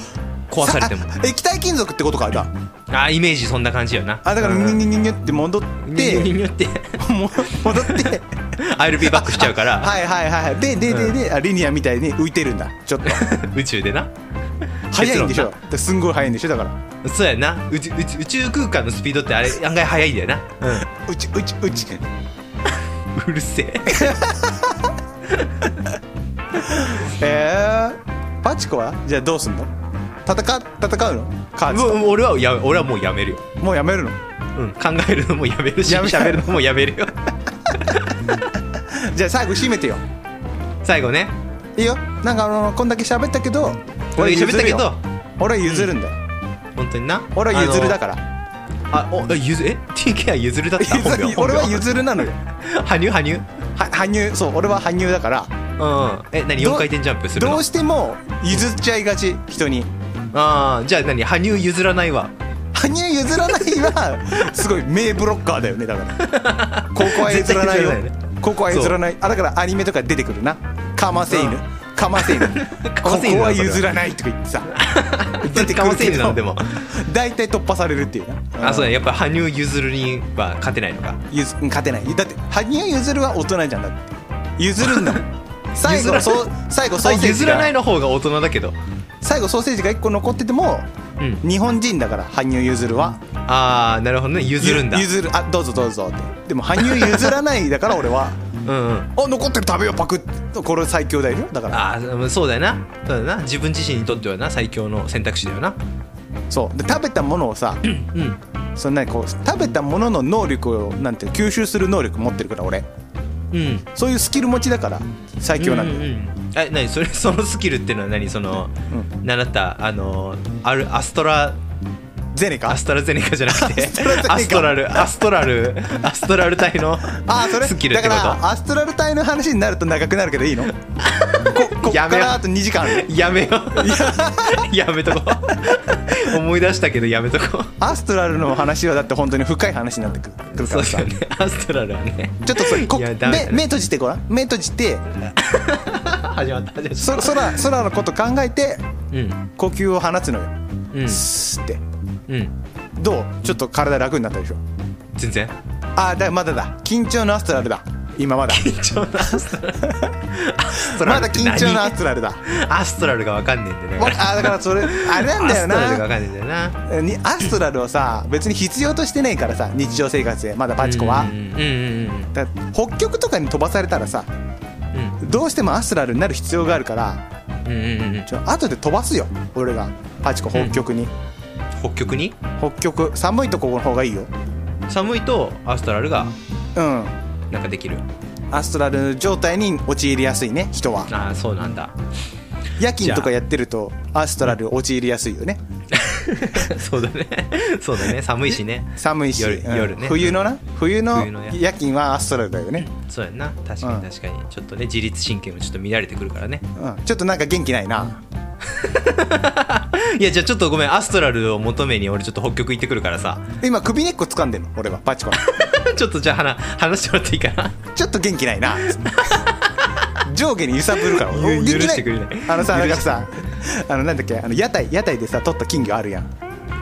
S1: 壊されても
S2: あ液体金属ってことかじゃあ
S1: あイメージそんな感じよな
S2: あだから
S1: う
S2: ニ
S1: ん
S2: ュニュニュニュって戻っ
S1: で
S2: て
S1: によって
S2: も 戻って
S1: I'll be back しちゃうから、
S2: はいはいはいはいでででで、あリニアみたいに浮いてるんだちょっと
S1: 宇宙でな
S2: 速いんでしょ
S1: 結
S2: すんごい速いんでしょだから
S1: 論なそうやな宇宙宇宙宇宙空間のスピードってあれ案外速いんだよな、
S2: うちうちうち
S1: うるせえ
S2: えー、パチコはじゃあどうすんの戦戦うのカーズ
S1: も
S2: と
S1: う俺はや俺はもうやめるよ、
S2: もうやめるの
S1: うん、考えるのもやめるし
S2: やめ
S1: 喋るのもやめるよ
S2: じゃあ最後締めてよ
S1: 最後ね
S2: いいよなんかあのこんだけ喋ったけど
S1: これ喋ったけ
S2: 譲るよ
S1: ど
S2: 俺は譲るんだよ、
S1: 本当にな
S2: 俺は譲るだ
S1: ら
S2: から
S1: あのあおえゆずえ TK は譲るだった本名
S2: 譲る俺は譲るなのよ
S1: る羽生羽
S2: は羽生そう俺は羽生だから
S1: 生うんえ何
S2: ど
S1: 4回転ジャンプするの
S2: どうしても譲っちゃいがち人に
S1: ああじゃあ何羽生譲らないわ
S2: 羽生譲らない はすごい名ブロッカーだよねだからここは譲らない
S1: 絶対譲ら
S2: よ
S1: ないね
S2: ここは譲らないあだからアニメとか出てくるなかませ犬
S1: うん
S2: かませ犬
S1: かませ犬だ
S2: ここ
S1: それは
S2: は譲らないとか言っ てさ出てく
S1: かま
S2: る
S1: せ
S2: け
S1: 犬な
S2: ど
S1: のでも
S2: 大体突破されるっていうな
S1: あそうだ
S2: や
S1: やっぱ羽生結弦には勝てないのか
S2: 勝てないだって羽生結弦は大人じゃんだって譲るんだもん最後そう最後ソ
S1: あ
S2: ーセージ
S1: 譲
S2: が
S1: らないの方が大人だけど
S2: 最後ソーセージが1個残ってても
S1: うん
S2: 日本人だから羽生結弦は
S1: ああなるほどね譲るんだ
S2: ゆ譲るあどうぞどうぞってでも羽生譲らないだから俺は
S1: うんうん
S2: あ残ってる食べようパクッこれ最強だよだから
S1: ああそうだよなそうだな自分自身にとってはな最強の選択肢だよな
S2: そうで食べたものをさ
S1: うん
S2: そんなにこう食べたものの能力をなんて吸収する能力持ってるから俺
S1: うん
S2: そういうスキル持ちだから最強なんだ
S1: う
S2: よ、
S1: んうんえ何それそのスキルっていうのは何その、習ったあのあるアストラ
S2: ゼネカ
S1: アストラゼネカじゃなくて
S2: ア
S1: ア
S2: ス
S1: ス
S2: ト
S1: トラルアストラルアストラル体の
S2: あーそれ
S1: スキルっ
S2: だ
S1: て
S2: か
S1: こ
S2: らアストラル体の話になると長くなるけどい いのここっか
S1: やめよ
S2: らあと2時間ある
S1: とやめよう やめとこ う思い出したけどやめとこ
S2: アストラルの話はだって本当に深い話になってくく
S1: う
S2: るか
S1: そう
S2: ら
S1: だ
S2: さ
S1: よねアストラルはね
S2: ちょっとそれこ
S1: いや
S2: 目
S1: ダメだね
S2: 目閉じてごらん目閉じて
S1: 始まった始まった
S2: そ空空のこと考えて
S1: うん
S2: 呼吸を放つのよ、
S1: うん
S2: スーって
S1: うん
S2: どうちょっと体楽になったでしょ
S1: 全然
S2: あーだまだだ緊張のアストラルだ 今まだ
S1: 緊張のア ストラルアストラ
S2: ま
S1: ル
S2: だ
S1: って
S2: 緊
S1: 何
S2: 張のアストラルだ
S1: アストラルがわかんねえんだよ
S2: わ
S1: ね
S2: あーだからそれあれなんだ
S1: ア
S2: よ
S1: ストラルがわ
S2: な
S1: かんねえんだよな
S2: にアストラルをさ別に必要としてないからさ日常生活でまだパチコは
S1: うんうんうんうん
S2: だから北極とかに飛ばされたらさ
S1: うん
S2: どうしてもアストラルになる必要があるから
S1: うんうんうんうん
S2: ちょ後で飛ばすよ俺がハチコ北極に、
S1: 北極に
S2: 北極寒いとこの方がいいよ
S1: 寒いとアストラルが
S2: うん
S1: なんかできる
S2: アストラル状態に陥りやすいね人は
S1: ああそうなんだ
S2: 夜勤とかやってるとアストラル陥りやすいよね
S1: そうだねそうだね寒いしね
S2: 寒いし、
S1: 夜
S2: うん
S1: 夜ね
S2: 冬のな冬の
S1: 冬の夜
S2: 夜勤はアストラルだよね、
S1: そうやんな確か
S2: うん
S1: に確かにちょっとね自律神経もちょっと乱れてくるからね
S2: うん、ちょっとなんか元気ないな、
S1: いやじゃあちょっとごめんアストラルを求めに俺ちょっと北極行ってくるからさ
S2: 今首根っこ掴んでんの俺はパチコの
S1: ちょっとじゃあ話話してもらっていいかな
S2: ちょっと元気ない な上下に揺さぶるから
S1: ゆ
S2: 元気
S1: 許してくれない
S2: あのさ
S1: 許
S2: なん
S1: し
S2: かさあのなんだっけあの屋台屋台でさ取った金魚あるやん、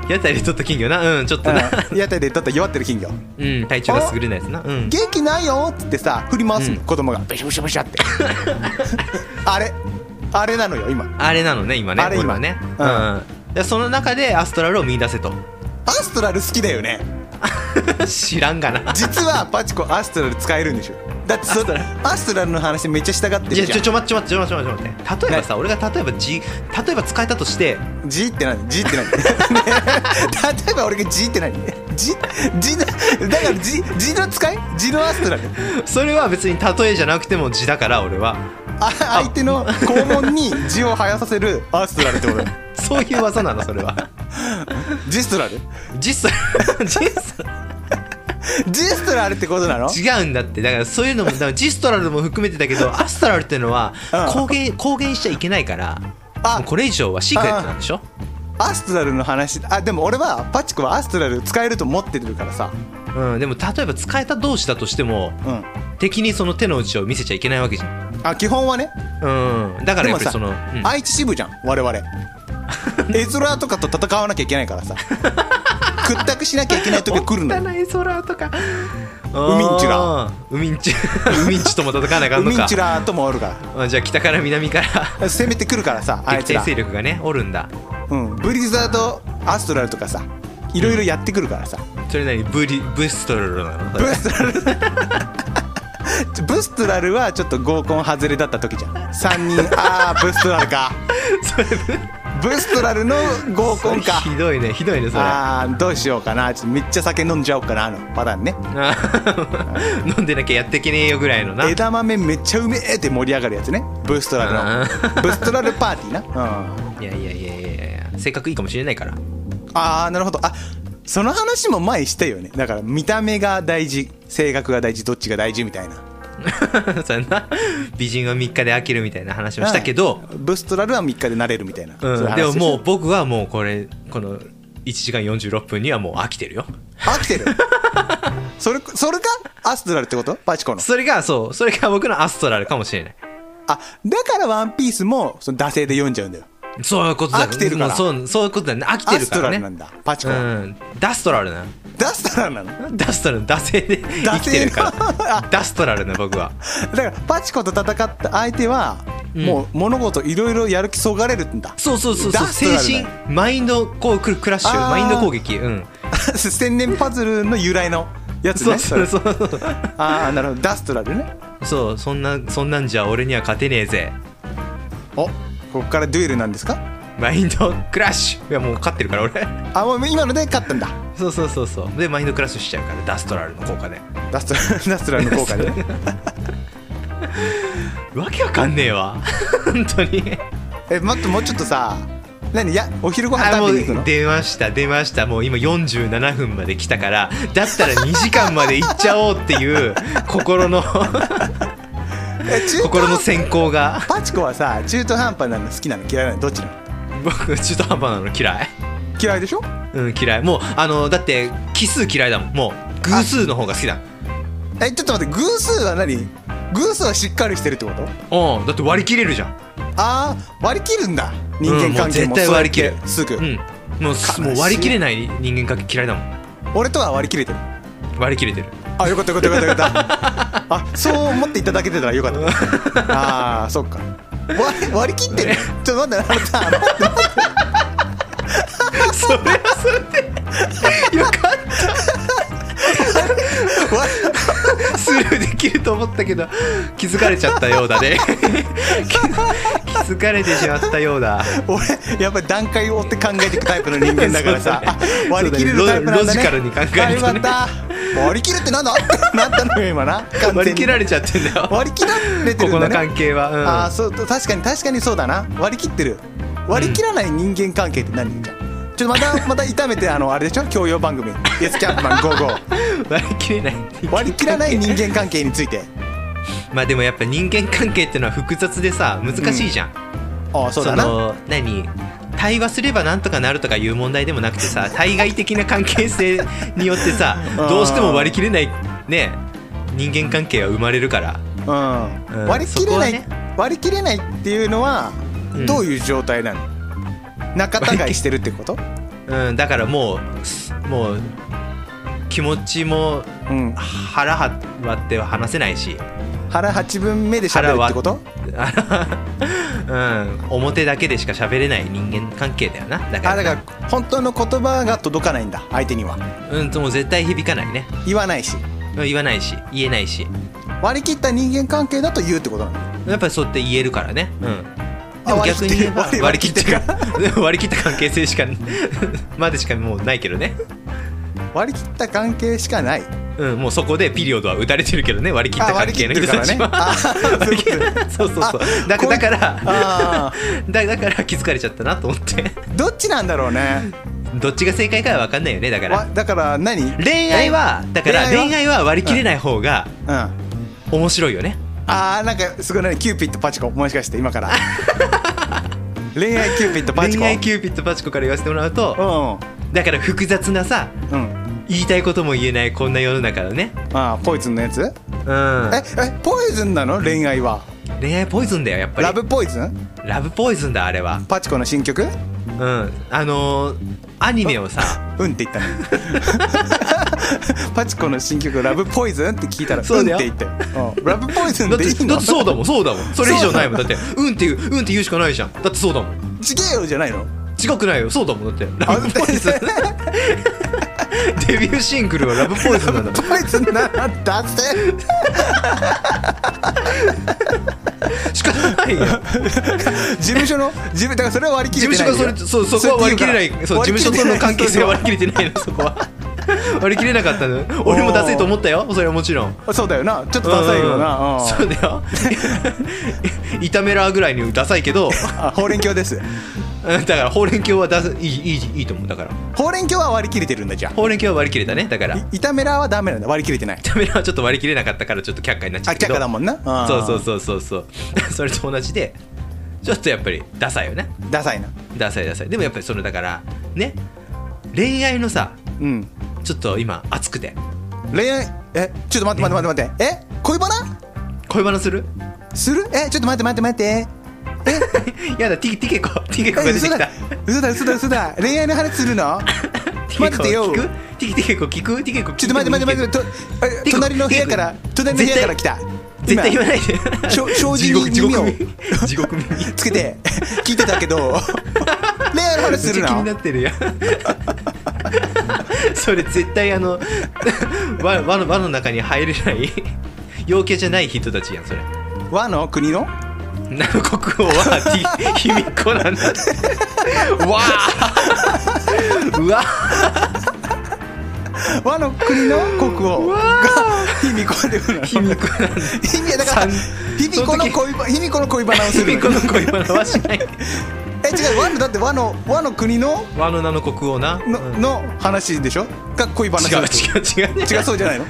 S1: 屋台で取った金魚なうんちょっとな
S2: うん屋台で取った弱ってる金魚
S1: うん体調が優れないやつなうん
S2: 元気ないよっつってさ振り回す
S1: う
S2: の、
S1: ん
S2: 子供がブシャブシャブシャって あれあれなのよ今
S1: あれなのね今ね
S2: あれ今
S1: 俺はね
S2: う
S1: うんん、でその中でアストラルを見出せと
S2: アストラル好きだよね
S1: 知らんがな
S2: 実はパチコアストラル使えるんでしょだって
S1: ア
S2: そ
S1: ストラ
S2: アストラルの話めっちゃしたがってる
S1: い
S2: じゃ
S1: や
S2: ん
S1: ちょちょ待ってちょ待ってちょ待ってちょ待って例えばさ俺が例えばじ例えば使えたとして
S2: じって何じっ て何ね例えば俺がじって何じじだだからじじの使いじのアストラル
S1: それは別に例えじゃなくても字だから俺は
S2: あ相手の肛門に字を生やさせるアストラルってことだ
S1: そういう技なのそれは
S2: ジストラル
S1: 実際実際
S2: ジストラルってことなの
S1: 違うんだってだからそういうのもだからジストラルも含めてだけ どアストラルってのは
S2: うん
S1: 公言公言しちゃいけないからも
S2: あ
S1: うこれ以上はシークレットなんでしょ
S2: アストラルの話あでも俺はパチコはアストラル使えると思ってるからさ
S1: うんでも例えば使えた同士だとしても
S2: うん
S1: 敵にその手の内を見せちゃいけないわけじゃん
S2: あ基本はね
S1: うんだから
S2: で
S1: や
S2: も
S1: っぱり
S2: さ、
S1: その、うん
S2: 愛知支部じゃん 我々絵空とかと戦わなきゃいけないからさ屈託しなきゃいけない時が来るのよ
S1: 汚い空とか
S2: 海んちゅら
S1: あー海 んちゅ海んちゅとも戦わなあかんの
S2: 海
S1: か
S2: んちらーともおるか
S1: あじゃあ北から南から
S2: ら攻めてくるからさあいつ
S1: 敵対
S2: ら
S1: 勢、力がねおるんだ
S2: うん、ブリザードアストラルとかさいろいろやってくるからさ、
S1: それなりにブリブストロルなのそれ
S2: ブストラルブストラルはちょっと合コン外れだった時じゃん3人ああブストラルか
S1: それ
S2: ブストラルの合コンか
S1: それひどいねひどいねそれ
S2: あーどうしようかなちょっとめっちゃ酒飲んじゃおうかなあのパターンね
S1: あー 飲んでなきゃやってけねえよぐらいのな
S2: 枝豆めっちゃうめえって盛り上がるやつねブーストラルのブーストラルパーティーな、うん、
S1: いやいやいやいやいや性格いいかもしれないから
S2: ああなるほどあその話も前したよねだから見た目が大事性格が大事どっちが大事みたいな
S1: そんな美人は3日で飽きるみたいな話をしたけど、
S2: うんブーストラルは3日でなれるみたいな、そういう
S1: うん、
S2: 話
S1: でも
S2: し
S1: もう僕はもうこれこの1時間46分にはもう飽きてるよ
S2: 飽きてる それそれかアストラルってことパチコの
S1: それがそうそれが僕のアストラルかもしれない
S2: あだからワンピースもその惰性で読んじゃうんだよ
S1: そういうことだ
S2: 飽きてるから
S1: もうそうそういうことだね飽きて
S2: ア
S1: る
S2: ス
S1: か
S2: ト
S1: ら
S2: ラ
S1: ね
S2: ルなんだパチコ
S1: う
S2: は、
S1: んダストラルな
S2: ダストラルなのだ
S1: ダストラル惰性で生きてるか
S2: 惰性
S1: らダストラルな僕は
S2: からパチコと戦った相手は、
S1: ん
S2: もう物事いろいろやる気そがれるんだ
S1: そうそうそうそう
S2: ダストラ
S1: 精
S2: ル
S1: 神
S2: だ
S1: マインドこうククラッシ
S2: あー
S1: ュマインド攻撃うん
S2: 千年パズルの由来のやつ
S1: そ
S2: ね
S1: うそう
S2: それ
S1: そうそう
S2: ああなるほどダストラルね
S1: そうそんなそんなんじゃ俺には勝てねえぜ
S2: おここからデュエルなんですか
S1: マインドクラッシュいやもう勝ってるから俺
S2: あもう今ので勝ったんだ
S1: そうそうそうそうでマインドクラッシュしちゃうからダストラルの効果で
S2: ダストラル ダストラルの効果でね
S1: わけわかんねえわ 本当に
S2: え待ってもうちょっとさ何やお昼ご飯
S1: あも
S2: 食
S1: う
S2: べに行くの
S1: 出ました出ましたもう今47分まで来たからだったら2時間まで行っちゃおうっていう心 の
S2: え中途半
S1: 心の先行が
S2: パチコはさ中途半端なの好きなの嫌いなのどっちなの
S1: 僕中途半端なの嫌い
S2: 嫌いでしょ
S1: うん嫌いもうあのだって奇数嫌いだもんもう偶数の方が好きだ
S2: えちょっと待って偶数は何偶数はしっかりしてるってこと
S1: うんだって割り切れるじゃん
S2: ああ割り切るんだ人間関係
S1: うんもう絶
S2: も
S1: 対
S2: そうやっ
S1: 割
S2: て
S1: り切る
S2: すぐ、
S1: うんもうすもう割り切れない人間関係嫌いだもん
S2: 俺とは割り切れてる
S1: 割り切れてる
S2: あよかったよかったよかったよかったあそう思っていただけてたらよかったあーそっか割り割り切ってるちょっと待ってあのさ
S1: それはそれ でよかっ
S2: 割
S1: た スルーできると思ったけど気づかれちゃったようだね気疲れてしまったようだ
S2: 俺やっぱり段階を追って考えていくタイプの人間だか らさ、あ割り切れるタイプなんだね
S1: ロジカルに考えるとね
S2: あよかった割り切るってなんだってなったのよ今な完全 に
S1: 割り切られちゃってんだよ
S2: 割り切られて
S1: こ
S2: る
S1: こ
S2: んだ
S1: の
S2: ね
S1: 関係は、うん
S2: ああそう確かに確かにそうだな割り切ってる割り切らない人間関係って何じゃんちょっとまたまた痛めてあのあれでしょ教養番組「イエスキャップマン55
S1: 割り切れない」
S2: 割り切らない人間関係について
S1: まあでもやっぱ人間関係ってのは複雑でさ難しいじゃん、
S2: ああそうだな
S1: の何対話すればなんとかなるとかいう問題でもなくて さ対外的な関係性によってさ
S2: うん
S1: どうしても割り切れないね人間関係は生まれるから
S2: うん、
S1: うん
S2: 割り切れない、
S1: そこ
S2: 割り切れないっていうのは
S1: うん
S2: どういう状態なの、仲違いしてるってこと、
S1: うん、だからもうすもう気持ちも
S2: うん、
S1: 腹割っては話せないし、
S2: 腹八分目で喋るってこと
S1: うん、表だけでしか喋れない人間関係だよなだか
S2: あ
S1: ら
S2: だから本当の言葉が届かないんだ相手には
S1: うんともう絶対響かないね
S2: 言わないし
S1: 言わないし言えないし
S2: 割り切った人間関係だと言うってことなの
S1: やっぱりそうやって言えるからねうん
S2: あ
S1: でも逆に言えば
S2: 割
S1: 割
S2: り
S1: り
S2: 切
S1: 切
S2: っ
S1: っててか割り切った関係性しか までしかもうないけどね
S2: 割り切った関係しかない
S1: うんもうそこでピリオドは打たれてるけどね割り切った
S2: あ
S1: 関
S2: 割り切
S1: 係
S2: っ
S1: の
S2: てる
S1: 人
S2: から
S1: た
S2: ね
S1: ちは
S2: あそういうことね
S1: そうそうそう
S2: あ
S1: だ
S2: こう
S1: だから
S2: あ
S1: だだから気づかれちゃったなと思って
S2: ーどっちなんだろうね
S1: どっちが正解かは分かんないよねだか
S2: わ
S1: ら
S2: だから何
S1: 恋愛はだから
S2: 恋愛は
S1: 恋愛は割り切れない方が
S2: うんあ
S1: 面白いよね
S2: ーなんかすごいねキューピッドパチコもしかして今から 恋愛キューピッドパチコ
S1: 恋愛キューピッドパチコから言わせてもらうとだから複雑なさ
S2: うんうん
S1: 言いたいことも言えないこんな世の中のね
S2: あーポイズンのやつ
S1: うん
S2: ええポイズンなの恋愛は
S1: 恋愛ポイズンだよやっぱり
S2: ラブポイズン
S1: ラブポイズンだあれは
S2: パチコの新曲
S1: うんあのーアニメをさ
S2: うんって言ったね パチコの新曲「ラブポイズン」って聞いたら「
S1: そう
S2: うん」
S1: だ
S2: っ
S1: よ
S2: て言ったよ、うんラブポイズン
S1: だっ
S2: で
S1: て
S2: いい
S1: だ
S2: の
S1: ってそうだもんそうだもんそれ以上ないもんだってうんっていううんって言うしかないじゃんだってそうだもん
S2: ちげえよじゃないの
S1: 違くないよそうだもんだって
S2: あ
S1: ラブポイズン デビューシングルはラブポイズンなんだ
S2: ポイズンなんだって
S1: 仕方ないよ
S2: 事務所の事務だからそれは割り切
S1: 事
S2: れ
S1: 務
S2: て
S1: 所
S2: ない
S1: がそれそうそこは割り切れないそう事務所との関係性は割り切れてないのそこは 割り切れなかったの俺もダセいと思ったよそれはもちろん
S2: りそうだよなちょっとダサいよな、
S1: うん
S2: うん
S1: そうだよ 炒めらぐらいにダサいけど
S2: あほうれん鏡です
S1: うんだからほうれん鏡は出すいいいいいいと思うだから
S2: ほうれん鏡は割り切れてるんだじゃ
S1: ほうれん鏡は割り切れたねだから
S2: あい炒めらはダメなんだ割り切れてない
S1: ダメなはちょっと割り切れなかったからちょっと却下になっちゃ
S2: あ
S1: ったけ
S2: 却
S1: ど
S2: 下だもんな、ん
S1: そうそうそうそうそう それと同じでちょっとやっぱりダサいよね
S2: ダサいな
S1: ダサいダサいでもやっぱりそのだからね恋愛のさ
S2: うん
S1: ちょっと今熱くて
S2: 恋愛えちょっと待って待って待って待ってえ恋バ
S1: 恋バナする
S2: ナするえちょっと待って待って待ってえ
S1: やだティティケコティケコが
S2: え
S1: 出て
S2: 嘘
S1: きた
S2: だ嘘だ嘘だ嘘だ恋愛の話するの
S1: ティケコ
S2: 待ってよ
S1: 聞くティティケコ聞くティケコ
S2: ちょっと待って待って待ってとあ
S1: てか
S2: 隣の部屋から
S1: てか
S2: 隣の部屋から来た
S1: 絶対言わ
S2: 今
S1: ないで
S2: しょ障子に
S1: 地獄
S2: 耳
S1: 地獄
S2: を
S1: 耳地獄耳
S2: つけて聞いてたけど 恋愛の話する
S1: 気に
S2: の
S1: なってるやん それ絶対あの輪輪の輪の中に入れない陽キャじゃない人たちやんそれ
S2: 和の国の
S1: 南国王はティ卑 弥呼なんだわあうわ
S2: 和の国の国王が卑弥呼でるの
S1: 卑弥呼なんだ
S2: 卑弥呼だか
S1: 三
S2: ら卑弥呼の恋バ卑弥呼の恋バナを
S1: 卑
S2: する
S1: 弥
S2: の
S1: 呼の恋バナはしない
S2: え違う和のだって和の和の国の
S1: 和の名の国王な
S2: の,、
S1: うん
S2: の話でしょが恋話
S1: 違
S2: だ
S1: う
S2: と
S1: 違う違う
S2: 違うそうじゃないの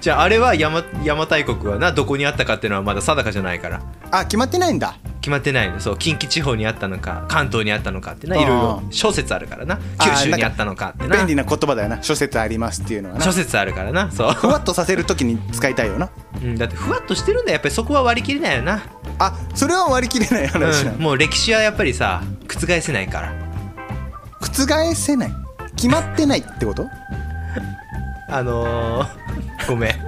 S1: じゃああれは邪馬邪馬台国はなどこにあったかっていうのはまだ定かじゃないから
S2: あ決まってないんだ
S1: 決まってないのそう近畿地方にあったのか関東にあったのかってな
S2: あー
S1: いろいろ諸説あるからな
S2: あー
S1: 九州にあったのかってな
S2: 便利な言葉だよな諸説ありますっていうのはな
S1: 諸 説あるからなそう、
S2: ふわっとさせるときに使いたいよな
S1: うん、だってふわっとしてるんだよやっぱりそこは割り切れないよな、
S2: あそれは割り切れない話な
S1: うん、
S2: の、
S1: もう歴史はやっぱりさ覆せないから
S2: 覆せない決まってないってこと
S1: あのー、 ごめん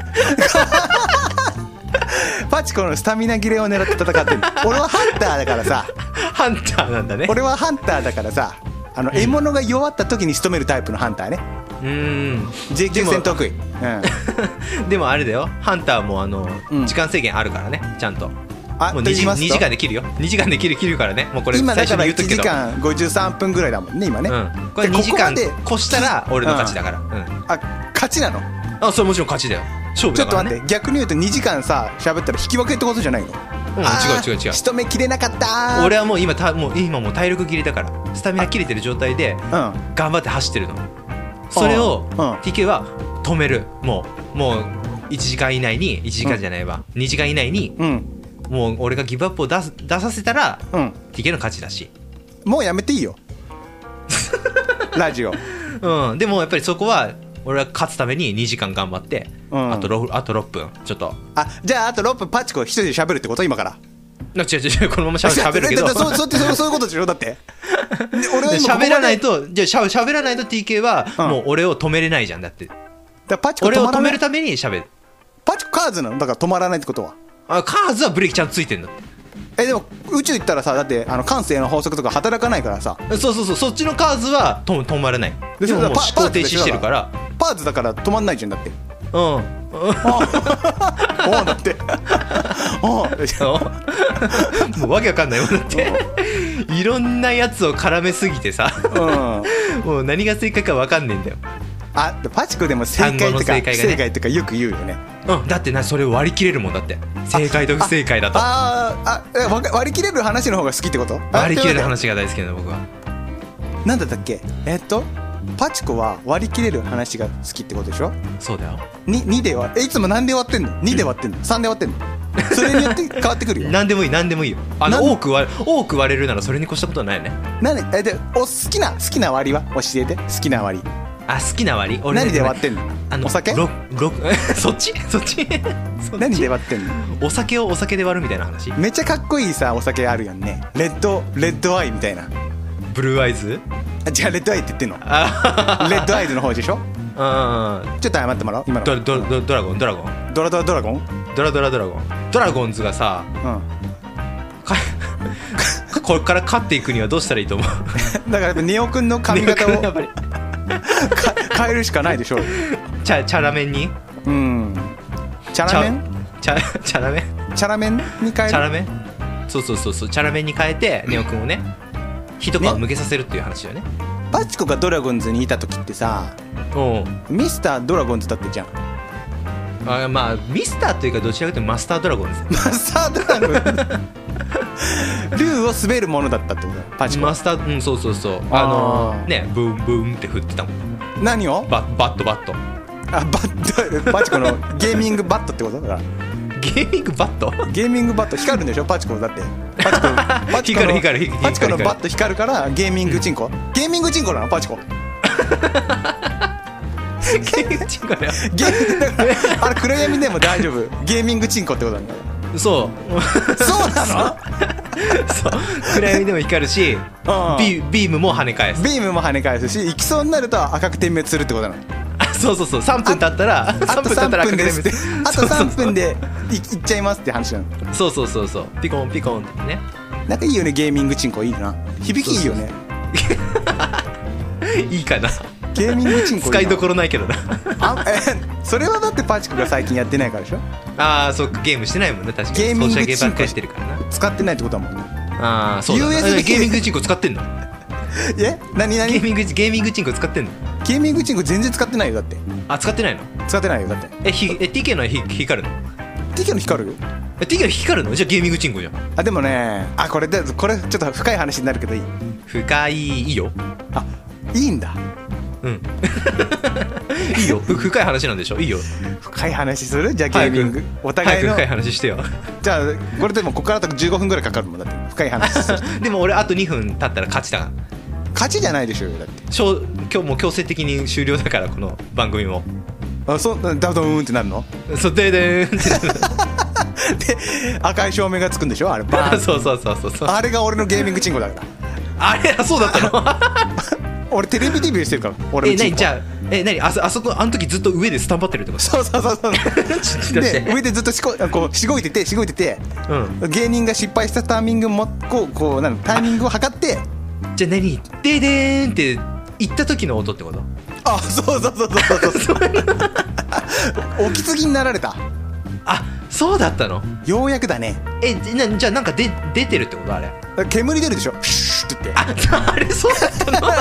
S2: パチコのスタミナ切れを狙って戦ってる 俺はハンターだからさ
S1: ハンターなんだね
S2: 俺はハンターだからさあの獲物が弱った時に仕留めるタイプのハンターね
S1: うーん
S2: J 級
S1: でも
S2: 戦得意、うん、
S1: でもあれだよハンターもあの、
S2: うん
S1: 時間制限あるからねちゃんと
S2: あ
S1: もう
S2: と
S1: 2
S2: 言い
S1: 時
S2: ますと
S1: 2時間で切るよ2時間で切る切るからねもうこれ
S2: 今
S1: 最初
S2: だから
S1: に言
S2: 1
S1: っとくけ
S2: 時
S1: ど
S2: 間53分ぐらいだもんね今ね、
S1: うん、これ
S2: じ
S1: 2
S2: ゃあ
S1: 時
S2: ここま
S1: 間
S2: で
S1: 越したら俺の勝ちだから、うん
S2: あ勝ちなの
S1: あそれもちろん勝ちだよ勝負
S2: ち
S1: だ
S2: ょっと
S1: から、
S2: 待
S1: ね、
S2: って逆に言うと2時間さ喋ったら引き分けってことじゃないの、
S1: うん
S2: あー
S1: 違う違う違う
S2: 仕留めきれなかったー
S1: 俺はもう今たもう今もう体力切れたからスタミナ切れてる状態で
S2: うん
S1: 頑張って走ってるのそれを
S2: うん
S1: TK は止めるもうもう1時間以内に1時間じゃないわ、2時間以内に
S2: うん
S1: もう俺がギブアップを出す出させたら
S2: うん
S1: TK の勝ちだし、
S2: もうやめてい いよラジオ
S1: うん、でもやっぱりそこは俺は勝つために2時間頑張って、
S2: うん
S1: あと 6, あと6分ちょっと
S2: あじゃああと6分パチコ一人で喋るってこと今から
S1: な違う違う違うこのまましゃべ喋るけど
S2: だって そうそうそうそういうことでしょだってで俺は今ここまで
S1: 喋らないとじゃあしゃ喋らないと TK は
S2: うん
S1: もう俺を止めれないじゃんだって
S2: だからパチコ
S1: 俺
S2: 止
S1: を
S2: ま
S1: 止
S2: らな
S1: め
S2: い
S1: るために喋る
S2: パチコカーズなのだから止まらないってことは
S1: あカーズはブレーキちゃんとついてんの
S2: えでも宇宙行ったらさだってあの感性の法則とか働かないからさ
S1: そうそうそうそっちのカーズはと止まらない
S2: で
S1: でももう
S2: パ
S1: 思考停止してるから
S2: パーツだから止まんないじゃんだって
S1: うん
S2: おおだっておお
S1: うんもうわけわかんないもんだっていろんなやつを絡めすぎてさ
S2: うん
S1: もう何が正解かわかんねえんだよ
S2: あパチコでも正解
S1: 単語
S2: と
S1: の
S2: か
S1: 正解がね
S2: 不正解とかよく言うよね
S1: うんだってなそれを割り切れるもんだって正解と不正解だと
S2: あーあえわか割り切れる話の方が好きってことあ
S1: 割り切れる
S2: というわ
S1: 話が大好きなの僕は
S2: けでなんだったっけえっとパチコは割り切れる話が好きってことでしょ
S1: そうだよ
S2: 2, 2で割えいつも何で割ってんの2で割ってんの3で割ってんのそれによって変わってく るよ
S1: 何でもいい何でもいいよあ
S2: なん
S1: の多く割多く割れるならそれに越したことはないよね
S2: 何えでお好きな好きな割は教えて好きな割
S1: あ好きな割り俺
S2: 何で割ってんの
S1: あの
S2: お酒
S1: ろろそっちそっちそっち
S2: 何で割ってんの
S1: お酒をお酒で割るみたいな話
S2: めっちゃかっこいいさお酒あるやんねレッドレッドアイみたいな
S1: ブルーアイズ
S2: あじゃあレッドアイって言ってん のレ
S1: あ
S2: ッドアイズの方でしょ
S1: あうん
S2: ちょっと謝ってもらおう今の
S1: ドドドドラゴンドラゴン
S2: ドラドラドラゴンうん
S1: ドラドラドラゴンドラゴンズがさかこれから勝っていくにはどうしたらいいと思う
S2: だからやっぱネオくんの髪型
S1: や
S2: を
S1: っぱり
S2: か変えるしかないでしょ
S1: チャチャラメンに
S2: うんチャ
S1: チ
S2: ラメン
S1: ャチャチャラメン
S2: チャラメンに変え
S1: チャラ
S2: る
S1: メンそうそうそうそうチャラメンに変えてネオくんをね火とかを向けさせるっていう話だよね
S2: バチコがドラゴンズにいた時ってさ
S1: うん
S2: ミスタードラゴンズだったじゃん
S1: あまあミスターというかどちらかというとマスタードラゴンズ
S2: マスタードラゴンズルーを滑るものだったってことだパチコ
S1: マスターうんそうそうそうあの
S2: あー
S1: ねブンブンって振ってたもん
S2: 何を
S1: ババットバット
S2: あバットパチコのゲーミングバットってことだから
S1: ゲーミングバット
S2: ゲーミングバット光るんでしょパチコだってパチコ パチコの
S1: 光る光る光る
S2: パチコのバット光るからゲーミングチンコゲーミングチンコなのパチコ
S1: ゲーミングチンコだよ
S2: ゲーだからあれ暗闇でも大丈夫ゲーミングチンコってことなんだ
S1: そう
S2: そうな
S1: そう暗闇でも光るし
S2: の
S1: ビビームも跳ね返す
S2: ビームも跳ね返すし行きそうになると赤く点滅するってことなの
S1: あそうそうそう3分経ったら
S2: あ
S1: 3
S2: と
S1: 分経
S2: 3
S1: ったら
S2: 分
S1: 確
S2: で
S1: 認
S2: すってあと
S1: そうそうそう
S2: 3分でい行っちゃいますって話なの
S1: そうそうそうそうピコンピコンってね
S2: なんかいいよねゲーミングチンコいいな響きいいよね
S1: いいかな
S2: ゲーミングチンコ いいな
S1: 使いどころないけどな
S2: あえそれはだってパチコが最近やってないからでしょ
S1: ああそうかゲームしてないもんね確か
S2: ゲ
S1: に
S2: ーミング
S1: ソシャゲばっか
S2: チンコ
S1: りしてるからな
S2: 使ってないってことだもんね
S1: ああーそうだな
S2: USB
S1: ゲーミングチンコ使ってんの
S2: え何
S1: ゲ
S2: 何
S1: ーミングゲーミングチンコ使ってんの
S2: ゲーミングチンコ全然使ってないよだって
S1: あ使ってないの
S2: 使ってないよだって
S1: えひえ TK のはひ光るの
S2: TK の光るよ
S1: え TK の光るのじゃあゲーミングチンコじゃん
S2: あでもねあこれでこれちょっと深い話になるけどいい
S1: 深いいいよ
S2: あいいんだ
S1: うん いいよふ深い話なんでしょいいよ
S2: 深い話するじゃあゲーミングお互い
S1: 早
S2: の
S1: く深い話してよ
S2: じゃあこれでもここからだと15分ぐらいかかるもんだって深い話 する
S1: でも俺あと2分経ったら勝ちだから
S2: 勝ちじゃないでしょだって
S1: しょう今日もう強制的に終了だからこの番組も
S2: あそうダドーンってなるの
S1: そうででーんって
S2: で赤い照明がつくんでしょあれバ
S1: な
S2: ー
S1: る
S2: ン
S1: そうそうそうそうそう
S2: あれが俺のゲーミングチンコだから
S1: あれあそうだった の
S2: 俺テレビデビューしてるから俺
S1: え
S2: のチ
S1: 何
S2: ンコ
S1: じゃあえ何あそあそこあの時ずっと上でスタンバってるってこと
S2: そうそうそう そう
S1: ちょっと出し
S2: で
S1: て
S2: 上でずっとしここうしごいててしごいてて
S1: うん
S2: 芸人が失敗したタイミングもこうこうなんタイミングを測って
S1: じゃあ何ででーんって言った時の音ってこと
S2: あ そうそうそうそうそうそう置き継ぎになられた
S1: あそうだったの
S2: ようやくだね
S1: えなじゃあなんかで出てるってことあれ
S2: 煙出るでしょシューって言って
S1: あ あれそうだったの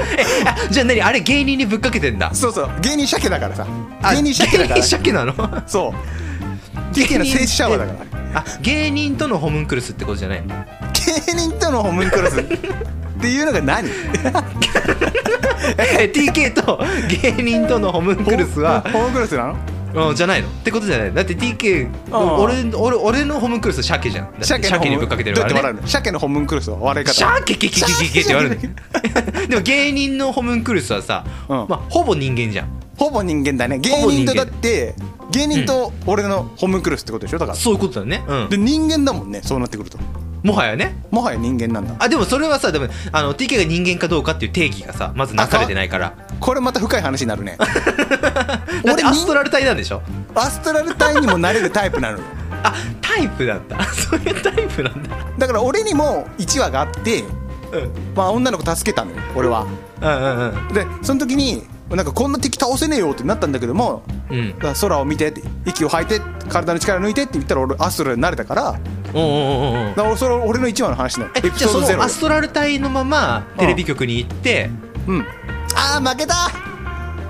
S1: えあじゃあ何あれ芸人にぶっかけてんだ
S2: そうそう芸人鮭だからさ
S1: あ
S2: 芸人鮭だか
S1: 芸
S2: ら
S1: 人鮭なの
S2: そう
S1: 芸
S2: 鮭
S1: 人
S2: の聖地シャワーだから
S1: あ芸人とのホムンクルスってことじゃないの
S2: 芸人とのホムンクロスっていうのが何
S1: え TK と芸人とのホムンクルスは
S2: ホホムンクロスなの
S1: うんじゃないのってことじゃないだって TK
S2: ああ
S1: 俺俺俺のホムンクルスは鮭じゃんだって
S2: 鮭のホ
S1: 鮭
S2: ム
S1: にぶっかけてるか
S2: どうやって
S1: ら
S2: 笑
S1: ね
S2: うの鮭のホムンクロスは笑い方
S1: 鮭キキキキキって言われるでも芸人のホムンクルスはさ、
S2: うん
S1: まあ、ほぼ人間じゃん
S2: ほぼ人間だね芸
S1: ほぼ人
S2: 人
S1: 間
S2: とだって芸人と俺のホムンクロスってことでしょだから
S1: そういうことだね、う
S2: で
S1: ん、
S2: 人間だもんねそうなってくると
S1: もはやね
S2: もはや人間なんだ
S1: あでもそれはさでもあの TK が人間かどうかっていう定義がさまずなされてないから
S2: これまた深い話になる ね
S1: だって
S2: 俺
S1: アストラル体なんでしょ
S2: アストラル体にもなれるタイプなのよ
S1: あタイプなんだそういうタイプなんだ
S2: だから俺にも1話があって
S1: うんうん
S2: まあ女の子助けたのよ俺は
S1: うんうん
S2: でその時になんかこんな敵倒せねえよってなったんだけども
S1: うん
S2: だから空を見てって息を吐いて体の力抜いてって言ったら俺アストラルになれたからだか
S1: おうおうおうおう
S2: らそれ俺の1話の話なのエ
S1: え
S2: ピ
S1: じゃ
S2: ソ
S1: あそ
S2: ードゼロ
S1: のアストラル体のままテレビ局に行って
S2: うんあー負けた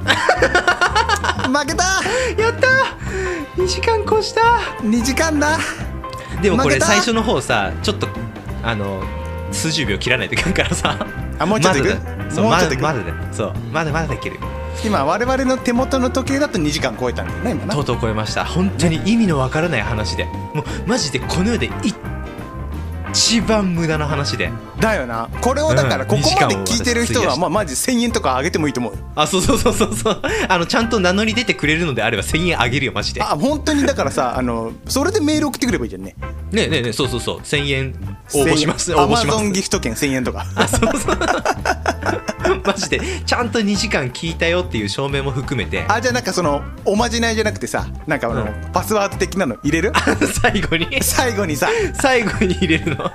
S2: 負けた
S1: やったー2時間越した
S2: 2時間だ
S1: でもこ
S2: 負け
S1: れ
S2: た
S1: 最初の方さちょっとあの数十秒切らないといかんからさ
S2: あもうちょっといく
S1: まだだそう
S2: もう
S1: ま
S2: ちょっと
S1: だ
S2: いく
S1: まだだそうまだまだできる
S2: 今我々の手元の時計だと2時間超えたんだよね今な
S1: とうとう超えました本当に意味のわからない話でもうマジでこの世で一番無駄な話で
S2: だよなこれをだから
S1: うん
S2: こ
S1: 2
S2: こまで
S1: 時間を
S2: 聞いてる人
S1: 費や
S2: は
S1: した
S2: まあマジ1000円とかあげてもいいと思うよ
S1: あそうそうそうそうそうあのちゃんと名乗り出てくれるのであれば1000円あげるよマジで
S2: あ本当にだからさあのそれでメール送ってくればいいじゃんね
S1: ねえねえねえそうそうそう1000円応募します応
S2: ア
S1: 募
S2: マ
S1: しま
S2: ゾンギ
S1: す
S2: フト券1000円とか
S1: あそうそう マジでちゃんと2時間聞いたよっていう証明も含めて
S2: あじゃあなんかそのおまじないじゃなくてさなんかあの、
S1: うん
S2: パスワード的なの入れる
S1: 最後に
S2: 最後にさ
S1: 最後に入れるの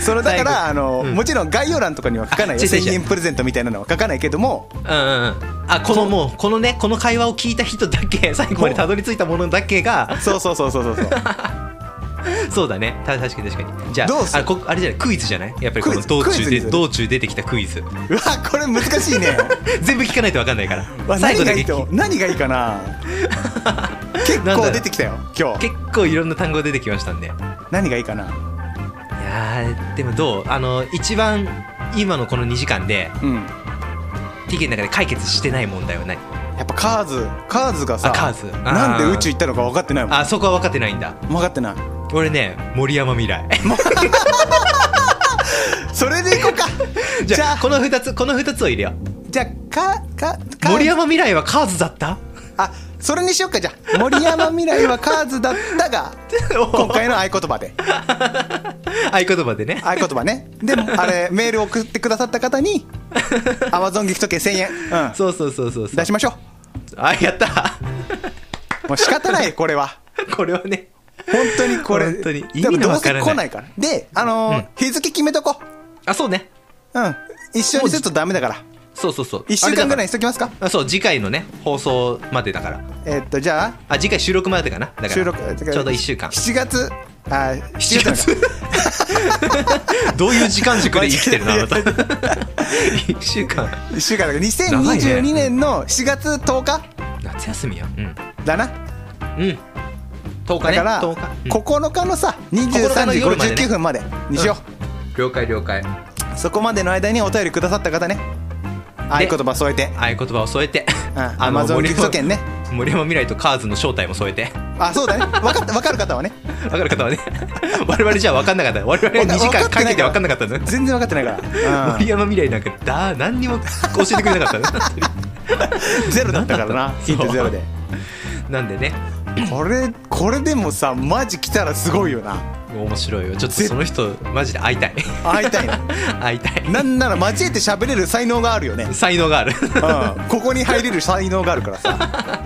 S2: それだからあの、
S1: うん
S2: もちろん概要欄とかには書かないよ
S1: あ違う違う
S2: 1000円プレゼントみたいなのは書かないけども
S1: うんうんうんあこのもうこのねこの会話を聞いた人だけ最後までたどり着いたものだけが
S2: そうそうそうそうそうそう
S1: そうだねた確かに確かにじゃあ
S2: どうする
S1: あこあれじゃないクイズじゃないやっぱりこ
S2: クイ
S1: の
S2: ズ
S1: 道
S2: クイ
S1: 中
S2: ズに
S1: です
S2: る
S1: 道中出てきたクイズ
S2: うわこれ難しいね
S1: 全部聞かないと分かんないから
S2: わ何がいい
S1: 聞
S2: と何がいいかな結
S1: なんだろ
S2: 構
S1: う
S2: 出てきたよ今日
S1: 結構いろんな単語出てきましたんでい
S2: 何がいいかな
S1: やーでもどうあの一番今のこの2時間で
S2: うん
S1: TK の中で解決してない問題は何
S2: やっぱカーズカーズがさ
S1: あカーズあー
S2: なんで宇宙行ったのか分かってないもん
S1: あそこは分かってないんだ
S2: 分かってない
S1: 俺ね森山未来
S2: それでいこうか
S1: じ
S2: じゃ
S1: ゃ
S2: あ
S1: あこの2つこの2つを入れよ
S2: じゃあかか
S1: う
S2: か
S1: 森山未来はカーズだ った
S2: あそれにしよっかじゃあ森山未来はカーズだっ たが今回の合言葉で
S1: 合言葉でね
S2: 合言葉ねで あれメール送ってくださった方にアマゾンギフト券1000円、うん
S1: そうそうそうそうそう
S2: 出しましょ
S1: あやった
S2: うもう仕方ないこれは
S1: これはね
S2: 本当にこれ
S1: 本当に意
S2: でも
S1: 味の
S2: どう
S1: わ
S2: せ
S1: からない
S2: 来ないからであのー
S1: うん
S2: 日付決めとこ
S1: あそうね
S2: ううん一緒にするとダメだから
S1: そうそうそう
S2: 1週間ぐらいに
S1: い
S2: しときますか
S1: あそう次回のね放送までだから
S2: えっとじゃ
S1: あ次回収録までかなだから
S2: あ収録
S1: ちょうど1週間
S2: 7月あ
S1: 7
S2: 7月
S1: 月どういう時 間軸で生きてるのあなた 1週間
S2: 1週間だから
S1: 長いね
S2: 2022年の4月10日
S1: 夏休みやうんう
S2: だな、
S1: ん10日
S2: だ
S1: ね
S2: か
S1: 10
S2: ら
S1: 日、うん
S2: 9日のさ
S1: 9
S2: 23
S1: の
S2: 時
S1: 夜までね
S2: 59分までにしよ
S1: 了解了解合
S2: う、そこまでの間にお便りくださった方ね合言葉添えて
S1: 言葉を添えて
S2: アマゾンギフト券ね
S1: 森山未来とカーズの正体も添えて
S2: あそうだね分かった分かる方はね
S1: 分かる方はね 我々じゃ分かんなかった我々2時間かけて分かんなかったの
S2: 全然分かってないから、うん
S1: 森山未来なんかだ何にも教えてくれなかったの 本
S2: ゼロだったからなヒントゼロで
S1: 当になんでね
S2: これこれでもさマジ来たらすごいよな
S1: 面白いよちょっとその人マジで会い たい
S2: 会いたいな
S1: 会いたい
S2: なんなら交えて喋れる才能があるよね、
S1: 才能がある
S2: うん、ここに入れる才能があるからさ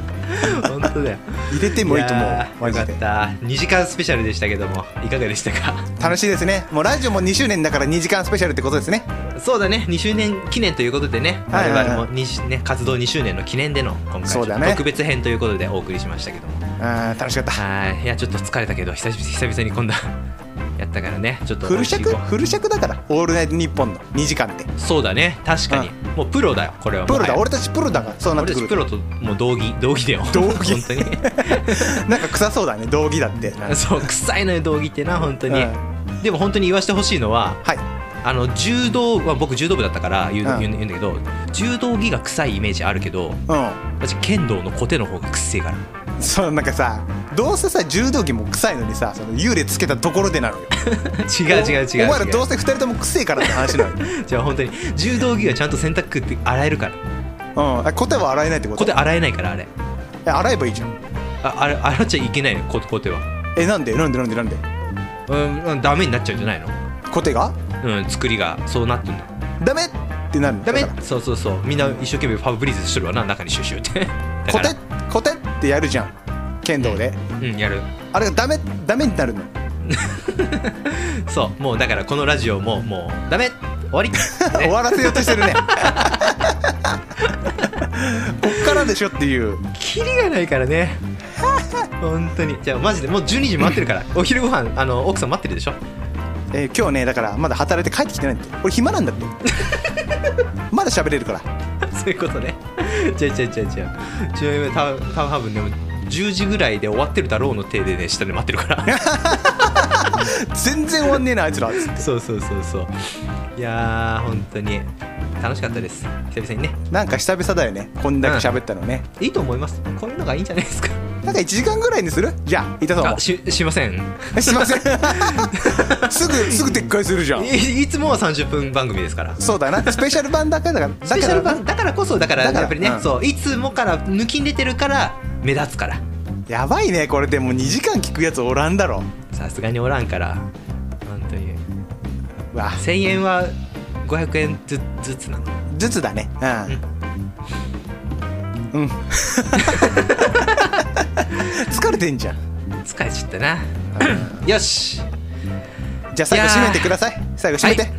S1: 本当だよ
S2: 入れてもいいと思う
S1: やー
S2: マ
S1: よか
S2: ジ
S1: っ
S2: で
S1: た2時間スペシャルでしたけどもいかがでしたか
S2: 楽しいですねもうラジオも2周年だから2時間スペシャルってことですね
S1: そうだね2周年記念ということでね
S2: は
S1: 我
S2: いはいはい
S1: 々もにしね活動2周年の記念での今
S2: そうだ
S1: 回、
S2: ね
S1: 特別編ということでお送りしましたけども
S2: あー楽しかった
S1: はいいやちょっと疲れたけど久々久々にこんな やったからねちょっと
S2: フル
S1: 美
S2: 尺
S1: 味しい
S2: フル尺だから「オールナイトニッポン」の2時間って
S1: ごそうだね確かに、もうプロだよこれは
S2: プロだ
S1: もはや
S2: 俺たちプロだからそうなっ
S1: 俺
S2: て
S1: た
S2: く
S1: ち
S2: る
S1: プ
S2: と
S1: ロともう同義同義だよ
S2: 同義
S1: 本当に
S2: なんか臭そうだね道義だってなんか
S1: そう臭いのよ道義ってな本当に、
S2: う
S1: でも本当に言わせてほしいのは
S2: はい
S1: あの柔道は僕柔道部だったから言う,、
S2: うん
S1: 言うん言うんだけど柔道着が臭いイメージあるけど
S2: う
S1: 私剣道の小手の方がくっせえから
S2: んそうなんかさどうせさ柔道着も臭いのにさその幽霊つけたところでなのよ
S1: 違う違う違う違う
S2: おお前らどうせ2人とも臭いからって話なのよ
S1: じゃあ本当に柔道着はちゃんと洗濯って洗えるから
S2: うんあ答えは洗えないってこ
S1: 小手
S2: と
S1: 洗えないからあれ
S2: え洗えばいいじゃん
S1: ああれ洗っちゃいけないのこ小手は
S2: えなんでなんでなんでなんで
S1: うんうんダメになっちゃうんじゃないの
S2: コテが
S1: うん作りがそうなってんだ
S2: ダメってなるの
S1: ダメ
S2: だから
S1: そうそうそうみんな一生懸命ファブリーズしてるわな中にシュシュっ てだ
S2: コ
S1: か
S2: テ
S1: ら
S2: コテってやるじゃん剣道で
S1: うんやる
S2: あれがダメダメになるの
S1: そうもうだからこのラジオももうダメ終 わり
S2: 終わらせようとしてる ねこっからでしょっていう
S1: キリがないからね本当にじゃあマジでもう12時待ってるからお昼ご飯あの奥さん待ってるでしょ
S2: えー今日ねだからまだ働いて帰ってきてないんだって俺暇な んだってまだ喋れるから
S1: そういうことね。違う違う違う違う。違う多分多分多分でも10時ぐらいで終わってるだろうの手でね下で待ってる から。
S2: 全然終わんねえなあいつらっつって
S1: そうそうそうそう。いやー本当に楽しかったです。久々にね。
S2: なんか久々だよねこんだけ喋ったのね、
S1: いいと思います。こういうのがいいんじゃないですか。
S2: なんか1時間ぐらいにするじゃあいたぞ
S1: あししません。
S2: すいませ んすぐすぐ撤回するじゃん
S1: いいつもは30分番組ですから。
S2: そうだなスペシャル版だからだから
S1: スペシャル版だからこそだから
S2: だから
S1: やっぱりね、
S2: うん
S1: そういつもから抜きん出てるから目立つから
S2: やばいねこれでも2時間聞くやつおらんだろ
S1: さすがにおらんから本当に
S2: うわ
S1: 1000円は500円ずずつなの
S2: ずつだねうん、うん、 疲れてんじゃん
S1: 疲れちゃったなよし
S2: じゃあ最後締めてください最後締めて、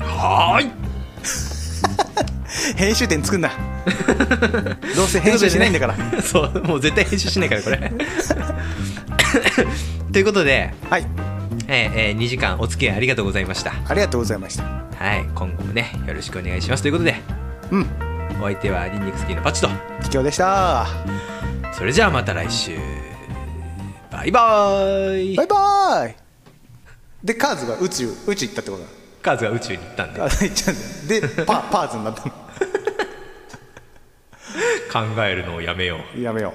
S1: ははーい
S2: 編集点作ん などうせ編集しないんだから、
S1: そうもう絶対編集しないからこ れということで、
S2: はい
S1: えーえ2時間お付き合いありがとうございました
S2: ありがとうございました
S1: はい今後もねよろしくお願いしますということで
S2: うん
S1: お相手はニンニクスキーのパチと
S2: 貴重でした
S1: それじゃあまた来週バイバーイ
S2: バイバーイでカーズが宇宙宇宙行ったってことだ
S1: カーズが宇宙に行ったんで
S2: あ行っちゃうんだよでパパーズになったの
S1: 考えるのをやめよう
S2: やめよう